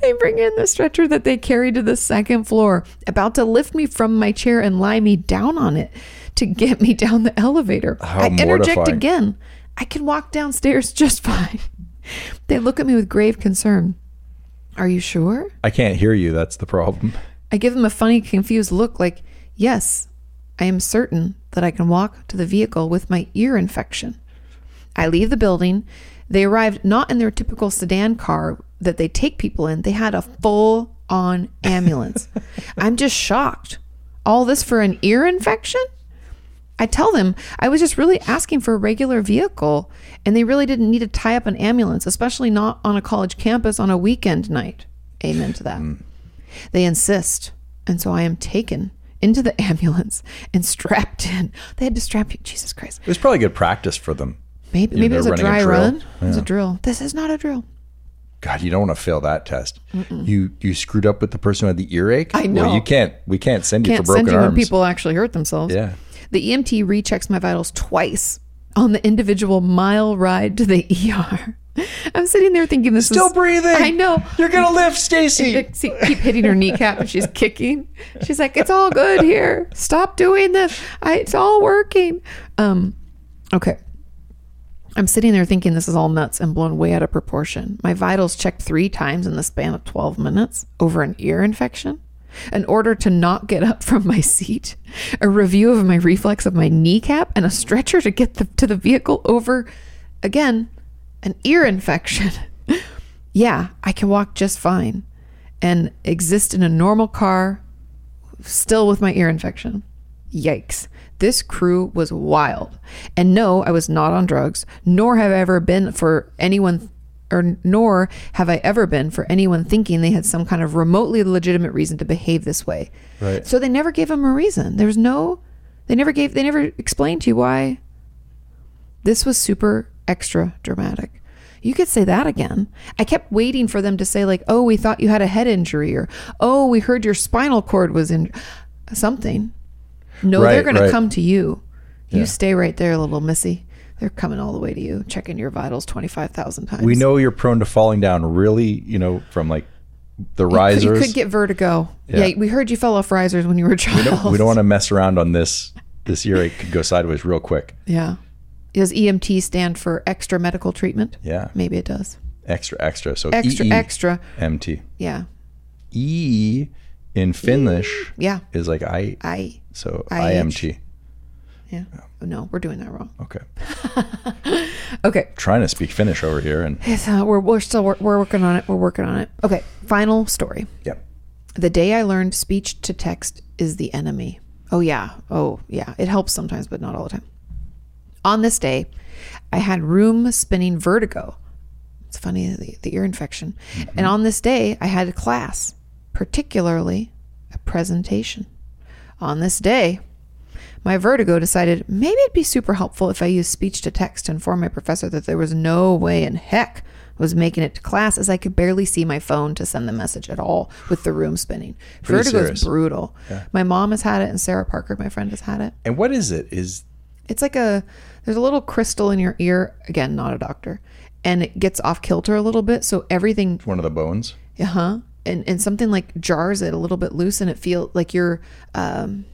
Speaker 1: they bring in the stretcher that they carry to the second floor, about to lift me from my chair and lie me down on it to get me down the elevator.
Speaker 2: How
Speaker 1: I interject
Speaker 2: mortifying.
Speaker 1: again. I can walk downstairs just fine. They look at me with grave concern. Are you sure?
Speaker 2: I can't hear you. That's the problem.
Speaker 1: I give him a funny, confused look like, Yes, I am certain that I can walk to the vehicle with my ear infection. I leave the building. They arrived not in their typical sedan car that they take people in, they had a full on ambulance. I'm just shocked. All this for an ear infection? I tell them I was just really asking for a regular vehicle and they really didn't need to tie up an ambulance, especially not on a college campus on a weekend night. Amen to that. They insist, and so I am taken into the ambulance and strapped in. They had to strap you. Jesus Christ.
Speaker 2: It was probably good practice for them.
Speaker 1: Maybe
Speaker 2: You
Speaker 1: maybe it
Speaker 2: know,
Speaker 1: was a
Speaker 2: running a
Speaker 1: dry
Speaker 2: drill.
Speaker 1: run. It was a drill. This is not a drill.
Speaker 2: God, you don't want to fail that test. You you screwed up with the person who had the earache. I
Speaker 1: know.
Speaker 2: Well, you can't. We can't send you
Speaker 1: Can't
Speaker 2: for broken
Speaker 1: send you
Speaker 2: arms.
Speaker 1: when people actually hurt themselves.
Speaker 2: Yeah.
Speaker 1: The EMT rechecks my vitals twice on the individual mile ride to the ER. I'm sitting there thinking this
Speaker 2: Still
Speaker 1: is
Speaker 2: breathing.
Speaker 1: I know.
Speaker 2: You're gonna live, Stacy.
Speaker 1: See, keep hitting her kneecap and she's kicking. She's like, "It's all good here. Stop doing this. I, it's all working." Um, okay. I'm sitting there thinking this is all nuts and blown way out of proportion. My vitals checked three times in the span of 12 minutes over an ear infection, an order to not get up from my seat, a review of my reflex of my kneecap, and a stretcher to get the, to the vehicle over, again, an ear infection. yeah, I can walk just fine and exist in a normal car, still with my ear infection. Yikes. This crew was wild. And no, I was not on drugs, nor have I ever been for anyone or nor have I ever been for anyone thinking they had some kind of remotely legitimate reason to behave this way.
Speaker 2: Right.
Speaker 1: So they never gave him a reason. There was no they never gave they never explained to you why this was super extra dramatic. You could say that again. I kept waiting for them to say like, "Oh, we thought you had a head injury," or "Oh, we heard your spinal cord was in something." No, they're
Speaker 2: Right,
Speaker 1: going to
Speaker 2: right.
Speaker 1: come to you. You
Speaker 2: Yeah.
Speaker 1: stay right there, little missy. They're coming all the way to you, checking your vitals twenty five thousand times.
Speaker 2: We know you're prone to falling down really, you know, from like the risers.
Speaker 1: You could get vertigo. Yeah.
Speaker 2: Yeah.
Speaker 1: we heard you fell off risers when you were a child.
Speaker 2: we don't want to mess around on this. This year it could go sideways real quick.
Speaker 1: Yeah. Does EMT stand for extra medical treatment?
Speaker 2: Yeah.
Speaker 1: Maybe it does.
Speaker 2: Extra, extra. So E
Speaker 1: Extra,
Speaker 2: EE,
Speaker 1: extra.
Speaker 2: MT.
Speaker 1: Yeah.
Speaker 2: E in Finnish
Speaker 1: Yeah.
Speaker 2: is like I,
Speaker 1: I,
Speaker 2: so
Speaker 1: I-
Speaker 2: IMT.
Speaker 1: yeah. Oh, no, we're doing that wrong.
Speaker 2: Okay.
Speaker 1: Okay.
Speaker 2: Trying to speak Finnish over here. And
Speaker 1: It's, uh, we're, we're still, we're, we're working on it. We're working on it. Okay. Final story.
Speaker 2: yeah.
Speaker 1: The day I learned speech to text is the enemy. Oh, yeah. Oh, yeah. It helps sometimes, but not all the time. On this day, I had room spinning vertigo. It's funny, the, the ear infection.
Speaker 2: Mm-hmm.
Speaker 1: And on this day, I had a class, particularly a presentation. On this day, my vertigo decided maybe it'd be super helpful if I used speech to text to inform my professor that there was no way in heck I was making it to class as I could barely see my phone to send the message at all with the room spinning.
Speaker 2: Pretty
Speaker 1: Vertigo
Speaker 2: serious.
Speaker 1: is brutal. My mom has had it and Sarah Parker, my friend, has had it.
Speaker 2: And what is it? Is
Speaker 1: It's like a there's a little crystal in your ear. Again, not a doctor, and it gets off kilter a little bit, so everything,
Speaker 2: one of the bones?
Speaker 1: uh huh, and and something like jars it a little bit loose, and it feels like you're, um,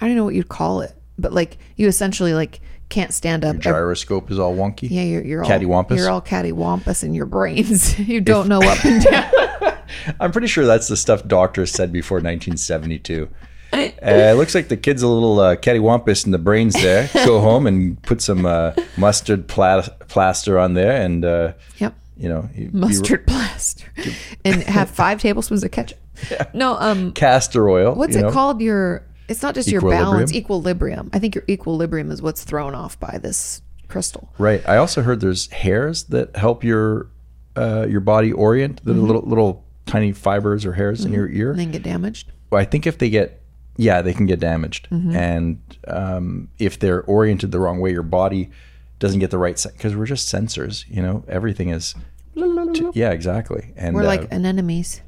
Speaker 1: I don't know what you'd call it, but like you essentially like can't stand up. Ev-
Speaker 2: Gyroscope is all wonky.
Speaker 1: Uh, yeah, you're, you're all
Speaker 2: Cattywampus?
Speaker 1: You're all cattywampus in your brains. you don't know up and down.
Speaker 2: I'm pretty sure that's the stuff doctors said before 1972. Uh, it looks like the kid's a little uh, cattywampus in the brains there. Go home and put some uh, mustard pla- plaster on there, and uh,
Speaker 1: Yep,
Speaker 2: you know, you- you-
Speaker 1: mustard plaster, and have five tablespoons of ketchup. No, um,
Speaker 2: castor oil.
Speaker 1: what's
Speaker 2: you
Speaker 1: it
Speaker 2: know?
Speaker 1: called your it's not just your balance equilibrium
Speaker 2: Equilibrium?
Speaker 1: i think your equilibrium is what's thrown off by this crystal
Speaker 2: Right. I also heard there's hairs that help your uh, your body orient.
Speaker 1: Mm-hmm.
Speaker 2: The little little tiny fibers or hairs in your ear.
Speaker 1: and then get damaged
Speaker 2: Well, I think if they get, yeah, they can get damaged,
Speaker 1: Mm-hmm.
Speaker 2: and um, if they're oriented the wrong way, your body doesn't get the right because we're just sensors, you know. Everything is, yeah, exactly. And
Speaker 1: we're
Speaker 2: uh,
Speaker 1: like anemones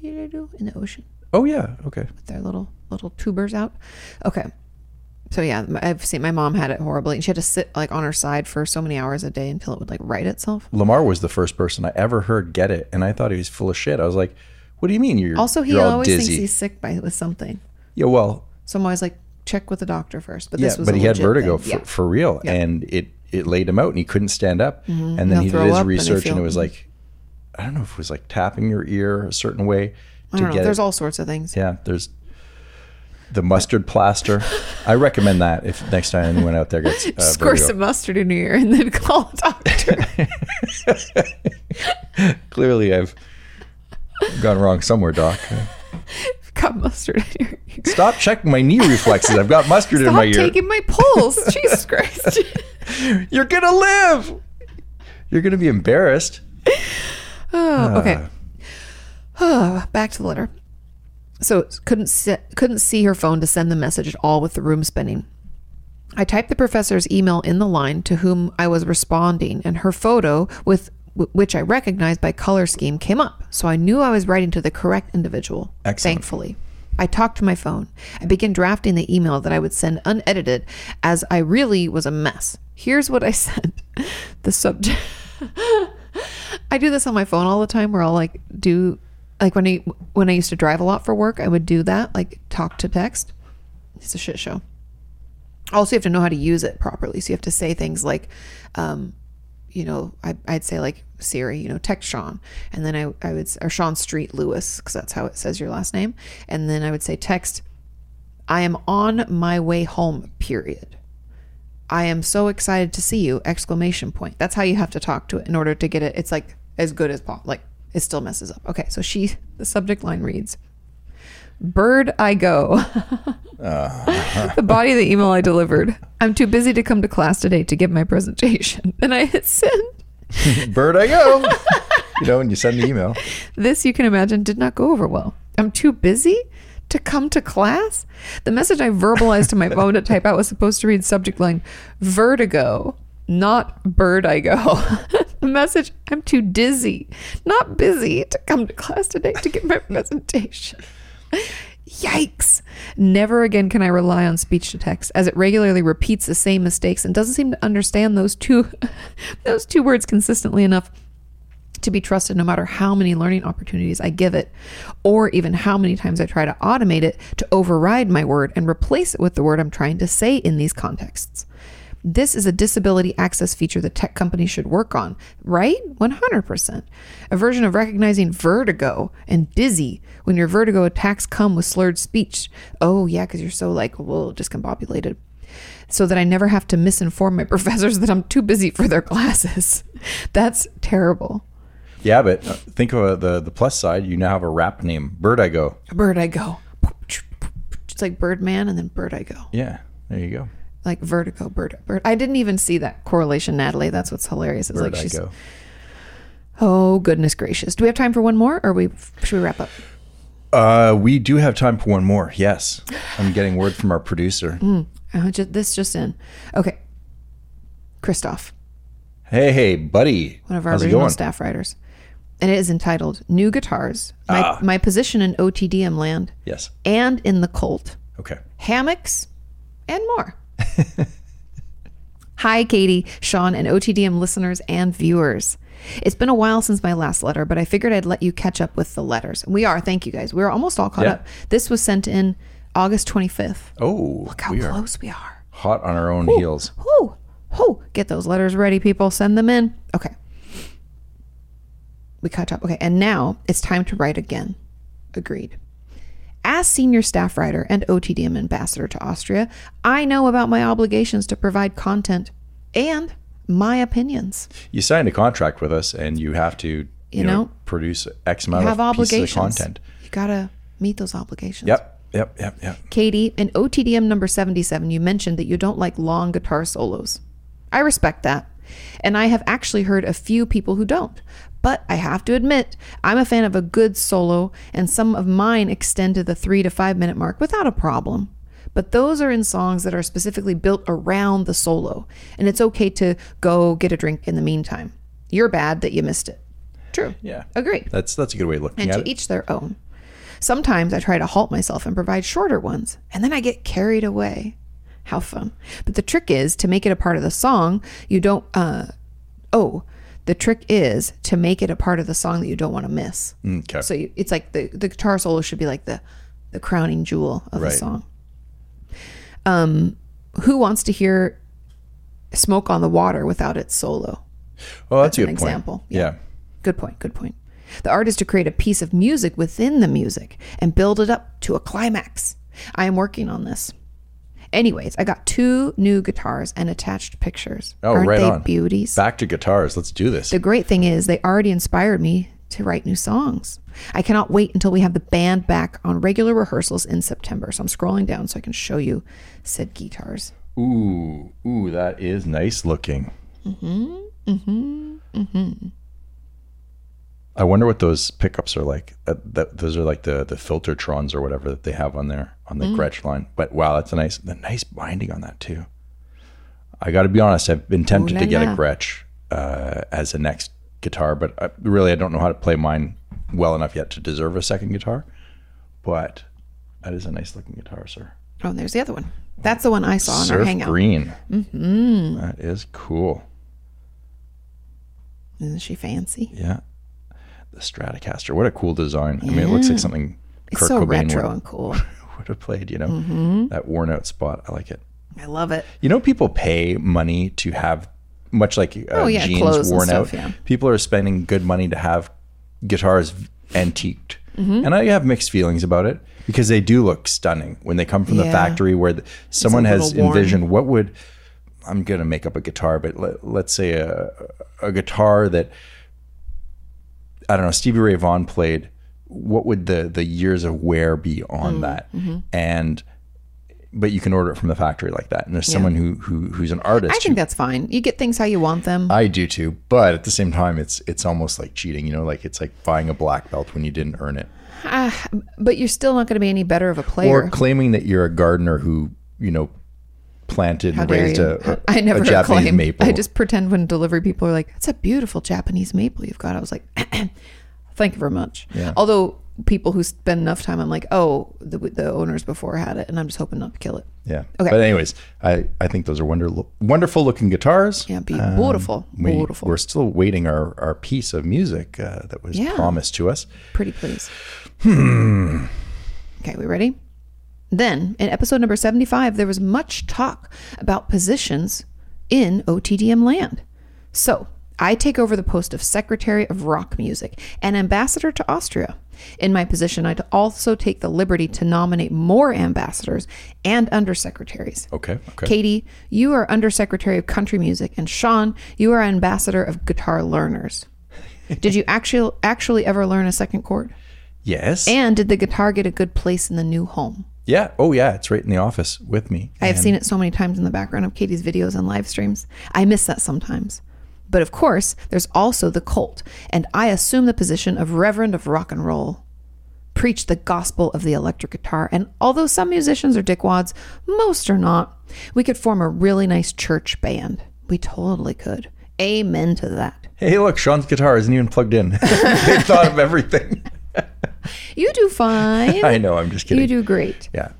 Speaker 1: You know, do in the ocean
Speaker 2: oh yeah, okay,
Speaker 1: with their little little tubers out okay so yeah m- i've seen my mom had it horribly and she had to sit like on her side for so many hours a day until it would like right itself
Speaker 2: Lamar was the first person I ever heard get it, and I thought he was full of shit. I was like, what do you mean you're
Speaker 1: also he
Speaker 2: you're all
Speaker 1: always
Speaker 2: dizzy?
Speaker 1: thinks he's sick by with something
Speaker 2: yeah, well,
Speaker 1: so i'm always like check with the doctor first but
Speaker 2: yeah,
Speaker 1: this was
Speaker 2: but
Speaker 1: a
Speaker 2: he had
Speaker 1: legit
Speaker 2: vertigo for,
Speaker 1: thing. Yeah. Mm-hmm.
Speaker 2: for real, and it it laid him out, and he couldn't stand up. And then
Speaker 1: He'll
Speaker 2: he
Speaker 1: throw
Speaker 2: did his
Speaker 1: up and they
Speaker 2: research, and
Speaker 1: feel-
Speaker 2: it was like, I don't know if it was like tapping your ear a certain way.
Speaker 1: i don't
Speaker 2: to
Speaker 1: know
Speaker 2: get
Speaker 1: there's
Speaker 2: it.
Speaker 1: all sorts of things
Speaker 2: Yeah, there's the mustard plaster. I recommend that if next time anyone out there gets uh,
Speaker 1: score
Speaker 2: vertigo.
Speaker 1: some mustard in your ear and then call a doctor
Speaker 2: Clearly, I've gone wrong somewhere, Doc.
Speaker 1: got mustard in your ear.
Speaker 2: Stop checking my knee reflexes. I've got mustard in
Speaker 1: Stop
Speaker 2: my ear.
Speaker 1: taking my pulse. Jesus Christ.
Speaker 2: You're gonna live. You're gonna be embarrassed.
Speaker 1: Oh, okay. Back to the letter. So couldn't se- couldn't see her phone to send the message at all with the room spinning. I typed the professor's email in the line to whom I was responding, and her photo with w- which I recognized by color scheme came up. So I knew I was writing to the correct individual.
Speaker 2: Excellent.
Speaker 1: Thankfully, I talked to my phone. I began drafting the email that I would send unedited, as I really was a mess. Here's what I sent. The subject. I do this on my phone all the time where I'll like do like when I when I used to drive a lot for work, I would do that, like talk to text. It's a shit show. Also, you have to know how to use it properly. So you have to say things like, um, you know, I, I'd say like Siri, you know, text Sean, and then I, I would s- or Sean Street Lewis because that's how it says your last name, and then I would say text, I am on my way home. Period. I am so excited to see you! Exclamation point. That's how you have to talk to it in order to get it. It's like as good as possible. Like it still messes up. Okay, so she the subject line reads, "Bird I go." the body of the email I delivered. I'm too busy to come to class today to give my presentation. And I hit send.
Speaker 2: Bird, I go. you know, and you send the email.
Speaker 1: This, you can imagine, did not go over well. I'm too busy to come to class? The message I verbalized to my phone to type out was supposed to read subject line vertigo, not bird I go. a message I'm too dizzy, not busy, to come to class today to get my presentation. Yikes. Never again can I rely on speech to text as it regularly repeats the same mistakes and doesn't seem to understand those two those two words consistently enough to be trusted no matter how many learning opportunities I give it or even how many times I try to automate it to override my word and replace it with the word I'm trying to say in these contexts. This is a disability access feature that tech companies should work on, right? 100%. A version of recognizing vertigo and dizzy when your vertigo attacks come with slurred speech. Oh, yeah, because you're so like, well, discombobulated. So that I never have to misinform my professors that I'm too busy for their classes. That's terrible.
Speaker 2: Yeah, but uh, think of uh, the the plus side. You now have a rap name, Bird I Go.
Speaker 1: Bird I go. It's like Birdman and then Bird I go.
Speaker 2: Yeah, there you go.
Speaker 1: Like vertigo, bird, bird. I didn't even see that correlation, Natalie. That's what's hilarious. It's
Speaker 2: Bird
Speaker 1: like
Speaker 2: I
Speaker 1: she's,
Speaker 2: Go.
Speaker 1: oh goodness gracious. Do we have time for one more, or we should we wrap up?
Speaker 2: Uh, we do have time for one more. Yes, I'm getting word from our producer.
Speaker 1: Uh, ju- this just in. Okay, Christoph,
Speaker 2: Hey, hey, buddy.
Speaker 1: one of our
Speaker 2: How's it
Speaker 1: original
Speaker 2: going?
Speaker 1: staff writers, and it is entitled "New Guitars: My,
Speaker 2: Ah.
Speaker 1: my Position in OTDM Land
Speaker 2: Yes.
Speaker 1: and in the Cold."
Speaker 2: Okay.
Speaker 1: hammocks, and more. Hi, Katie, Sean, and OTDM listeners and viewers. It's been a while since my last letter, but I figured I'd let you catch up with the letters. We are. Thank you guys. We're almost all caught
Speaker 2: Yeah.
Speaker 1: up. This was sent in August 25th.
Speaker 2: Oh,
Speaker 1: Look how
Speaker 2: we are
Speaker 1: close we are.
Speaker 2: hot on our own heels.
Speaker 1: Whoo, whoo. Get those letters ready, people. Send them in. Okay. We caught up. Okay. And now it's time to write again. Agreed. As senior staff writer and OTDM ambassador to Austria, I know about my obligations to provide content and my opinions.
Speaker 2: You signed a contract with us, and you have to, you,
Speaker 1: know,
Speaker 2: produce X amount
Speaker 1: Have
Speaker 2: of
Speaker 1: obligations.
Speaker 2: pieces of content.
Speaker 1: You gotta meet those obligations.
Speaker 2: Yep. Yep. Yep. Yep.
Speaker 1: Katie, in OTDM number 77, you mentioned that you don't like long guitar solos. I respect that. And I have actually heard a few people who don't. But I have to admit, I'm a fan of a good solo, and some of mine extend to the three to five minute mark without a problem. But those are in songs that are specifically built around the solo, and it's okay to go get a drink in the meantime. You're bad that you missed it. True.
Speaker 2: Yeah.
Speaker 1: Agreed
Speaker 2: That's that's a good way of looking
Speaker 1: and
Speaker 2: at
Speaker 1: to
Speaker 2: it.
Speaker 1: each their own. Sometimes I try to halt myself and provide shorter ones, and then I get carried away. How fun. But the trick is to make it a part of the song you don't, uh, oh, the trick is to make it a part of the song that you don't want to miss.
Speaker 2: Mm, Okay.
Speaker 1: So you, it's like the, the guitar solo should be like the, the crowning jewel of
Speaker 2: Right.
Speaker 1: the song. Um, who wants to hear Smoke on the Water without its solo?
Speaker 2: oh, that's, a
Speaker 1: an
Speaker 2: good point.
Speaker 1: example.
Speaker 2: Yeah.
Speaker 1: Good point. Good point. The art is to create a piece of music within the music and build it up to a climax. I am working on this. Anyways, I got two new guitars and attached pictures.
Speaker 2: Oh,
Speaker 1: Aren't
Speaker 2: right
Speaker 1: they
Speaker 2: on.
Speaker 1: beauties?
Speaker 2: Back to guitars. Let's do this.
Speaker 1: The great thing is, they already inspired me to write new songs. I cannot wait until we have the band back on regular rehearsals in September. So I'm scrolling down so I can show you said guitars.
Speaker 2: Ooh, ooh, that is nice looking. Mm-hmm. Mm-hmm. Mm-hmm.
Speaker 1: mm-hmm,
Speaker 2: I wonder what those pickups are like. That, that those are like the the filtertrons or whatever that they have on there on the
Speaker 1: Mm.
Speaker 2: Gretsch line. But wow, that's a nice the nice binding on that too. I got to be honest. I've been tempted
Speaker 1: Ooh
Speaker 2: to
Speaker 1: la
Speaker 2: get a
Speaker 1: la.
Speaker 2: Gretsch uh, as a next guitar, but I, really I don't know how to play mine well enough yet to deserve a second guitar. But that is a nice looking guitar, sir.
Speaker 1: Oh, and there's the other one. That's the one I saw in our
Speaker 2: Surf
Speaker 1: hangout.
Speaker 2: green. Mm-hmm. is cool.
Speaker 1: Isn't she fancy?
Speaker 2: Yeah. The Stratocaster. What a cool design. I mean, it looks like something
Speaker 1: It's
Speaker 2: Kurt
Speaker 1: so
Speaker 2: Cobain
Speaker 1: retro Mm-hmm.
Speaker 2: Would,
Speaker 1: and cool.
Speaker 2: would have played, you know? That worn out spot. I like it.
Speaker 1: I love it.
Speaker 2: You know, people pay money to have, much like uh,
Speaker 1: Oh, yeah, clothes
Speaker 2: jeans
Speaker 1: and
Speaker 2: worn
Speaker 1: stuff,
Speaker 2: out,
Speaker 1: yeah.
Speaker 2: people are spending good money to have guitars antiqued.
Speaker 1: Mm-hmm.
Speaker 2: And I have mixed feelings about it because they do look stunning when they come from the
Speaker 1: Yeah.
Speaker 2: factory where the, someone has
Speaker 1: little worn.
Speaker 2: envisioned what would, I'm going to make up a guitar, but let, let's say a, a guitar that, I don't know, Stevie Ray Vaughan played, what would the, the years of wear be on
Speaker 1: Mm,
Speaker 2: that?
Speaker 1: mm-hmm.
Speaker 2: And, but you can order it from the factory like that. And there's someone who, who who's an artist.
Speaker 1: I
Speaker 2: who-
Speaker 1: think that's fine. You get things how you want them.
Speaker 2: I do too, but at the same time, it's it's almost like cheating. You know, like it's like buying a black belt when you didn't earn it,
Speaker 1: Ah, but you're still not going to be any better of a player.
Speaker 2: or claiming that you're a gardener who you know planted
Speaker 1: How
Speaker 2: and
Speaker 1: dare
Speaker 2: raised
Speaker 1: you?
Speaker 2: a,
Speaker 1: I never
Speaker 2: a Japanese
Speaker 1: claim.
Speaker 2: maple.
Speaker 1: I just pretend when delivery people are like, "That's a beautiful Japanese maple you've got." I was like, "Thank you very much."
Speaker 2: Yeah.
Speaker 1: Although people who spend enough time, I'm like, "Oh, the, the owners before had it," and I'm just hoping not to kill it.
Speaker 2: yeah.
Speaker 1: Okay.
Speaker 2: But anyways, I, I think those are wonderful wonderful looking guitars.
Speaker 1: Yeah, be beautiful,
Speaker 2: Um, We,
Speaker 1: beautiful.
Speaker 2: We're still waiting our, our piece of music uh, that was
Speaker 1: Yeah.
Speaker 2: promised to us.
Speaker 1: Pretty please. okay, we ready? Then, in episode number 75, there was much talk about positions in OTDM land. So, I take over the post of Secretary of Rock Music and Ambassador to Austria. In my position, I also take the liberty to nominate more ambassadors and undersecretaries.
Speaker 2: Okay. Okay.
Speaker 1: Katie, you are Undersecretary of Country Music, and Sean, you are Ambassador of Guitar Learners. Did you actually actually ever learn a second chord?
Speaker 2: Yes.
Speaker 1: And did the guitar get a good place in the new home?
Speaker 2: yeah. Oh yeah. It's right in the office with me.
Speaker 1: I have seen it so many times in the background of Katie's videos and live streams. I miss that sometimes. But of course, there's also the cult, and I assume the position of Reverend of Rock and Roll. Preach the gospel of the electric guitar, and although some musicians are dickwads, most are not. We could form a really nice church band. We totally could. Amen to that.
Speaker 2: Hey, look, Sean's guitar isn't even plugged in. they thought of everything.
Speaker 1: You do fine.
Speaker 2: I know. I'm just kidding.
Speaker 1: You do great.
Speaker 2: Yeah.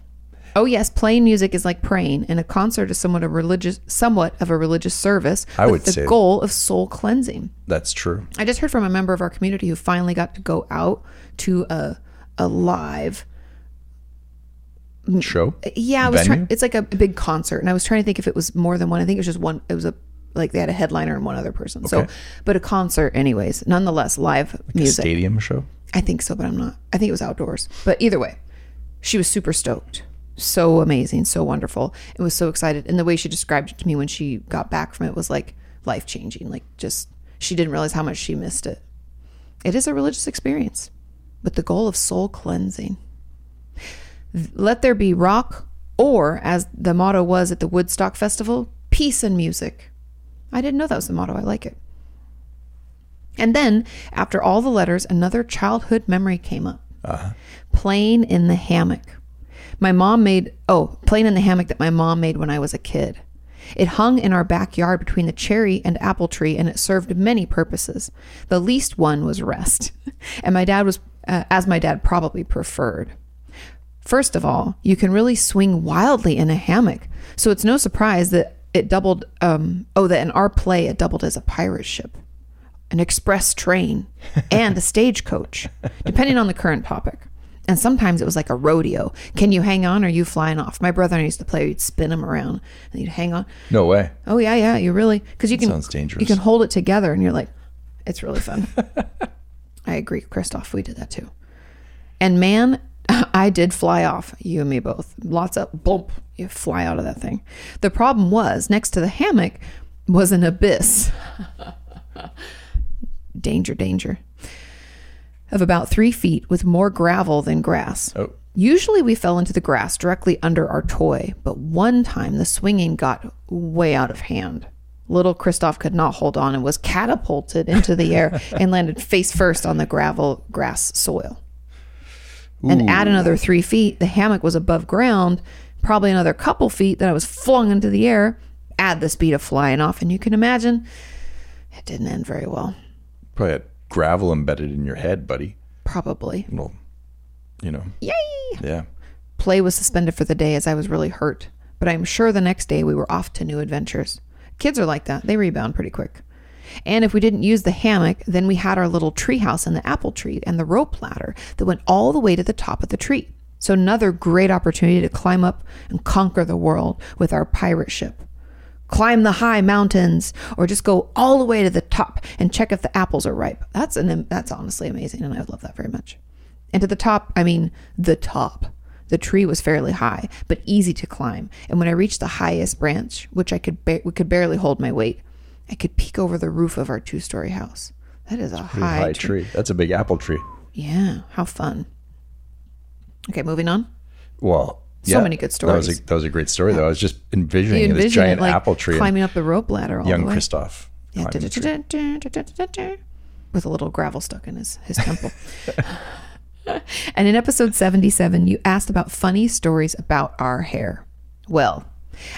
Speaker 1: Oh yes, playing music is like praying, and a concert is somewhat a religious, somewhat of a religious service
Speaker 2: I
Speaker 1: with
Speaker 2: would
Speaker 1: the
Speaker 2: say-
Speaker 1: goal of soul cleansing.
Speaker 2: That's true.
Speaker 1: I just heard from a member of our community who finally got to go out to a a live. Mm.
Speaker 2: Show.
Speaker 1: Yeah, I was
Speaker 2: Venue?
Speaker 1: trying. It's like a big concert, and I was trying to think if it was more than one. I think it was just one. It was a like they had a headliner and one other person. So,
Speaker 2: Okay.
Speaker 1: but a concert, anyways. Nonetheless, live music.
Speaker 2: Stadium show.
Speaker 1: I think so, but I'm not. I think it was outdoors. But either way, she was super stoked. So amazing, so wonderful, and was so excited. And the way she described it to me when she got back from it was like life changing. Like just she didn't realize how much she missed it. It is a religious experience with the goal of soul cleansing. Th- Let there be rock, or as the motto was at the Woodstock Festival, peace and music. I didn't know that was the motto. I like it. And then, after all the letters, another childhood memory came up playing in the hammock. My mom made, oh, playing in the hammock that my mom made when I was a kid. It hung in our backyard between the cherry and apple tree, and it served many purposes. The least one was rest, and my dad was, uh, as my dad probably preferred. First of all, you can really swing wildly in a hammock, so it's no surprise that it doubled. Um, oh, that in our play it doubled as a pirate ship, an express train, and a stagecoach, depending on the current topic. And sometimes it was like a rodeo. Can you hang on or are you flying off? My brother and I used to play. You'd spin him around and you'd hang on.
Speaker 2: No way.
Speaker 1: Oh yeah, yeah. You really because you can
Speaker 2: sounds dangerous.
Speaker 1: You can hold it together, and you're like, it's really fun. I agree, Christoph. We did that too. And man, I did fly off. You and me both. Lots of bump. You fly out of that thing. The problem was next to the hammock was an abyss. danger, danger. Of about three feet with more gravel than grass.
Speaker 2: Oh.
Speaker 1: Usually we fell into the grass directly under our toy, but one time the swinging got way out of hand. Little Kristoff could not hold on and was catapulted into the air and landed face first on the gravel grass soil. And add another three feet, the hammock was above ground, probably another couple feet that I was flung into the air. Add the speed of flying off, and you can imagine it didn't end very well.
Speaker 2: Probably had gravel embedded in your head, buddy.
Speaker 1: Probably.
Speaker 2: Well, you know.
Speaker 1: Yay!
Speaker 2: Yeah.
Speaker 1: Play was suspended for the day as I was really hurt, but I am sure the next day we were off to new adventures. Kids are like that, they rebound pretty quick. And if we didn't use the hammock, then we had our little tree house and the apple tree and the rope ladder that went all the way to the top of the tree. So, another great opportunity to climb up and conquer the world with our pirate ship. Climb the high mountains, or just go all the way to the top and check if the apples are ripe. That's an, that's honestly amazing, and I love that very much. And to the top, I mean the top. The tree was fairly high, but easy to climb. And when I reached the highest branch, which I could ba- we could barely hold my weight, I could peek over the roof of our two-story house. That is a
Speaker 2: Pretty
Speaker 1: high,
Speaker 2: high,
Speaker 1: tree.
Speaker 2: tree. That's a big apple tree.
Speaker 1: Yeah, how fun. Okay, moving on.
Speaker 2: Well,
Speaker 1: So
Speaker 2: yeah,
Speaker 1: many good
Speaker 2: That was
Speaker 1: stories.
Speaker 2: a, that was a great story, though. I was just envisioning
Speaker 1: You
Speaker 2: this
Speaker 1: envision
Speaker 2: giant
Speaker 1: it like
Speaker 2: apple tree. and
Speaker 1: climbing up the rope ladder all
Speaker 2: young
Speaker 1: the way.
Speaker 2: Christoph.
Speaker 1: Yeah,
Speaker 2: climbing the tree.
Speaker 1: da-da-da-da-da-da-da-da, with a little gravel stuck in his, his temple. and in episode 77, you asked about funny stories about our hair. Well,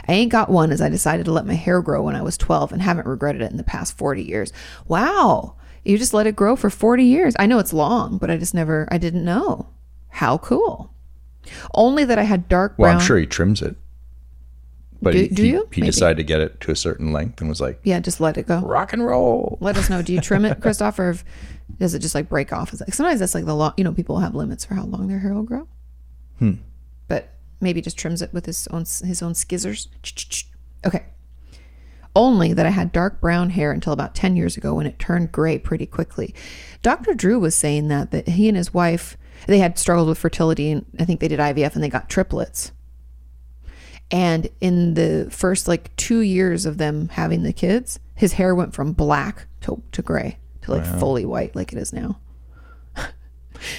Speaker 1: I ain't got one as I decided to let my hair grow when I was 12 and haven't regretted it in the past 40 years. Wow. You just let it grow for 40 years. I know it's long, but I just never, I didn't know. How cool. Only that I had dark
Speaker 2: Well,
Speaker 1: brown.
Speaker 2: I'm sure he trims it. But
Speaker 1: Do-
Speaker 2: he,
Speaker 1: do
Speaker 2: he-
Speaker 1: you?
Speaker 2: he
Speaker 1: Maybe.
Speaker 2: decided to get it to a certain length and was like,
Speaker 1: Yeah, just let it go.
Speaker 2: rock and roll.
Speaker 1: let us know. Do you trim it, Christoph, or if, does it just like break off? It's like- sometimes that's like the long. You know, people have limits for how long their hair will grow. Hmm. But maybe just trims it with his own his own skizzers. Ch-ch-ch. Okay. Only that I had dark brown hair until about ten years ago, when it turned gray pretty quickly. Doctor Drew was saying that that he and his wife they had struggled with fertility, and I think they did IVF and they got triplets. And in the first like two years of them having the kids, his hair went from black to, to gray to like fully white, like it is now.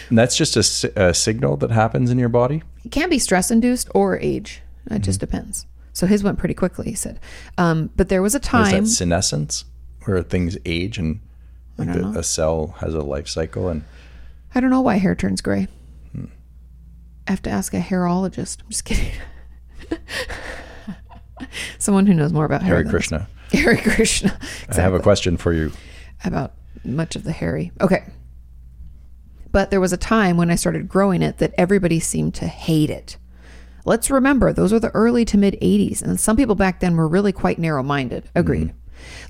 Speaker 2: And that's just a, si- a signal that happens in your body.
Speaker 1: It can be stress induced or age. It
Speaker 2: Mm-hmm.
Speaker 1: just depends. So his went pretty quickly, he said. Um, but there was a
Speaker 2: Is
Speaker 1: time.
Speaker 2: that senescence where things age and like the, a cell has a life cycle? And
Speaker 1: I don't know why hair turns gray.
Speaker 2: Hmm.
Speaker 1: I have to ask a hairologist. I'm just kidding. Someone who knows more about hair.
Speaker 2: Hare
Speaker 1: than us.
Speaker 2: Krishna,
Speaker 1: Hare Krishna.
Speaker 2: I have a question for you.
Speaker 1: about much of the hairy. Okay. But there was a time when I started growing it that everybody seemed to hate it. Let's remember, those were the early to mid 80s, and some people back then were really quite narrow minded. Agreed.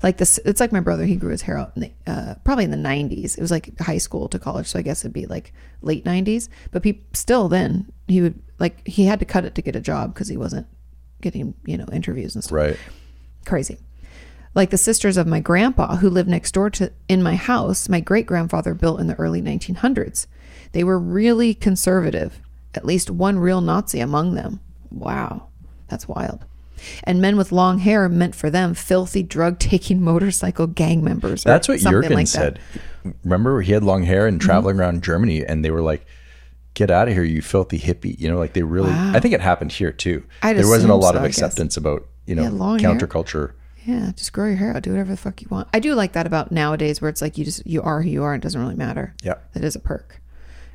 Speaker 1: Like this, it's like my brother, he grew his hair out in the, uh, probably in the 90s. It was like high school to college, so I guess it'd be like late 90s. But peop still then, he would like, he had to cut it to get a job because he wasn't getting, you know, interviews and stuff
Speaker 2: Right.
Speaker 1: crazy. Like the sisters of my grandpa who lived next door to in my house, my great grandfather built in the early 1900s. They were really conservative, at least one real Nazi among them. Wow, that's wild. And men with long hair meant for them filthy drug taking motorcycle gang members. or
Speaker 2: That's what
Speaker 1: something
Speaker 2: Jurgen
Speaker 1: like that. Mm-hmm.
Speaker 2: said. Remember, he had long hair and traveling around Germany, and they were like, "Get out of here, you filthy hippie!" You know, like they really. I think it happened here too.
Speaker 1: I'd
Speaker 2: there wasn't a
Speaker 1: assume
Speaker 2: lot
Speaker 1: so,
Speaker 2: of
Speaker 1: I guess.
Speaker 2: acceptance about you know
Speaker 1: Yeah, long hair.
Speaker 2: counterculture.
Speaker 1: Yeah, just grow your hair out, do whatever the fuck you want. I do like that about nowadays, where it's like you just you are who you are, and it doesn't really matter.
Speaker 2: Yeah.
Speaker 1: that is a perk.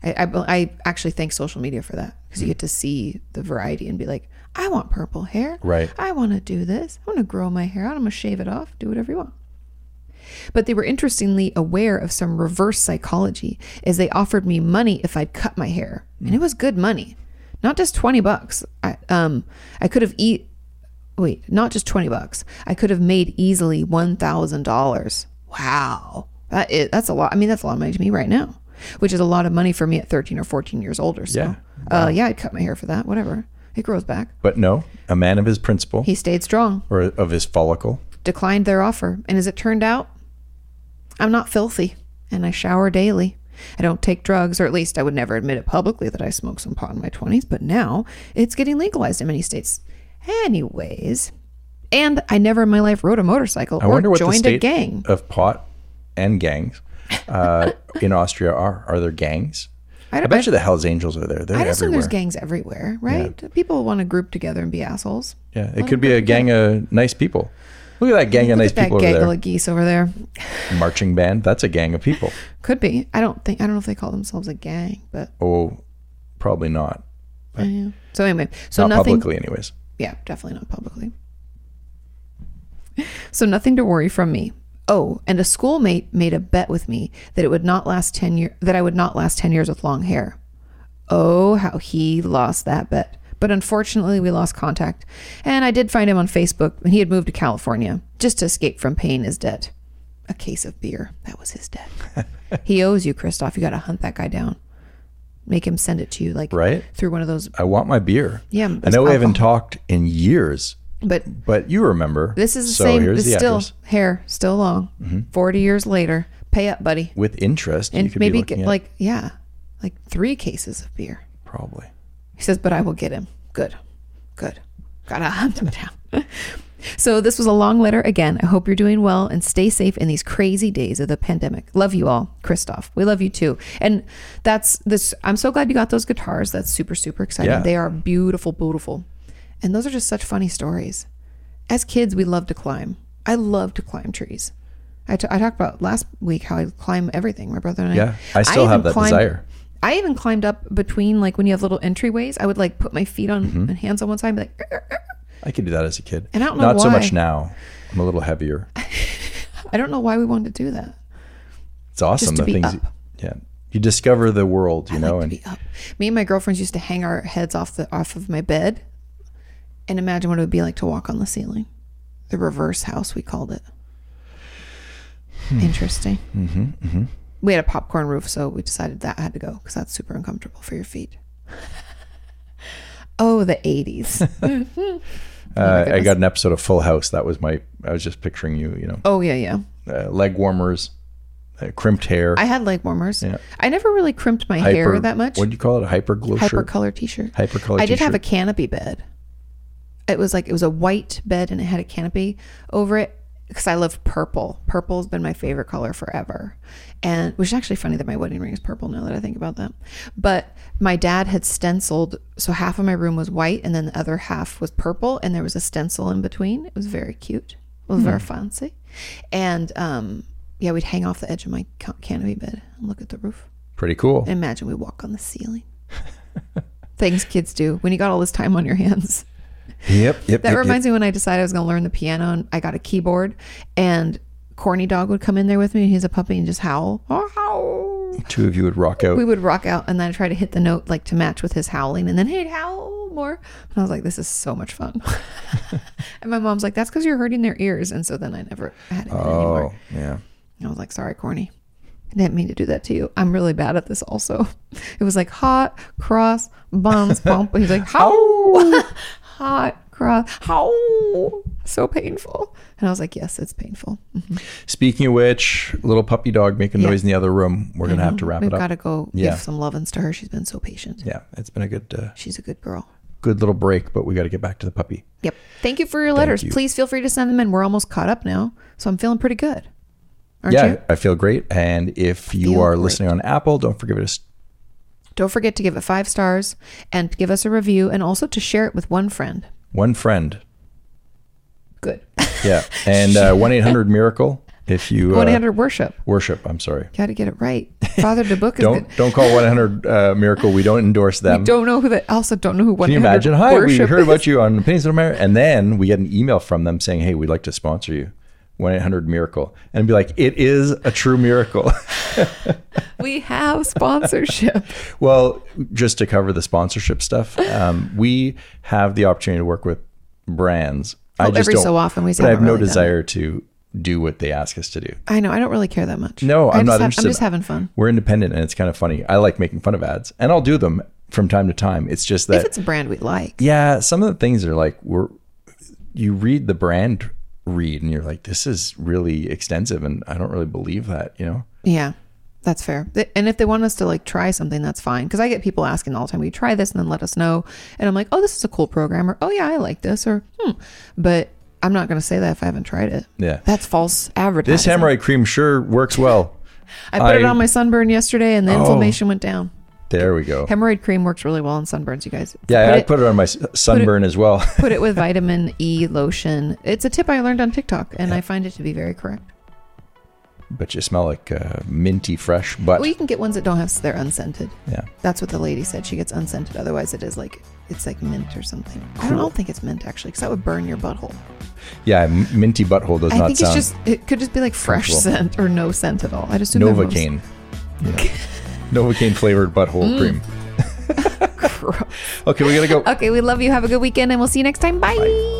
Speaker 1: I I, bel- I actually thank social media for that because you get to see the variety and be like, I want purple hair.
Speaker 2: Right.
Speaker 1: I want to do this. I want to grow my hair out. I'm gonna shave it off. Do whatever you want. But they were interestingly aware of some reverse psychology as they offered me money if I'd cut my hair. And it was good money. Not just 20 bucks. I um I could have eat wait, not just 20 bucks. I could have made easily $1,000. Wow. That is that's a lot. I mean, that's a lot of money to me right now, which is a lot of money for me at 13 or 14 years old or so.
Speaker 2: Yeah.
Speaker 1: Uh yeah, I'd cut my hair for that, whatever. It grows back.
Speaker 2: But no, a man of his principle
Speaker 1: He stayed strong
Speaker 2: or of his follicle.
Speaker 1: declined their offer, and as it turned out, I'm not filthy, and I shower daily. I don't take drugs, or at least I would never admit it publicly that I smoked some pot in my 20s, but now it's getting legalized in many states. Anyways, and I never in my life rode a motorcycle
Speaker 2: I wonder
Speaker 1: or
Speaker 2: what the
Speaker 1: joined
Speaker 2: state
Speaker 1: a gang.
Speaker 2: of pot and gangs uh, in Austria are. Are there gangs? I,
Speaker 1: don't-
Speaker 2: bet you the Hell's Angels are there. They're
Speaker 1: I assume
Speaker 2: everywhere.
Speaker 1: there's gangs everywhere, right? People want to group together and be assholes.
Speaker 2: yeah, it could be a gang of nice people. Look at that gang of
Speaker 1: Look
Speaker 2: nice
Speaker 1: at that
Speaker 2: people over
Speaker 1: gaggle
Speaker 2: there.
Speaker 1: of geese over there.
Speaker 2: Marching band. That's a gang of people.
Speaker 1: Could be. I don't think. I don't know if they call themselves a gang, but
Speaker 2: Oh, probably not.
Speaker 1: yeah. So anyway, so
Speaker 2: not
Speaker 1: nothing.
Speaker 2: publicly, anyways.
Speaker 1: Yeah, definitely not publicly. So nothing to worry from me. Oh, and a schoolmate made a bet with me that it would not last 10 year that I would not last 10 years with long hair. Oh, how he lost that bet. But unfortunately, we lost contact. And I did find him on Facebook, and he had moved to California just to escape from paying his debt. A case of beer. That was his debt. he owes you, Christoph. You got to hunt that guy down. Make him send it to you, like
Speaker 2: Right.
Speaker 1: through one of those.
Speaker 2: I want my beer.
Speaker 1: Yeah,
Speaker 2: I
Speaker 1: it's
Speaker 2: know we haven't talked in years,
Speaker 1: But
Speaker 2: but you remember.
Speaker 1: This is the
Speaker 2: So
Speaker 1: same.
Speaker 2: here's
Speaker 1: This
Speaker 2: the
Speaker 1: still
Speaker 2: address.
Speaker 1: hair, still long. Forty years later, pay up, buddy,
Speaker 2: with interest. you
Speaker 1: and
Speaker 2: could
Speaker 1: maybe
Speaker 2: be
Speaker 1: get
Speaker 2: looking at-
Speaker 1: like yeah, like three cases of beer.
Speaker 2: probably.
Speaker 1: He says, but I will get him. Good, good. Gotta hunt him down. so this was a long letter again. I hope you're doing well and stay safe in these crazy days of the pandemic. Love you all, Christoph. We love you too. And that's this. I'm so glad you got those guitars. That's super super exciting.
Speaker 2: Yeah.
Speaker 1: They are beautiful, beautiful. And those are just such funny stories. As kids, we love to climb. I love to climb trees. I t- I talked about last week how I climb everything. My brother and I.
Speaker 2: Yeah, I still have
Speaker 1: even
Speaker 2: that
Speaker 1: climbed-
Speaker 2: desire.
Speaker 1: I even
Speaker 2: Mm-hmm.
Speaker 1: climbed up between like when you have little entryways. I would like put my feet on and hands on one side, and be like, "Grr, grr, grr,"
Speaker 2: I could do that as a kid.
Speaker 1: And I don't know
Speaker 2: Not so
Speaker 1: why.
Speaker 2: much now. I'm a little heavier.
Speaker 1: I don't know why we wanted to do that.
Speaker 2: It's awesome.
Speaker 1: to
Speaker 2: the
Speaker 1: be
Speaker 2: things.
Speaker 1: up.
Speaker 2: Yeah. You discover the world, you know,
Speaker 1: like
Speaker 2: and
Speaker 1: to be up. Me and my girlfriends used to hang our heads off the off of my bed and imagine what it would be like to walk on the ceiling. The reverse house we called it.
Speaker 2: Hmm.
Speaker 1: Interesting. Mm-hmm, We had a popcorn roof, so we decided that had to go because that's super uncomfortable for your feet. oh, the eighties. Oh
Speaker 2: uh, I got an episode of Full House. That was my. I was just picturing you, you know,
Speaker 1: oh yeah, yeah.
Speaker 2: uh, leg warmers, uh, crimped hair,
Speaker 1: I had leg warmers. I never really crimped my hair that much.
Speaker 2: What do you call it? A hyper glow
Speaker 1: Hyper
Speaker 2: shirt.
Speaker 1: color t-shirt.
Speaker 2: Hyper color.
Speaker 1: I did have a canopy bed. It was like it was a white bed and it had a canopy over it because I love purple. Purple's been my favorite color forever, and which is actually funny that my wedding ring is purple now that I think about that. But my dad had stenciled, so half of my room was white and then the other half was purple, and there was a stencil in between. It was very cute. It was very fancy, and um, yeah, we'd hang off the edge of my ca- canopy bed and look at the roof.
Speaker 2: pretty cool.
Speaker 1: Imagine we walk on the ceiling. Things kids do when you got all this time on your hands.
Speaker 2: Yep. Yep.
Speaker 1: That reminds me when I decided I was going to learn the piano and I got a keyboard and Corny Dog would come in there with me and he's a puppy and just howl.
Speaker 2: Two of you would rock out.
Speaker 1: We would rock out and then I try to hit the note like to match with his howling and then he'd howl more. And I was like, this is so much fun. and my mom's like, that's because you're hurting their ears. And so then I never had it anymore.
Speaker 2: oh, yeah.
Speaker 1: I was like, sorry, Corny. I didn't mean to do that to you. I'm really bad at this also. It was like hot, cross, buns, bump. He's like, how? hot, cross, how? So painful. And I was like, yes, it's painful.
Speaker 2: Speaking of which, little puppy dog making noise in the other room. We're gonna have to wrap
Speaker 1: We've
Speaker 2: it up.
Speaker 1: got to go
Speaker 2: Yeah.
Speaker 1: give some lovins to her. She's been so patient.
Speaker 2: yeah, it's been a good, uh,
Speaker 1: She's a good girl.
Speaker 2: good little break, but we got to get back to the puppy.
Speaker 1: Yep. Thank you for your letters.
Speaker 2: you.
Speaker 1: Please feel free to send them in. We're almost caught up now. So I'm feeling pretty good. Aren't
Speaker 2: yeah,
Speaker 1: you?
Speaker 2: I feel great. And if you
Speaker 1: Feel
Speaker 2: are
Speaker 1: great.
Speaker 2: listening on Apple, don't forget us.
Speaker 1: Don't forget to give it five stars and give us a review and also to share it with one friend.
Speaker 2: One friend.
Speaker 1: Good.
Speaker 2: Yeah, and uh, one eight hundred miracle. If you uh,
Speaker 1: 100 worship.
Speaker 2: worship, I'm sorry.
Speaker 1: Got to get it right. Father DeBook is
Speaker 2: Don't
Speaker 1: good.
Speaker 2: don't call one hundred uh, miracle. We don't endorse them.
Speaker 1: Don't know who that. Also, don't know who.
Speaker 2: Can you imagine? Hi, we heard about you on Opinions of America, and then we get an email from them saying, "Hey, we'd like to sponsor you." One eight hundred miracle, and be like, "It is a true miracle."
Speaker 1: We have sponsorship.
Speaker 2: Well, just to cover the sponsorship stuff, um, we have the opportunity to work with brands. I
Speaker 1: Oh, every so often we
Speaker 2: but I have
Speaker 1: haven't
Speaker 2: no
Speaker 1: really done
Speaker 2: desire to do what they ask us to do.
Speaker 1: I know. I don't really care that much.
Speaker 2: No,
Speaker 1: I just
Speaker 2: I'm not
Speaker 1: have-
Speaker 2: interested.
Speaker 1: I'm just having fun.
Speaker 2: We're independent, and it's kind of funny. I like making fun of ads, and I'll do them from time to time. It's just
Speaker 1: If
Speaker 2: that,
Speaker 1: it's a brand we like,
Speaker 2: yeah, some of the things are like we're you read the brand read, and you're like, this is really extensive, and I don't really believe that, you know.
Speaker 1: yeah, that's fair. Th- And if they want us to like try something, that's fine. Because I get people asking all the time, "Will you try this?" and then let us know. And I'm like, "Oh, this is a cool program," or "Oh yeah, I like this," or "Hmm." But I'm not going to say that if I haven't tried it.
Speaker 2: Yeah.
Speaker 1: that's false advertising.
Speaker 2: This hemorrhoid cream sure works well.
Speaker 1: I put it
Speaker 2: I- Oh.
Speaker 1: on my sunburn yesterday, and the inflammation went down.
Speaker 2: There we go.
Speaker 1: Hemorrhoid cream works really well on sunburns, you guys.
Speaker 2: Yeah,
Speaker 1: put
Speaker 2: I
Speaker 1: it,
Speaker 2: put it on my s- sunburn as well.
Speaker 1: put it with vitamin E lotion. It's a tip I learned on TikTok, and I find it to be very correct.
Speaker 2: but you smell like uh, minty fresh butt.
Speaker 1: Well, you can get ones that don't have they're unscented.
Speaker 2: yeah.
Speaker 1: That's what the lady said. She gets unscented. Otherwise, it is like it's like mint or something. I don't think it's mint actually, because that would burn your butthole.
Speaker 2: Yeah, m- minty butthole does
Speaker 1: I
Speaker 2: not
Speaker 1: think it's
Speaker 2: sound
Speaker 1: just it could just be like fresh
Speaker 2: comfortable.
Speaker 1: scent or no scent at all. I'd assume they're most-
Speaker 2: Novocaine. Yeah. Novocaine flavored butthole
Speaker 1: Mm.
Speaker 2: cream.
Speaker 1: Gross.
Speaker 2: Okay, we gotta go.
Speaker 1: Okay, we love you. Have a good weekend, and we'll see you next time. Bye.